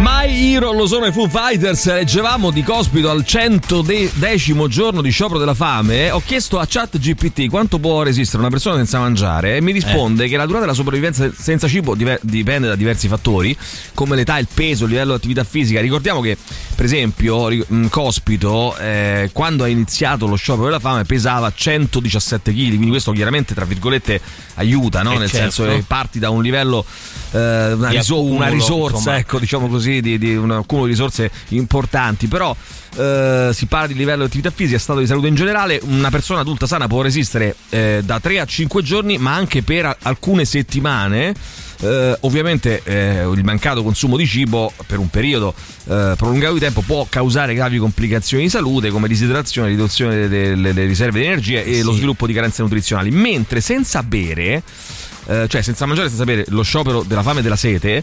[SPEAKER 3] My Hero, lo sono i Foo Fighters, leggevamo di cospito al 110 giorno di sciopero della fame, ho chiesto a chat GPT quanto può resistere una persona senza mangiare e mi risponde
[SPEAKER 5] Eh.
[SPEAKER 3] che la durata della sopravvivenza senza cibo diver- dipende da diversi fattori come l'età, il peso, il livello di attività fisica. Ricordiamo che per esempio ri- mh, cospito eh, quando ha iniziato lo sciopero della fame pesava 117 kg, quindi questo chiaramente tra virgolette aiuta, no?
[SPEAKER 5] Eh,
[SPEAKER 3] nel
[SPEAKER 5] certo.
[SPEAKER 3] senso che parti da un livello, eh, una,
[SPEAKER 5] Di
[SPEAKER 3] riso- una
[SPEAKER 5] accumulo,
[SPEAKER 3] risorsa,
[SPEAKER 5] insomma.
[SPEAKER 3] ecco ecco, diciamo così, di, di un accumulo di risorse importanti, però eh, si parla di livello di attività fisica, stato di salute in generale, una persona adulta sana può resistere eh, da 3 a 5 giorni, ma anche per a- alcune settimane. Eh, ovviamente eh, il mancato consumo di cibo per un periodo eh, prolungato di tempo può causare gravi complicazioni di salute come disidratazione, riduzione delle, delle riserve di energia e lo sviluppo di carenze nutrizionali, mentre senza bere eh, cioè senza mangiare, senza bere, lo sciopero della fame e della sete,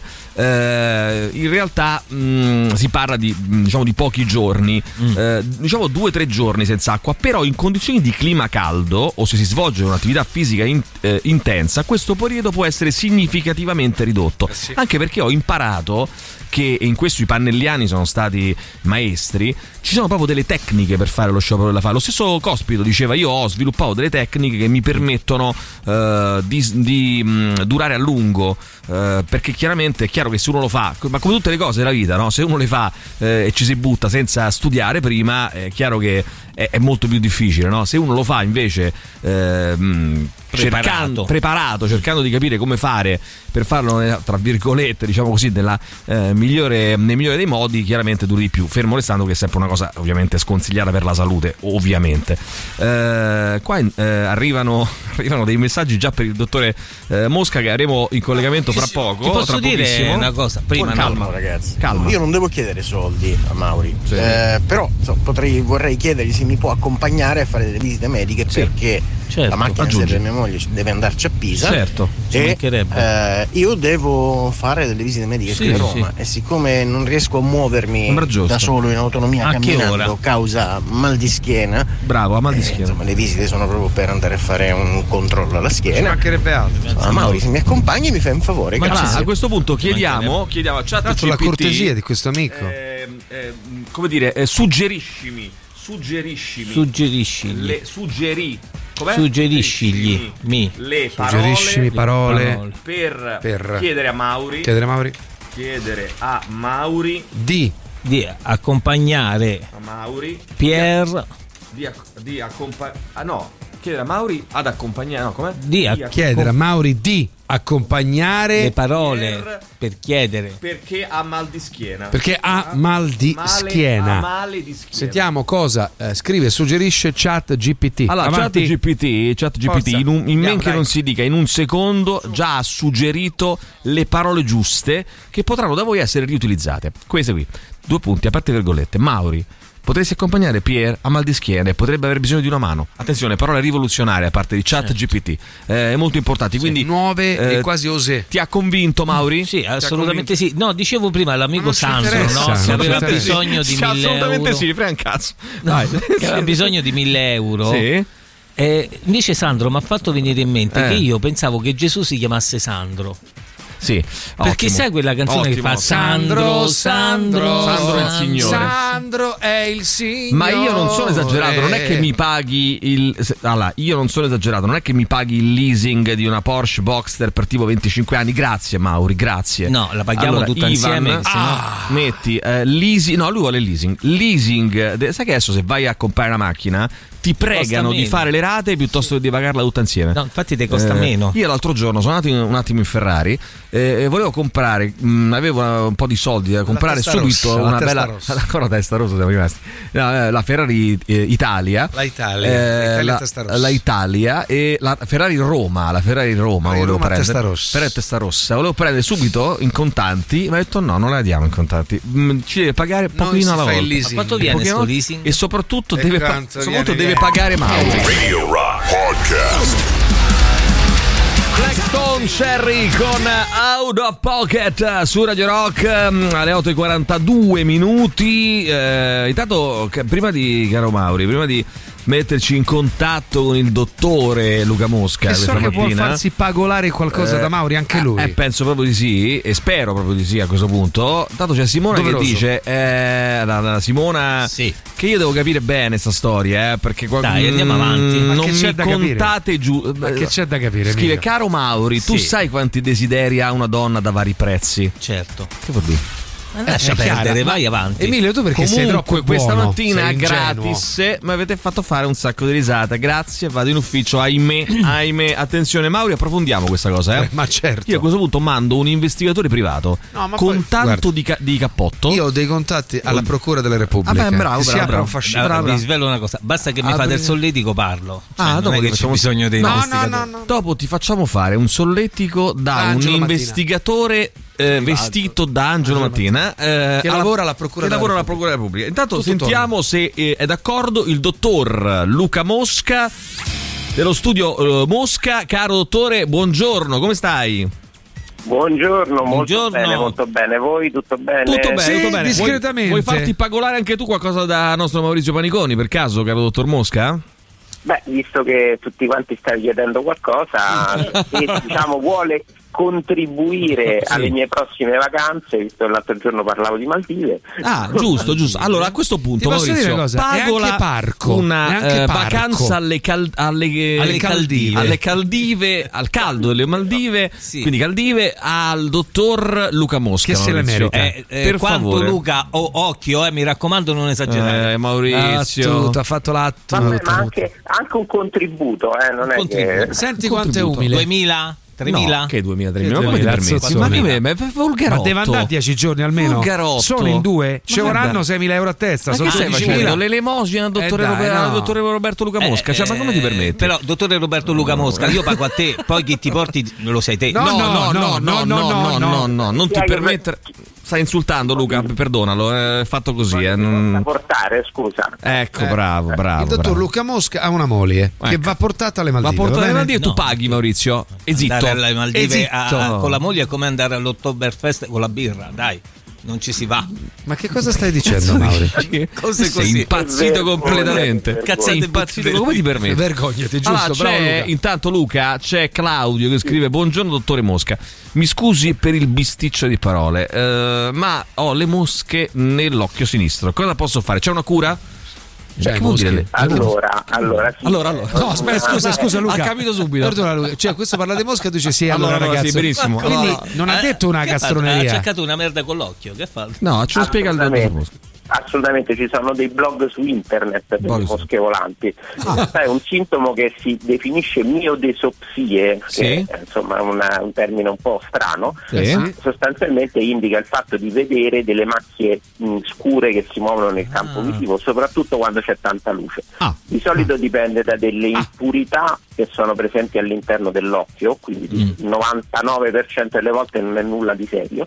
[SPEAKER 3] eh, in realtà mh, si parla di, mh, diciamo, di pochi giorni, eh, diciamo due o tre giorni senza acqua, però in condizioni di clima caldo o se si svolge un'attività fisica in- eh, intensa, questo periodo può essere significativamente ridotto, anche perché ho imparato che e in questo i pannelliani sono stati maestri, ci sono proprio delle tecniche per fare lo sciopero della fame. Lo stesso Cospito diceva io ho sviluppato delle tecniche che mi permettono eh, di, di, mh, durare a lungo, eh, perché chiaramente è chiaro che se uno lo fa, ma come tutte le cose della vita, no? se uno le fa eh, e ci si butta senza studiare prima, è chiaro che è, è molto più difficile, no? se uno lo fa invece... eh, mh,
[SPEAKER 5] Preparato.
[SPEAKER 3] cercando- preparato, cercando di capire come fare per farlo, eh, tra virgolette, diciamo così, nella, eh, migliore, nel migliore dei modi, chiaramente duri di più. Fermo restando che è sempre una cosa ovviamente sconsigliata per la salute, ovviamente. Eh, qua eh, arrivano, arrivano dei messaggi già per il dottore eh, Mosca che avremo in collegamento fra poco.
[SPEAKER 5] Ti posso
[SPEAKER 3] tra
[SPEAKER 5] dire
[SPEAKER 3] pochissimo.
[SPEAKER 5] una cosa? Prima,
[SPEAKER 3] Poi calma,
[SPEAKER 5] no.
[SPEAKER 3] ragazzi. Calma.
[SPEAKER 6] Io non devo chiedere soldi a Mauri, eh, però so, potrei- vorrei chiedergli se mi può accompagnare a fare delle visite mediche perché
[SPEAKER 5] certo.
[SPEAKER 6] la macchina
[SPEAKER 5] Aggiungi.
[SPEAKER 6] serve a mia moglie, ci- deve andarci a Pisa.
[SPEAKER 5] Certo, ci
[SPEAKER 6] e
[SPEAKER 5] mancherebbe.
[SPEAKER 6] eh, io devo fare delle visite mediche
[SPEAKER 5] Sì,
[SPEAKER 6] qui a
[SPEAKER 5] sì.
[SPEAKER 6] Roma e siccome non riesco a muovermi
[SPEAKER 3] Sembra giusto.
[SPEAKER 6] Eh, da solo in autonomia
[SPEAKER 3] A che ora?
[SPEAKER 6] camminando causa mal di schiena.
[SPEAKER 3] Bravo, a mal di
[SPEAKER 6] eh,
[SPEAKER 3] schiena.
[SPEAKER 6] insomma, le visite sono proprio per andare a fare un controllo alla
[SPEAKER 3] Ci
[SPEAKER 6] schiena.
[SPEAKER 3] mancherebbe altro.
[SPEAKER 6] Insomma, Mauri, se mi accompagni mi fai un favore.
[SPEAKER 3] Ma
[SPEAKER 6] grazie.
[SPEAKER 3] allora, a questo punto chiediamo, chiediamo a chat
[SPEAKER 6] Faccio la cortesia di questo
[SPEAKER 4] amico.
[SPEAKER 3] eh, come dire, eh, suggeriscimi, suggeriscimi,
[SPEAKER 5] Suggeriscigli.
[SPEAKER 3] le, suggeri, com'è?
[SPEAKER 5] Suggeriscigli. Mi.
[SPEAKER 3] le
[SPEAKER 4] Suggeriscimi parole
[SPEAKER 3] per,
[SPEAKER 4] per
[SPEAKER 3] chiedere a Mauri,
[SPEAKER 4] chiedere a Mauri.
[SPEAKER 3] chiedere a Mauri,
[SPEAKER 5] Di. Di accompagnare
[SPEAKER 3] a Mauri
[SPEAKER 5] Pier.
[SPEAKER 3] di, ac- di accompagnare, ah no, chiedere a Mauri ad accompagnare, no, com'è?
[SPEAKER 5] Di
[SPEAKER 3] accom-
[SPEAKER 4] Chiedere a Mauri di accompagnare
[SPEAKER 5] le parole per chiedere.
[SPEAKER 3] perché ha mal di schiena.
[SPEAKER 4] Perché ha mal di
[SPEAKER 3] Male-
[SPEAKER 4] schiena.
[SPEAKER 3] ha male di schiena.
[SPEAKER 4] Sentiamo cosa eh, scrive e suggerisce chat GPT.
[SPEAKER 3] Allora,
[SPEAKER 4] Avanti.
[SPEAKER 3] ChatGPT, ChatGPT,
[SPEAKER 4] Forza.
[SPEAKER 3] in, un, in
[SPEAKER 4] Andiamo,
[SPEAKER 3] men che
[SPEAKER 4] dai.
[SPEAKER 3] non si dica, in un secondo già ha suggerito le parole giuste che potranno da voi essere riutilizzate. Queste qui, due punti, aperte virgolette. Mauri, potresti accompagnare Pierre a mal di schiena e potrebbe aver bisogno di una mano. Attenzione, parola rivoluzionaria a parte di ChatGPT, eh, molto importanti. Quindi,
[SPEAKER 4] Certo.
[SPEAKER 3] eh,
[SPEAKER 4] nuove
[SPEAKER 5] e
[SPEAKER 4] quasi osè.
[SPEAKER 3] Ti ha convinto, Mauri?
[SPEAKER 5] Sì, assolutamente sì. No, dicevo prima l'amico Sanso,
[SPEAKER 3] interessa,
[SPEAKER 5] no? Che
[SPEAKER 3] non ci
[SPEAKER 5] aveva
[SPEAKER 3] interessa.
[SPEAKER 5] bisogno di
[SPEAKER 3] Sì,
[SPEAKER 5] mille
[SPEAKER 3] assolutamente
[SPEAKER 5] euro.
[SPEAKER 3] sì, frega un cazzo.
[SPEAKER 5] No,
[SPEAKER 3] Dai.
[SPEAKER 5] che aveva bisogno di 1000 euro.
[SPEAKER 3] Sì.
[SPEAKER 5] Eh, invece Sandro mi ha fatto venire in mente
[SPEAKER 3] Eh.
[SPEAKER 5] che io pensavo che Gesù si chiamasse Sandro.
[SPEAKER 3] Sì,
[SPEAKER 5] Perché
[SPEAKER 3] ottimo.
[SPEAKER 5] sai quella canzone che
[SPEAKER 3] Ottimo.
[SPEAKER 5] fa Sandro, Sandro,
[SPEAKER 4] Sandro
[SPEAKER 3] è il signore.
[SPEAKER 4] Sandro è il signore.
[SPEAKER 3] Ma io non sono esagerato, non è
[SPEAKER 4] Eh.
[SPEAKER 3] che mi paghi il. se- Allora, io non sono esagerato, non è che mi paghi il leasing di una Porsche Boxster per tipo 25 anni. Grazie, Mauri, grazie.
[SPEAKER 5] No, la paghiamo
[SPEAKER 3] Allora,
[SPEAKER 5] tutta
[SPEAKER 3] Ivan,
[SPEAKER 5] insieme, se no-
[SPEAKER 3] ah, metti eh, leasing. No, lui vuole il leasing. Leasing. de- sai che adesso se vai a comprare una macchina ti pregano di
[SPEAKER 5] meno.
[SPEAKER 3] fare le rate piuttosto che di pagarla tutta insieme.
[SPEAKER 5] No, infatti te costa
[SPEAKER 3] Eh,
[SPEAKER 5] meno.
[SPEAKER 3] Io l'altro giorno sono andato in- un attimo in Ferrari eh, e volevo comprare, mh, avevo una- un po' di soldi da comprare
[SPEAKER 4] testa
[SPEAKER 3] subito
[SPEAKER 4] rossa, la
[SPEAKER 3] una
[SPEAKER 4] testa
[SPEAKER 3] bella.
[SPEAKER 4] rossa.
[SPEAKER 3] Ancora testa rossa siamo rimasti. No, eh, la Ferrari eh, Italia. Eh,
[SPEAKER 4] La Italia. Italia
[SPEAKER 3] la,
[SPEAKER 4] testa rossa.
[SPEAKER 3] la Italia e la Ferrari Roma. La Ferrari Roma
[SPEAKER 4] Ferrari
[SPEAKER 3] volevo
[SPEAKER 4] Roma
[SPEAKER 3] prendere.
[SPEAKER 4] testa rossa.
[SPEAKER 3] Ferrari testa rossa. Volevo prendere subito in contanti, ma ho detto no, non la diamo in contanti. Mm, Ci deve pagare pochino
[SPEAKER 4] si
[SPEAKER 3] alla
[SPEAKER 4] fa il
[SPEAKER 3] volta.
[SPEAKER 4] leasing. Ma quanto
[SPEAKER 3] Un
[SPEAKER 4] viene
[SPEAKER 3] pochino-
[SPEAKER 4] sto leasing?
[SPEAKER 3] E soprattutto
[SPEAKER 4] E
[SPEAKER 3] deve, pa-
[SPEAKER 4] quanto
[SPEAKER 3] soprattutto
[SPEAKER 4] viene,
[SPEAKER 3] deve
[SPEAKER 4] viene?
[SPEAKER 3] pagare Mauro.
[SPEAKER 2] Radio Rock Podcast.
[SPEAKER 3] Blackstone Cherry con Out of Pocket eh, su Radio Rock ehm, alle 8.42 minuti. Eh, intanto, ca- prima di, caro Mauri, prima di metterci in contatto con il dottore Luca Mosca
[SPEAKER 4] Che so
[SPEAKER 3] questa
[SPEAKER 4] che può
[SPEAKER 3] mattina,
[SPEAKER 4] farsi pagolare qualcosa
[SPEAKER 3] eh,
[SPEAKER 4] da Mauri, anche
[SPEAKER 3] eh,
[SPEAKER 4] lui.
[SPEAKER 3] eh, penso proprio di sì, e spero proprio di sì a questo punto. Tanto c'è Simona
[SPEAKER 4] Doveroso.
[SPEAKER 3] che dice: eh, la, la Simona, che io devo capire bene sta storia, eh, perché qua,
[SPEAKER 5] Dai, andiamo
[SPEAKER 3] mm,
[SPEAKER 5] avanti. Ma
[SPEAKER 4] che
[SPEAKER 3] Non
[SPEAKER 4] c'è
[SPEAKER 3] mi
[SPEAKER 4] da capire?
[SPEAKER 3] contate giù.
[SPEAKER 4] Ma che c'è da capire?
[SPEAKER 3] Scrive,
[SPEAKER 4] Emilio?
[SPEAKER 3] caro Mauri, tu
[SPEAKER 4] Sì.
[SPEAKER 3] sai quanti desideri ha una donna da vari prezzi?
[SPEAKER 5] Certo.
[SPEAKER 3] Che vuol dire? Eh,
[SPEAKER 5] Ma lascia perdere, vai avanti.
[SPEAKER 4] Emilio, tu perché
[SPEAKER 3] Comunque,
[SPEAKER 4] sei troppo
[SPEAKER 3] questa
[SPEAKER 4] buono,
[SPEAKER 3] mattina
[SPEAKER 4] sei ingenuo.
[SPEAKER 3] gratis eh, mi avete fatto fare un sacco di risate. Grazie, vado in ufficio. Ahimè, ahimè. Attenzione, Mauri, approfondiamo questa cosa. Eh?
[SPEAKER 4] Ma certo.
[SPEAKER 3] Io a questo punto mando un investigatore privato
[SPEAKER 4] No, ma
[SPEAKER 3] con
[SPEAKER 4] poi-
[SPEAKER 3] tanto
[SPEAKER 4] guarda.
[SPEAKER 3] di, ca- di cappotto.
[SPEAKER 4] Io ho dei contatti alla Procura della Repubblica.
[SPEAKER 3] Ah, beh, bravo,
[SPEAKER 4] si
[SPEAKER 3] bravo,
[SPEAKER 4] apre
[SPEAKER 3] bravo.
[SPEAKER 4] un fascino.
[SPEAKER 5] Allora, vi svelo una cosa, basta che mi
[SPEAKER 3] Apri-
[SPEAKER 5] fate il solletico parlo. Cioè, non è che
[SPEAKER 3] ti
[SPEAKER 5] c'è
[SPEAKER 3] Ah, facciamo-
[SPEAKER 5] bisogno dei
[SPEAKER 3] No,
[SPEAKER 5] investigatori.
[SPEAKER 3] no, no, no. Dopo ti facciamo fare un solletico da
[SPEAKER 4] Da
[SPEAKER 3] un
[SPEAKER 4] Angelo Mattina.
[SPEAKER 3] investigatore eh, vestito da Angelo, Mattina, eh,
[SPEAKER 4] Che lavora alla Procura
[SPEAKER 3] che
[SPEAKER 4] della
[SPEAKER 3] lavora alla Procura della Repubblica. Intanto
[SPEAKER 4] Tutto
[SPEAKER 3] sentiamo se eh, è d'accordo il dottor Luca Mosca dello studio eh, Mosca. Caro dottore, buongiorno, come stai?
[SPEAKER 8] Buongiorno, molto
[SPEAKER 3] Buongiorno.
[SPEAKER 8] bene, molto bene. Voi tutto bene?
[SPEAKER 3] Tutto bene, tutto bene. Vuoi-
[SPEAKER 8] discretamente.
[SPEAKER 3] Vuoi, farti pagolare anche tu qualcosa da nostro Maurizio Paniconi, per caso, caro dottor Mosca?
[SPEAKER 8] Beh, visto che tutti quanti stai chiedendo qualcosa, se diciamo vuole contribuire
[SPEAKER 3] Sì.
[SPEAKER 8] alle mie prossime vacanze, visto che l'altro giorno parlavo di Maldive.
[SPEAKER 3] Ah, giusto, giusto. Allora a questo punto,
[SPEAKER 8] Ti posso
[SPEAKER 3] Maurizio,
[SPEAKER 8] dire una cosa?
[SPEAKER 3] pago
[SPEAKER 8] Neanche
[SPEAKER 3] la-
[SPEAKER 8] parco,
[SPEAKER 3] una
[SPEAKER 8] neanche
[SPEAKER 3] eh,
[SPEAKER 8] parco.
[SPEAKER 3] vacanza alle, cal- alle-
[SPEAKER 5] Alle Caldive.
[SPEAKER 3] alle Caldive, al caldo delle Maldive, quindi Caldive, al dottor Luca Mosca.
[SPEAKER 5] Che se la
[SPEAKER 3] Maurizio.
[SPEAKER 5] merita. Eh, eh,
[SPEAKER 3] per
[SPEAKER 5] quanto
[SPEAKER 3] favore.
[SPEAKER 5] Luca, oh, occhio, eh, mi raccomando, non esagerare.
[SPEAKER 3] Eh, Maurizio.
[SPEAKER 4] ha fatto l'atto.
[SPEAKER 8] Vabbè, ma anche, anche un contributo, eh, non è che...
[SPEAKER 5] Senti quanto è umile. 2000? 3.000?
[SPEAKER 3] No, che 2.000, 3.000.
[SPEAKER 5] Che
[SPEAKER 3] Ma come
[SPEAKER 5] 2.000,
[SPEAKER 3] ti permetti? Ma
[SPEAKER 5] 4.000.
[SPEAKER 3] che me- ma è volgarotto.
[SPEAKER 4] Ma deve andare 10 giorni almeno.
[SPEAKER 3] Volgarotto.
[SPEAKER 4] Sono in due, Cioè, ci
[SPEAKER 3] Ma
[SPEAKER 4] vorranno
[SPEAKER 3] guarda.
[SPEAKER 4] 6.000 euro a testa.
[SPEAKER 3] Ma
[SPEAKER 4] sono
[SPEAKER 3] che stai
[SPEAKER 4] 12.000.
[SPEAKER 3] facendo? L'elemosina al dottore,
[SPEAKER 4] Eh dai,
[SPEAKER 3] Roberto- al
[SPEAKER 4] no.
[SPEAKER 3] dottore Roberto Luca Mosca. cioè, ma come ti permetti?
[SPEAKER 5] Eh, Però, dottore Roberto Luca Mosca, io pago a te, poi chi ti porti lo sai te.
[SPEAKER 3] non ti permettere. Stai insultando Luca, perdonalo, è fatto così. Eh. non-
[SPEAKER 8] Portare, scusa.
[SPEAKER 3] Ecco, bravo, bravo.
[SPEAKER 4] Eh, Il dottor
[SPEAKER 3] bravo.
[SPEAKER 4] Luca Mosca ha una moglie
[SPEAKER 3] Ecco.
[SPEAKER 4] che va portata alle
[SPEAKER 3] Ma
[SPEAKER 4] Maldive.
[SPEAKER 3] porta
[SPEAKER 4] va
[SPEAKER 3] le
[SPEAKER 4] bene?
[SPEAKER 3] Maldive, tu paghi, Maurizio. E zitto.
[SPEAKER 5] Andare alle
[SPEAKER 3] E
[SPEAKER 5] Maldive a-
[SPEAKER 3] zitto.
[SPEAKER 5] a- con la moglie è come andare all'Ottoberfest con la birra, dai, non ci si va.
[SPEAKER 4] Ma che cosa stai dicendo, Mauri?
[SPEAKER 5] Cose
[SPEAKER 3] Sei
[SPEAKER 5] così.
[SPEAKER 3] impazzito completamente. Cazzo, sei impazzito. Come ti permetti?
[SPEAKER 4] Vergognati, giusto,
[SPEAKER 3] Allora,
[SPEAKER 4] bravo
[SPEAKER 3] c'è-
[SPEAKER 4] Luca.
[SPEAKER 3] Intanto, Luca, c'è Claudio che scrive: Buongiorno, dottore Mosca. Mi scusi per il bisticcio di parole, eh, ma ho le mosche nell'occhio sinistro. Cosa posso fare? C'è una cura?
[SPEAKER 4] Cioè,
[SPEAKER 3] Che vuol dire
[SPEAKER 4] mosche?
[SPEAKER 3] le-
[SPEAKER 8] Allora, allora, sì. eh,
[SPEAKER 4] Allora, allora. No, aspetta, scusa, scusa Luca.
[SPEAKER 3] Ha capito subito.
[SPEAKER 4] Perdona Luca. Cioè, questo parla di Mosca e tu dici sì,
[SPEAKER 3] Allora,
[SPEAKER 4] allora,
[SPEAKER 3] allora,
[SPEAKER 4] ragazzi.
[SPEAKER 3] sì, benissimo. eh,
[SPEAKER 4] Quindi non ha detto una
[SPEAKER 5] Che eh, ha fatto? Ha
[SPEAKER 4] castroneria.
[SPEAKER 5] cercato una merda con l'occhio, che fa?
[SPEAKER 3] No, ce lo spiega il dottor Mosca.
[SPEAKER 8] Assolutamente, ci sono dei blog su internet per le mosche volanti. In
[SPEAKER 10] Ah.
[SPEAKER 8] realtà è un sintomo che si definisce miodesopsie,
[SPEAKER 10] Sì.
[SPEAKER 8] che è insomma una- un termine un po' strano,
[SPEAKER 10] Sì.
[SPEAKER 8] ma sostanzialmente indica il fatto di vedere delle macchie mh, scure che si muovono nel
[SPEAKER 10] Ah.
[SPEAKER 8] campo visivo, soprattutto quando c'è tanta luce.
[SPEAKER 5] Ah.
[SPEAKER 8] Di solito dipende da delle impurità che sono presenti all'interno dell'occhio, quindi il 99% delle volte non è nulla di serio,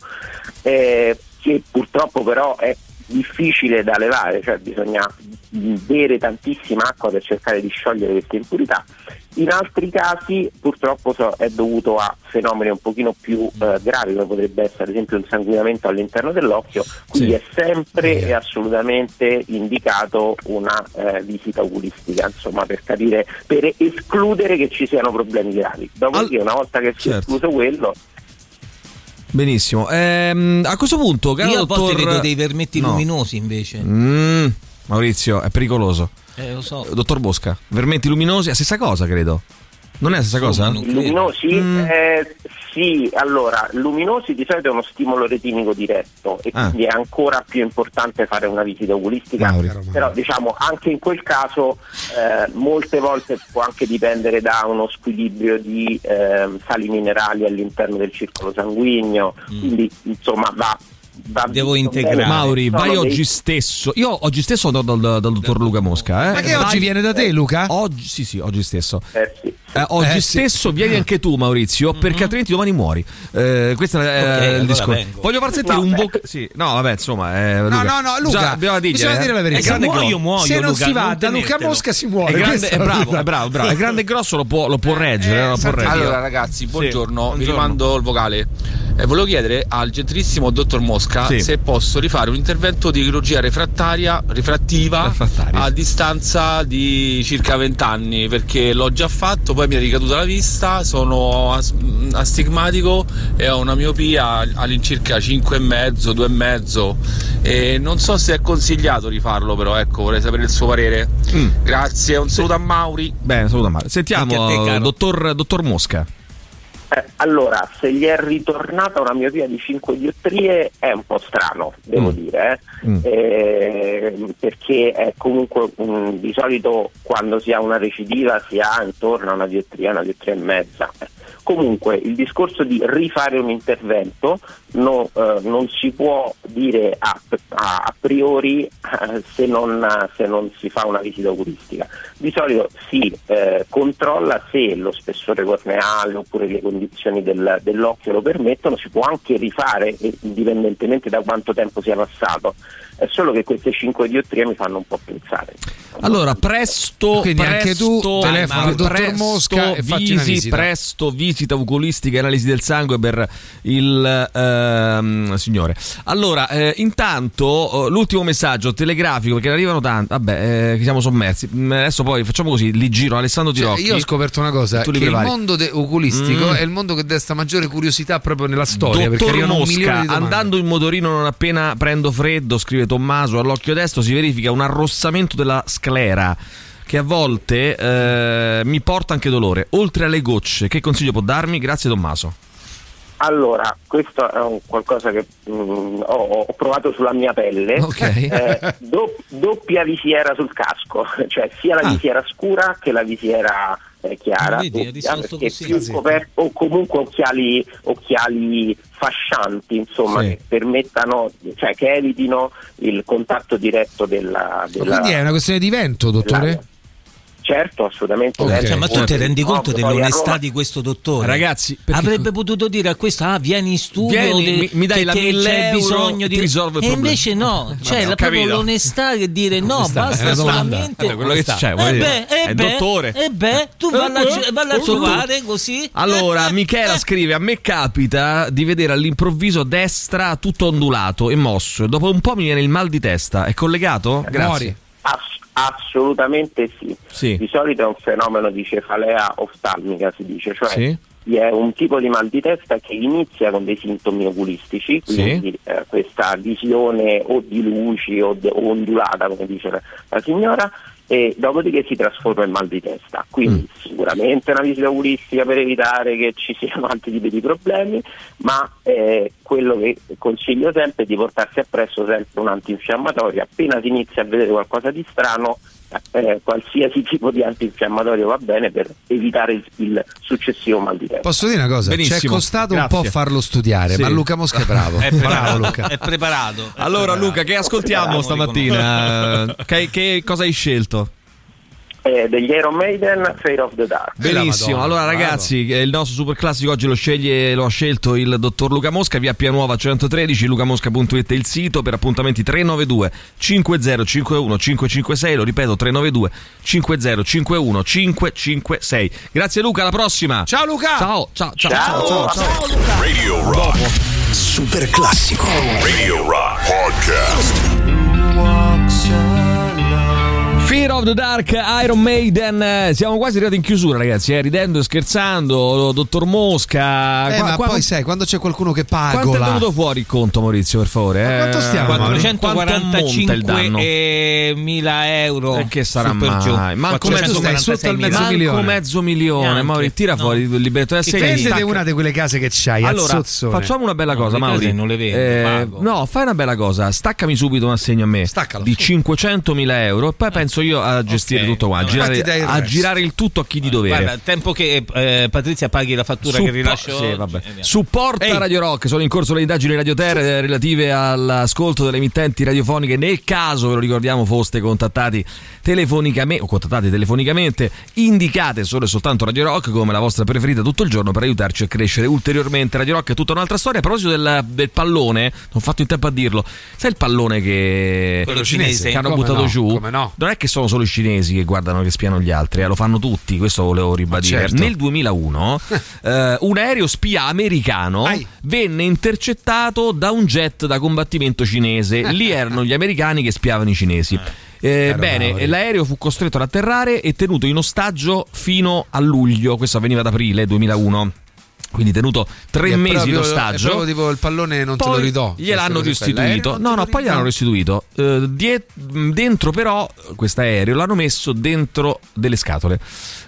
[SPEAKER 8] eh, che purtroppo però è difficile da levare, cioè bisogna bere tantissima acqua per cercare di sciogliere queste impurità. In altri casi purtroppo so- è dovuto a fenomeni un pochino più eh, gravi, come potrebbe essere ad esempio un sanguinamento all'interno dell'occhio, quindi è sempre e assolutamente indicato una eh, visita oculistica, insomma, per capire, per escludere che ci siano problemi gravi. Dopodiché una volta che si è escluso quello,
[SPEAKER 3] Benissimo. Ehm, a questo punto, caro
[SPEAKER 5] Io a
[SPEAKER 3] dottor...
[SPEAKER 5] volte vedo dei vermetti
[SPEAKER 3] No.
[SPEAKER 5] luminosi invece.
[SPEAKER 3] Mm, Maurizio, è pericoloso.
[SPEAKER 5] Eh, lo so.
[SPEAKER 3] Dottor Bosca, vermetti luminosi, è la stessa cosa, credo. Non è la stessa cosa?
[SPEAKER 8] Luminosi?
[SPEAKER 3] Mm.
[SPEAKER 8] Eh, sì, allora, luminosi di solito è uno stimolo retinico diretto e
[SPEAKER 3] Ah.
[SPEAKER 8] quindi è ancora più importante fare una visita oculistica,
[SPEAKER 3] Mauri.
[SPEAKER 8] però diciamo anche in quel caso eh, molte volte può anche dipendere da uno squilibrio di ehm, sali minerali all'interno del circolo sanguigno,
[SPEAKER 3] Mm.
[SPEAKER 8] quindi insomma va... va
[SPEAKER 5] Devo
[SPEAKER 8] visto bene.
[SPEAKER 3] Mauri,
[SPEAKER 8] Sono
[SPEAKER 3] vai
[SPEAKER 8] dei-
[SPEAKER 3] oggi stesso. Io oggi stesso andrò dal, dal, dal dottor Luca Mosca. Eh.
[SPEAKER 4] Ma che
[SPEAKER 3] Vai-
[SPEAKER 4] oggi viene da te, Luca?
[SPEAKER 3] Oggi, sì, sì, oggi stesso.
[SPEAKER 8] Eh, sì.
[SPEAKER 3] Eh, oggi
[SPEAKER 4] Eh, sì. Mm-hmm.
[SPEAKER 3] stesso vieni anche tu, Maurizio, perché altrimenti domani muori. Eh, questo è eh,
[SPEAKER 4] Ok, allora
[SPEAKER 3] il discorso.
[SPEAKER 4] vengo.
[SPEAKER 3] Voglio far sentire un bocca. Sì, no, vabbè, insomma. eh,
[SPEAKER 4] No,
[SPEAKER 3] Luca.
[SPEAKER 4] no, no, Luca,
[SPEAKER 3] Già, dobbiamo dirgli,
[SPEAKER 4] bisogna
[SPEAKER 3] eh.
[SPEAKER 4] dire la verità.
[SPEAKER 3] È grande
[SPEAKER 4] Se muoio,
[SPEAKER 3] grosso.
[SPEAKER 4] muoio, Se non Luca, si va non da Luca tenertelo. Mosca si muore,
[SPEAKER 3] È, grande,
[SPEAKER 4] questa
[SPEAKER 3] è
[SPEAKER 4] è la
[SPEAKER 3] bravo,
[SPEAKER 4] verità.
[SPEAKER 3] è bravo, bravo. È grande e grosso, lo può, lo può reggere. lo può reggere.
[SPEAKER 7] Allora ragazzi, buongiorno, vi
[SPEAKER 3] buongiorno.
[SPEAKER 7] rimando il vocale. Eh, volevo chiedere al gentilissimo dottor Mosca
[SPEAKER 3] Sì.
[SPEAKER 7] se posso rifare un intervento di chirurgia refrattaria, rifrattiva a distanza di circa 20 anni perché l'ho già fatto, poi mi è ricaduta la vista, sono as- mh, astigmatico e ho una miopia all'incirca 5,5, 2,5 e non so se è consigliato rifarlo però, ecco, vorrei sapere il suo parere.
[SPEAKER 4] Mm.
[SPEAKER 7] Grazie, un saluto a Mauri.
[SPEAKER 3] Bene, saluta Mario. Sentiamo,
[SPEAKER 7] Anche a te, caro.
[SPEAKER 3] dottor, dottor Mosca.
[SPEAKER 8] Eh, allora, se gli è ritornata una miopia di 5 diottrie è un po' strano, devo
[SPEAKER 10] Mm.
[SPEAKER 8] dire, eh. Eh, perché è comunque mm, di solito quando si ha una recidiva si ha intorno a una diottria, una diottria e mezza. Comunque il discorso di rifare un intervento no, eh, non si può dire a, a- a priori eh, se, non, se non si fa una visita oculistica. Di solito si eh, controlla se lo spessore corneale oppure le condizioni del- dell'occhio lo permettono, si può anche rifare eh, indipendentemente da quanto tempo sia passato. È solo che queste 5 diottrie mi fanno un po' pensare.
[SPEAKER 3] Allora,
[SPEAKER 4] Ah,
[SPEAKER 3] presto,
[SPEAKER 8] Quindi
[SPEAKER 3] presto,
[SPEAKER 8] anche tu telefona al dottor
[SPEAKER 3] presto
[SPEAKER 8] Mosca e fatti una
[SPEAKER 3] visi-
[SPEAKER 8] visita.
[SPEAKER 3] Presto visita oculistica e analisi del sangue per il ehm, signore. Allora, eh, intanto eh, l'ultimo messaggio telegrafico perché ne arrivano tanti. Vabbè, eh, che siamo sommersi. Mm, Adesso poi facciamo così, li giro Alessandro
[SPEAKER 4] Cioè,
[SPEAKER 3] Girocchi.
[SPEAKER 4] io ho scoperto una cosa:
[SPEAKER 3] Tu
[SPEAKER 4] che
[SPEAKER 3] li
[SPEAKER 4] il
[SPEAKER 3] prepari.
[SPEAKER 4] mondo de- oculistico
[SPEAKER 3] Mm.
[SPEAKER 4] è il mondo che desta maggiore curiosità proprio nella storia. perché
[SPEAKER 3] Dottor
[SPEAKER 4] arrivano un milione
[SPEAKER 3] Mosca,
[SPEAKER 4] di domande.
[SPEAKER 3] andando in motorino non appena prendo freddo, scrive Tommaso, all'occhio destro si verifica un arrossamento della sclera che a volte eh, mi porta anche dolore, oltre alle gocce. Che consiglio può darmi? Grazie Tommaso.
[SPEAKER 8] Allora, questo è un qualcosa che mm, ho, ho provato sulla mia pelle. Eh,
[SPEAKER 4] Ah.
[SPEAKER 8] do- doppia visiera sul casco, cioè sia la visiera scura che la visiera è chiara,
[SPEAKER 10] Ah, vedi, ha
[SPEAKER 8] doppia,
[SPEAKER 10] risposto
[SPEAKER 8] perché
[SPEAKER 10] così.
[SPEAKER 8] più
[SPEAKER 10] Sì.
[SPEAKER 8] coper- o comunque occhiali, occhiali fascianti, insomma,
[SPEAKER 4] Sì.
[SPEAKER 8] che permettano, cioè che evitino il contatto diretto della... della
[SPEAKER 4] Quindi è una questione di vento, dottore?
[SPEAKER 8] Certo, assolutamente.
[SPEAKER 4] Ok.
[SPEAKER 8] Certo.
[SPEAKER 4] Cioè,
[SPEAKER 10] Eh, Ma tu ti rendi conto
[SPEAKER 8] Ovvio, poi a
[SPEAKER 10] dell'onestà
[SPEAKER 8] Roma-
[SPEAKER 10] di questo dottore?
[SPEAKER 3] Ragazzi, perché-
[SPEAKER 10] avrebbe potuto dire a questo: Ah, vieni in studio,
[SPEAKER 3] Vieni,
[SPEAKER 10] de-
[SPEAKER 3] mi- mi dai
[SPEAKER 10] che-
[SPEAKER 3] la
[SPEAKER 10] che
[SPEAKER 3] 1000
[SPEAKER 10] c'è
[SPEAKER 3] euro
[SPEAKER 10] bisogno
[SPEAKER 3] e
[SPEAKER 10] di
[SPEAKER 3] ti risolvo il
[SPEAKER 10] E
[SPEAKER 3] problema.
[SPEAKER 10] invece no,
[SPEAKER 3] Vabbè,
[SPEAKER 10] c'è
[SPEAKER 3] ho
[SPEAKER 10] Cioè, la proprio
[SPEAKER 3] capito.
[SPEAKER 10] l'onestà che dire no,
[SPEAKER 3] Questa è
[SPEAKER 10] basta
[SPEAKER 3] una domanda.
[SPEAKER 10] solamente.
[SPEAKER 3] Vabbè, quello che c'è, voglio
[SPEAKER 10] Eh
[SPEAKER 3] dire,
[SPEAKER 10] beh, eh
[SPEAKER 3] è il
[SPEAKER 10] beh,
[SPEAKER 3] dottore.
[SPEAKER 10] eh beh, tu Eh, vai a
[SPEAKER 3] Eh,
[SPEAKER 10] vai a
[SPEAKER 3] eh,
[SPEAKER 10] trovare
[SPEAKER 3] tu.
[SPEAKER 10] così.
[SPEAKER 3] Allora, Michela scrive: A me capita di vedere all'improvviso destra tutto ondulato e mosso. E dopo un po' mi viene il mal di testa. È collegato? Grazie.
[SPEAKER 8] Ass- assolutamente sì. Di solito è un fenomeno di cefalea oftalmica, si dice, cioè
[SPEAKER 3] Sì.
[SPEAKER 8] vi è un tipo di mal di testa che inizia con dei sintomi oculistici,
[SPEAKER 3] Sì.
[SPEAKER 8] quindi eh, questa visione o di luci o, de- o ondulata, come dice la, la signora, e dopodiché si trasforma in mal di testa. Quindi sicuramente una visita oculistica per evitare che ci siano altri tipi di problemi, ma eh, quello che consiglio sempre è di portarsi appresso sempre un antinfiammatorio. Appena si inizia a vedere qualcosa di strano, eh, qualsiasi tipo di antinfiammatorio va bene per evitare il, il successivo mal di testa.
[SPEAKER 4] Posso dire una cosa? Ci è
[SPEAKER 3] Benissimo.
[SPEAKER 4] costato un
[SPEAKER 3] Grazie.
[SPEAKER 4] po' farlo studiare,
[SPEAKER 3] Sì.
[SPEAKER 4] ma Luca Mosca è Eh, bravo.
[SPEAKER 3] È
[SPEAKER 4] bravo
[SPEAKER 3] bravo. Eh,
[SPEAKER 4] Luca.
[SPEAKER 10] È preparato.
[SPEAKER 3] Allora, Luca, che ascoltiamo stamattina? che, che cosa hai scelto?
[SPEAKER 8] Eh, degli Iron Maiden, Fate of the Dark.
[SPEAKER 3] Benissimo, allora ragazzi, eh, il nostro super classico oggi lo, sceglie, lo ha scelto il dottor Luca Mosca, via Pianuova 113, lucamosca.it è il sito per appuntamenti 392 5051 556, lo ripeto 392 5051 556. Grazie Luca, alla prossima. Ciao Luca. Oh, Ciao, ciao, ciao. ciao, ciao, ciao.
[SPEAKER 2] Radio Rock. Super classico. Radio Rock Podcast.
[SPEAKER 3] Fear of the Dark, Iron Maiden, eh, siamo quasi arrivati in chiusura ragazzi, eh, ridendo e scherzando, oh, dottor Mosca.
[SPEAKER 4] Eh,
[SPEAKER 3] Qua-
[SPEAKER 4] ma
[SPEAKER 3] qua-
[SPEAKER 4] poi sai, quando c'è qualcuno che
[SPEAKER 3] Quanto è
[SPEAKER 4] pagola.
[SPEAKER 3] venuto fuori il conto, Maurizio, per favore? eh?
[SPEAKER 4] quanto stiamo, Maurizio?
[SPEAKER 3] Quanto ammonta il danno?
[SPEAKER 5] 445 mila euro.
[SPEAKER 3] E che sarà
[SPEAKER 5] Super giù.
[SPEAKER 3] mai? Manco mezzo,
[SPEAKER 5] 446 mila.
[SPEAKER 3] Manco mezzo milione.
[SPEAKER 5] Neanche.
[SPEAKER 3] Mauri, tira
[SPEAKER 5] No.
[SPEAKER 3] fuori il libretto
[SPEAKER 4] eh,
[SPEAKER 3] della serie.
[SPEAKER 4] Vendete
[SPEAKER 3] Stacca.
[SPEAKER 4] una di quelle case che c'hai, al
[SPEAKER 3] Allora,
[SPEAKER 4] Sozzone.
[SPEAKER 3] facciamo una bella cosa,
[SPEAKER 4] le case
[SPEAKER 3] Mauri. Eh,
[SPEAKER 4] non le vendo, pago.
[SPEAKER 3] no, fai una bella cosa. Staccami subito un assegno a me di 500.000 euro. E
[SPEAKER 4] Eh.
[SPEAKER 3] poi penso io a gestire tutto qua. A
[SPEAKER 5] Vabbè,
[SPEAKER 3] girare,
[SPEAKER 5] fatti dai il
[SPEAKER 3] a
[SPEAKER 5] resto.
[SPEAKER 3] girare il tutto a chi di dovere.
[SPEAKER 5] Guarda, tempo che eh, Patrizia paghi la fattura che
[SPEAKER 3] Suppo-
[SPEAKER 5] rilascio.
[SPEAKER 3] sì,
[SPEAKER 5] oggi.
[SPEAKER 3] vabbè.
[SPEAKER 5] Eh,
[SPEAKER 3] Supporta Radio Rock, sono in corso le indagini Radio Terra eh, relative all'ascolto delle emittenti radiofoniche. Nel caso, ve lo ricordiamo, foste contattati telefonicamente o contattate telefonicamente, indicate solo e soltanto Radio Rock come la vostra preferita tutto il giorno per aiutarci a crescere ulteriormente. Radio Rock è tutta un'altra storia. A proposito del, del pallone, non fatto in tempo a dirlo. Sai il pallone che,
[SPEAKER 4] Quello cinese?
[SPEAKER 3] che hanno
[SPEAKER 4] Come
[SPEAKER 3] buttato
[SPEAKER 4] no,
[SPEAKER 3] giù?
[SPEAKER 4] come no.
[SPEAKER 3] Non è che sono solo i cinesi che guardano che spiano gli altri, eh, lo fanno tutti, questo volevo ribadire.
[SPEAKER 4] certo.
[SPEAKER 3] Nel 2001 eh, un aereo spia americano venne intercettato da un jet da combattimento cinese. Lì erano gli americani che spiavano i cinesi. Eh, bene,
[SPEAKER 4] Mauri.
[SPEAKER 3] l'aereo fu costretto ad atterrare e tenuto in ostaggio fino a luglio, questo avveniva ad aprile 2001. Quindi tenuto tre
[SPEAKER 4] È
[SPEAKER 3] mesi
[SPEAKER 4] proprio-
[SPEAKER 3] in
[SPEAKER 4] È
[SPEAKER 3] ostaggio
[SPEAKER 4] proprio tipo il pallone non te
[SPEAKER 3] poi
[SPEAKER 4] lo ridò. Eh,
[SPEAKER 3] Gliel'hanno
[SPEAKER 4] Queste cose qua.
[SPEAKER 3] restituito.
[SPEAKER 4] L'aereo
[SPEAKER 3] No, no, poi gliel'hanno restituito. Eh, die- mh, dentro, però, questo aereo l'hanno messo dentro delle scatole.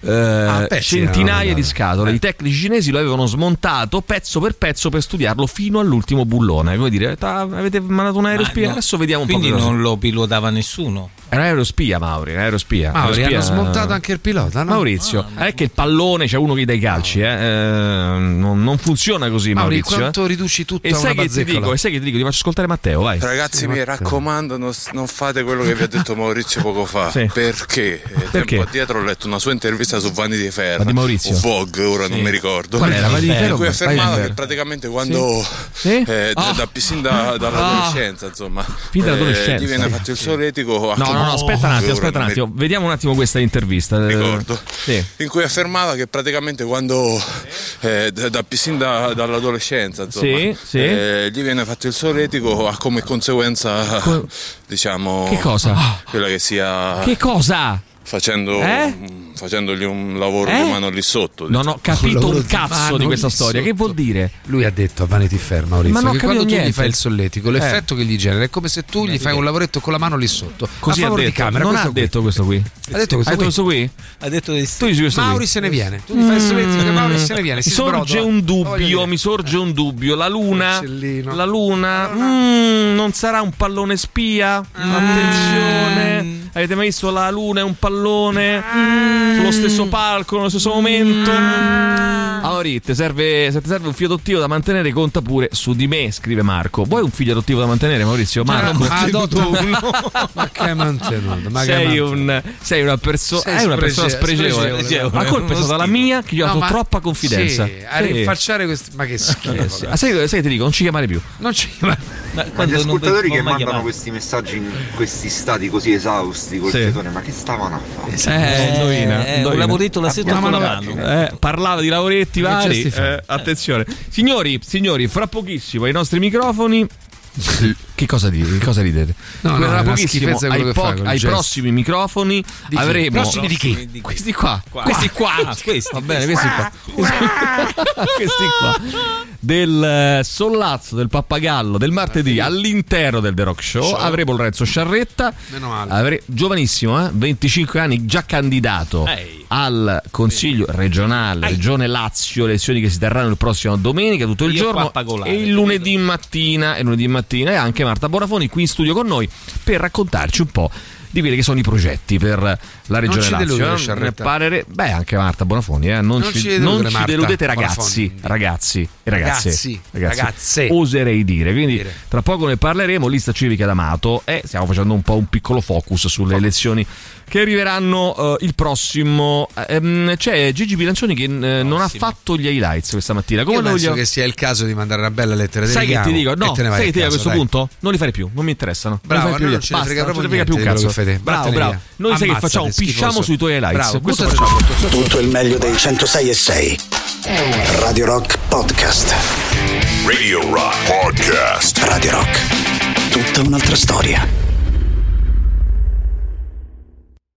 [SPEAKER 3] Eh,
[SPEAKER 4] pezzi,
[SPEAKER 3] centinaia
[SPEAKER 4] Ah, no,
[SPEAKER 3] di
[SPEAKER 4] no, no. Eh.
[SPEAKER 3] scatole. I tecnici cinesi lo avevano smontato pezzo per pezzo per studiarlo fino all'ultimo bullone. Come dire, "Ah, avete mandato un aereo spia?
[SPEAKER 5] no.
[SPEAKER 3] Adesso vediamo un
[SPEAKER 5] Quindi
[SPEAKER 3] po'. che cosa-"
[SPEAKER 5] non lo pilotava nessuno.
[SPEAKER 3] Era un aerospia, Mauri. Era aerospia.
[SPEAKER 4] Mauri,
[SPEAKER 3] Aerospia- eh,
[SPEAKER 4] hanno smontato anche il pilota, no?
[SPEAKER 3] Maurizio, è che il pallone c'è uno che dà i calci, eh. Eh, non, non funziona così,
[SPEAKER 4] Mauri,
[SPEAKER 3] Maurizio.
[SPEAKER 4] quanto
[SPEAKER 3] eh.
[SPEAKER 4] riduci tutta
[SPEAKER 3] e
[SPEAKER 4] una
[SPEAKER 3] sai che ti
[SPEAKER 4] bazzecola?
[SPEAKER 3] dico, E sai che ti dico? Ti faccio ascoltare Matteo, vai.
[SPEAKER 12] Ragazzi, mi raccomando, non, non fate quello che vi ha detto Maurizio poco fa.
[SPEAKER 3] Sì.
[SPEAKER 12] Perché? Eh,
[SPEAKER 3] Perché?
[SPEAKER 12] Tempo addietro ho letto una sua intervista su Vanni di Ferro.
[SPEAKER 3] Ma di Maurizio?
[SPEAKER 12] O Vogue, ora non mi ricordo. Eh,
[SPEAKER 3] Qual era? Vanni di Ferro?
[SPEAKER 12] In cui
[SPEAKER 3] Vanni di
[SPEAKER 12] affermava
[SPEAKER 3] Ferro.
[SPEAKER 12] che praticamente quando.
[SPEAKER 3] Sì?
[SPEAKER 12] eh, da-
[SPEAKER 3] Ah.
[SPEAKER 12] da- sin da- dall'adolescenza, insomma. eh,
[SPEAKER 3] Fin dall'adolescenza.
[SPEAKER 12] Gli viene
[SPEAKER 3] Sì.
[SPEAKER 12] fatto il soretico.
[SPEAKER 3] No, no, no, aspetta un attimo, aspetta un attimo. Vediamo un attimo questa intervista.
[SPEAKER 12] Ricordo.
[SPEAKER 3] Sì.
[SPEAKER 12] In cui affermava che praticamente quando. eh, da- da- sin da- dall'adolescenza, insomma.
[SPEAKER 3] Sì, sì.
[SPEAKER 12] eh, gli viene fatto il soretico, ha come conseguenza. diciamo.
[SPEAKER 3] Che cosa?
[SPEAKER 12] Quella che sia.
[SPEAKER 3] Che cosa?
[SPEAKER 12] Facendo,
[SPEAKER 3] Eh?
[SPEAKER 12] mm, facendogli un lavoro
[SPEAKER 3] Eh?
[SPEAKER 12] di mano lì sotto. diciamo.
[SPEAKER 3] Non ho capito un cazzo di questa storia. Che vuol dire?
[SPEAKER 4] Lui ha detto a Vanity Fair, Maurizio,
[SPEAKER 3] Ma non ho
[SPEAKER 4] che
[SPEAKER 3] capito
[SPEAKER 4] quando tu gli
[SPEAKER 3] niente.
[SPEAKER 4] fai il solletico,
[SPEAKER 3] Eh.
[SPEAKER 4] l'effetto che gli genera è come se tu gli fai un lavoretto con la mano lì sotto.
[SPEAKER 3] Così ha
[SPEAKER 4] a favore
[SPEAKER 3] detto.
[SPEAKER 4] di camera,
[SPEAKER 3] non ha
[SPEAKER 4] questo qui.
[SPEAKER 3] detto questo qui.
[SPEAKER 4] Ha detto questo
[SPEAKER 3] ha
[SPEAKER 4] qui.
[SPEAKER 3] Detto questo qui?
[SPEAKER 5] Ha detto
[SPEAKER 3] Tu dici questo
[SPEAKER 4] Mauri
[SPEAKER 3] qui?
[SPEAKER 4] se ne viene. Tu gli fai il solletico che Mauri se ne viene. Si
[SPEAKER 3] mi sorge
[SPEAKER 4] sbrotola.
[SPEAKER 3] un
[SPEAKER 4] Voglio dire.
[SPEAKER 3] dubbio, mi sorge un dubbio. La luna, la luna, mm, non sarà un pallone spia? Attenzione,
[SPEAKER 13] Avete mai visto la luna e un pallone
[SPEAKER 3] Mm.
[SPEAKER 13] sullo stesso palco, nello stesso momento?
[SPEAKER 3] Aori, ti serve, se ti serve un figlio adottivo da mantenere, conta pure su di me, scrive Marco. Vuoi un figlio adottivo da mantenere, Maurizio? Marco,
[SPEAKER 4] Ah, adotto uno. ma che hai mantenuto? Ma che hai
[SPEAKER 3] sei,
[SPEAKER 4] mantenuto?
[SPEAKER 3] un, sei una, perso-
[SPEAKER 4] Sei
[SPEAKER 3] è una
[SPEAKER 4] sprege-
[SPEAKER 3] persona spregevole.
[SPEAKER 4] spregevole.
[SPEAKER 3] La colpa è
[SPEAKER 4] Uno
[SPEAKER 3] stata la
[SPEAKER 4] schifo.
[SPEAKER 3] mia che gli ho
[SPEAKER 4] No,
[SPEAKER 3] dato
[SPEAKER 4] ma-
[SPEAKER 3] troppa confidenza.
[SPEAKER 4] Sì, a
[SPEAKER 3] Sì.
[SPEAKER 4] rinfacciare questo. Ma che schifo.
[SPEAKER 3] Eh, sì. Ah, sai, sai che ti dico? Non ci chiamare più.
[SPEAKER 4] Non ci ma,
[SPEAKER 14] Ma gli ascoltatori che mandano questi messaggi in questi stati così esausti col
[SPEAKER 3] Sì.
[SPEAKER 14] tetone, ma che stavano a fare?
[SPEAKER 3] Eh, indovina, indovina. Ah, Eh, parlava di lavoretti vari.
[SPEAKER 14] gesti fa?
[SPEAKER 3] Eh, attenzione, signori, signori, fra pochissimo ai nostri microfoni. Che cosa, dite? che cosa ridete?
[SPEAKER 4] No, no, è
[SPEAKER 3] fra
[SPEAKER 4] una
[SPEAKER 3] pochissimo
[SPEAKER 4] schifezza
[SPEAKER 3] ai,
[SPEAKER 4] quello che fa
[SPEAKER 3] poc-
[SPEAKER 4] col
[SPEAKER 3] ai
[SPEAKER 4] gesto.
[SPEAKER 3] prossimi microfoni
[SPEAKER 4] Di chi?
[SPEAKER 3] avremo
[SPEAKER 4] Prossimi di chi?
[SPEAKER 3] Questi qua,
[SPEAKER 4] Qua.
[SPEAKER 3] questi qua,
[SPEAKER 4] Ah,
[SPEAKER 3] questi, va bene, questi qua, questi qua del eh, sollazzo del pappagallo del martedì all'interno del The Rock Show.
[SPEAKER 4] Show.
[SPEAKER 3] Avremo Lorenzo Sciarretta,
[SPEAKER 4] Meno male.
[SPEAKER 3] Avre- giovanissimo, eh? 25 anni, già candidato
[SPEAKER 4] Ehi.
[SPEAKER 3] al consiglio regionale, regione Lazio, elezioni che si terranno il prossimo domenica, tutto il
[SPEAKER 5] Io qua
[SPEAKER 3] giorno.
[SPEAKER 5] a Pagolare,
[SPEAKER 3] E il lunedì mattina, e lunedì mattina, e anche Marta Bonafoni qui in studio con noi per raccontarci un po'. Di quelli che sono i progetti per la regione
[SPEAKER 4] ci
[SPEAKER 3] Lazio.
[SPEAKER 4] deludere,
[SPEAKER 3] eh?
[SPEAKER 4] Sciarretta.
[SPEAKER 3] Parere- beh, anche Marta Bonafoni, eh? non,
[SPEAKER 4] Non
[SPEAKER 3] ci,
[SPEAKER 4] ci deludere,
[SPEAKER 3] non ci
[SPEAKER 4] Marta
[SPEAKER 3] deludete,
[SPEAKER 4] Bonafoni.
[SPEAKER 3] ragazzi, ragazzi e ragazze.
[SPEAKER 4] Ragazzi, ragazze.
[SPEAKER 3] Oserei dire. Quindi, tra poco ne parleremo. Lista civica d'Amato. E stiamo facendo un po' un piccolo focus sulle elezioni che arriveranno eh, il prossimo. ehm, c'è Gigi Bilancioni che eh, non ha fatto gli highlights questa mattina. Come
[SPEAKER 4] Io
[SPEAKER 3] noi
[SPEAKER 4] penso
[SPEAKER 3] gli-
[SPEAKER 4] che sia il caso di mandare una bella lettera di
[SPEAKER 3] Sai che
[SPEAKER 4] richiamo
[SPEAKER 3] ti dico? No,
[SPEAKER 4] e te
[SPEAKER 3] sai
[SPEAKER 4] ne vai
[SPEAKER 3] che
[SPEAKER 4] a
[SPEAKER 3] ti dico a
[SPEAKER 4] casa,
[SPEAKER 3] questo
[SPEAKER 4] dai.
[SPEAKER 3] punto? Non li farei più, non mi interessano. Non
[SPEAKER 4] Bravo,
[SPEAKER 3] li farei
[SPEAKER 4] a
[SPEAKER 3] più
[SPEAKER 4] noi non ce ne
[SPEAKER 3] Basta,
[SPEAKER 4] frega proprio
[SPEAKER 3] non ce ne frega
[SPEAKER 4] niente
[SPEAKER 3] più un
[SPEAKER 4] di quello
[SPEAKER 3] cazzo.
[SPEAKER 4] che fate.
[SPEAKER 3] Bravo,
[SPEAKER 4] Vattene
[SPEAKER 3] bravo.
[SPEAKER 4] via.
[SPEAKER 3] Noi sai che
[SPEAKER 4] Ammazzate,
[SPEAKER 3] facciamo? Pisciamo
[SPEAKER 4] schifoso.
[SPEAKER 3] sui tuoi highlights.
[SPEAKER 4] Bravo,
[SPEAKER 3] Questo
[SPEAKER 4] butta
[SPEAKER 3] facciamo.
[SPEAKER 2] Tutto il meglio dei 106 e 6. Radio Rock Podcast. Radio Rock Podcast. Radio Rock. Tutta un'altra storia.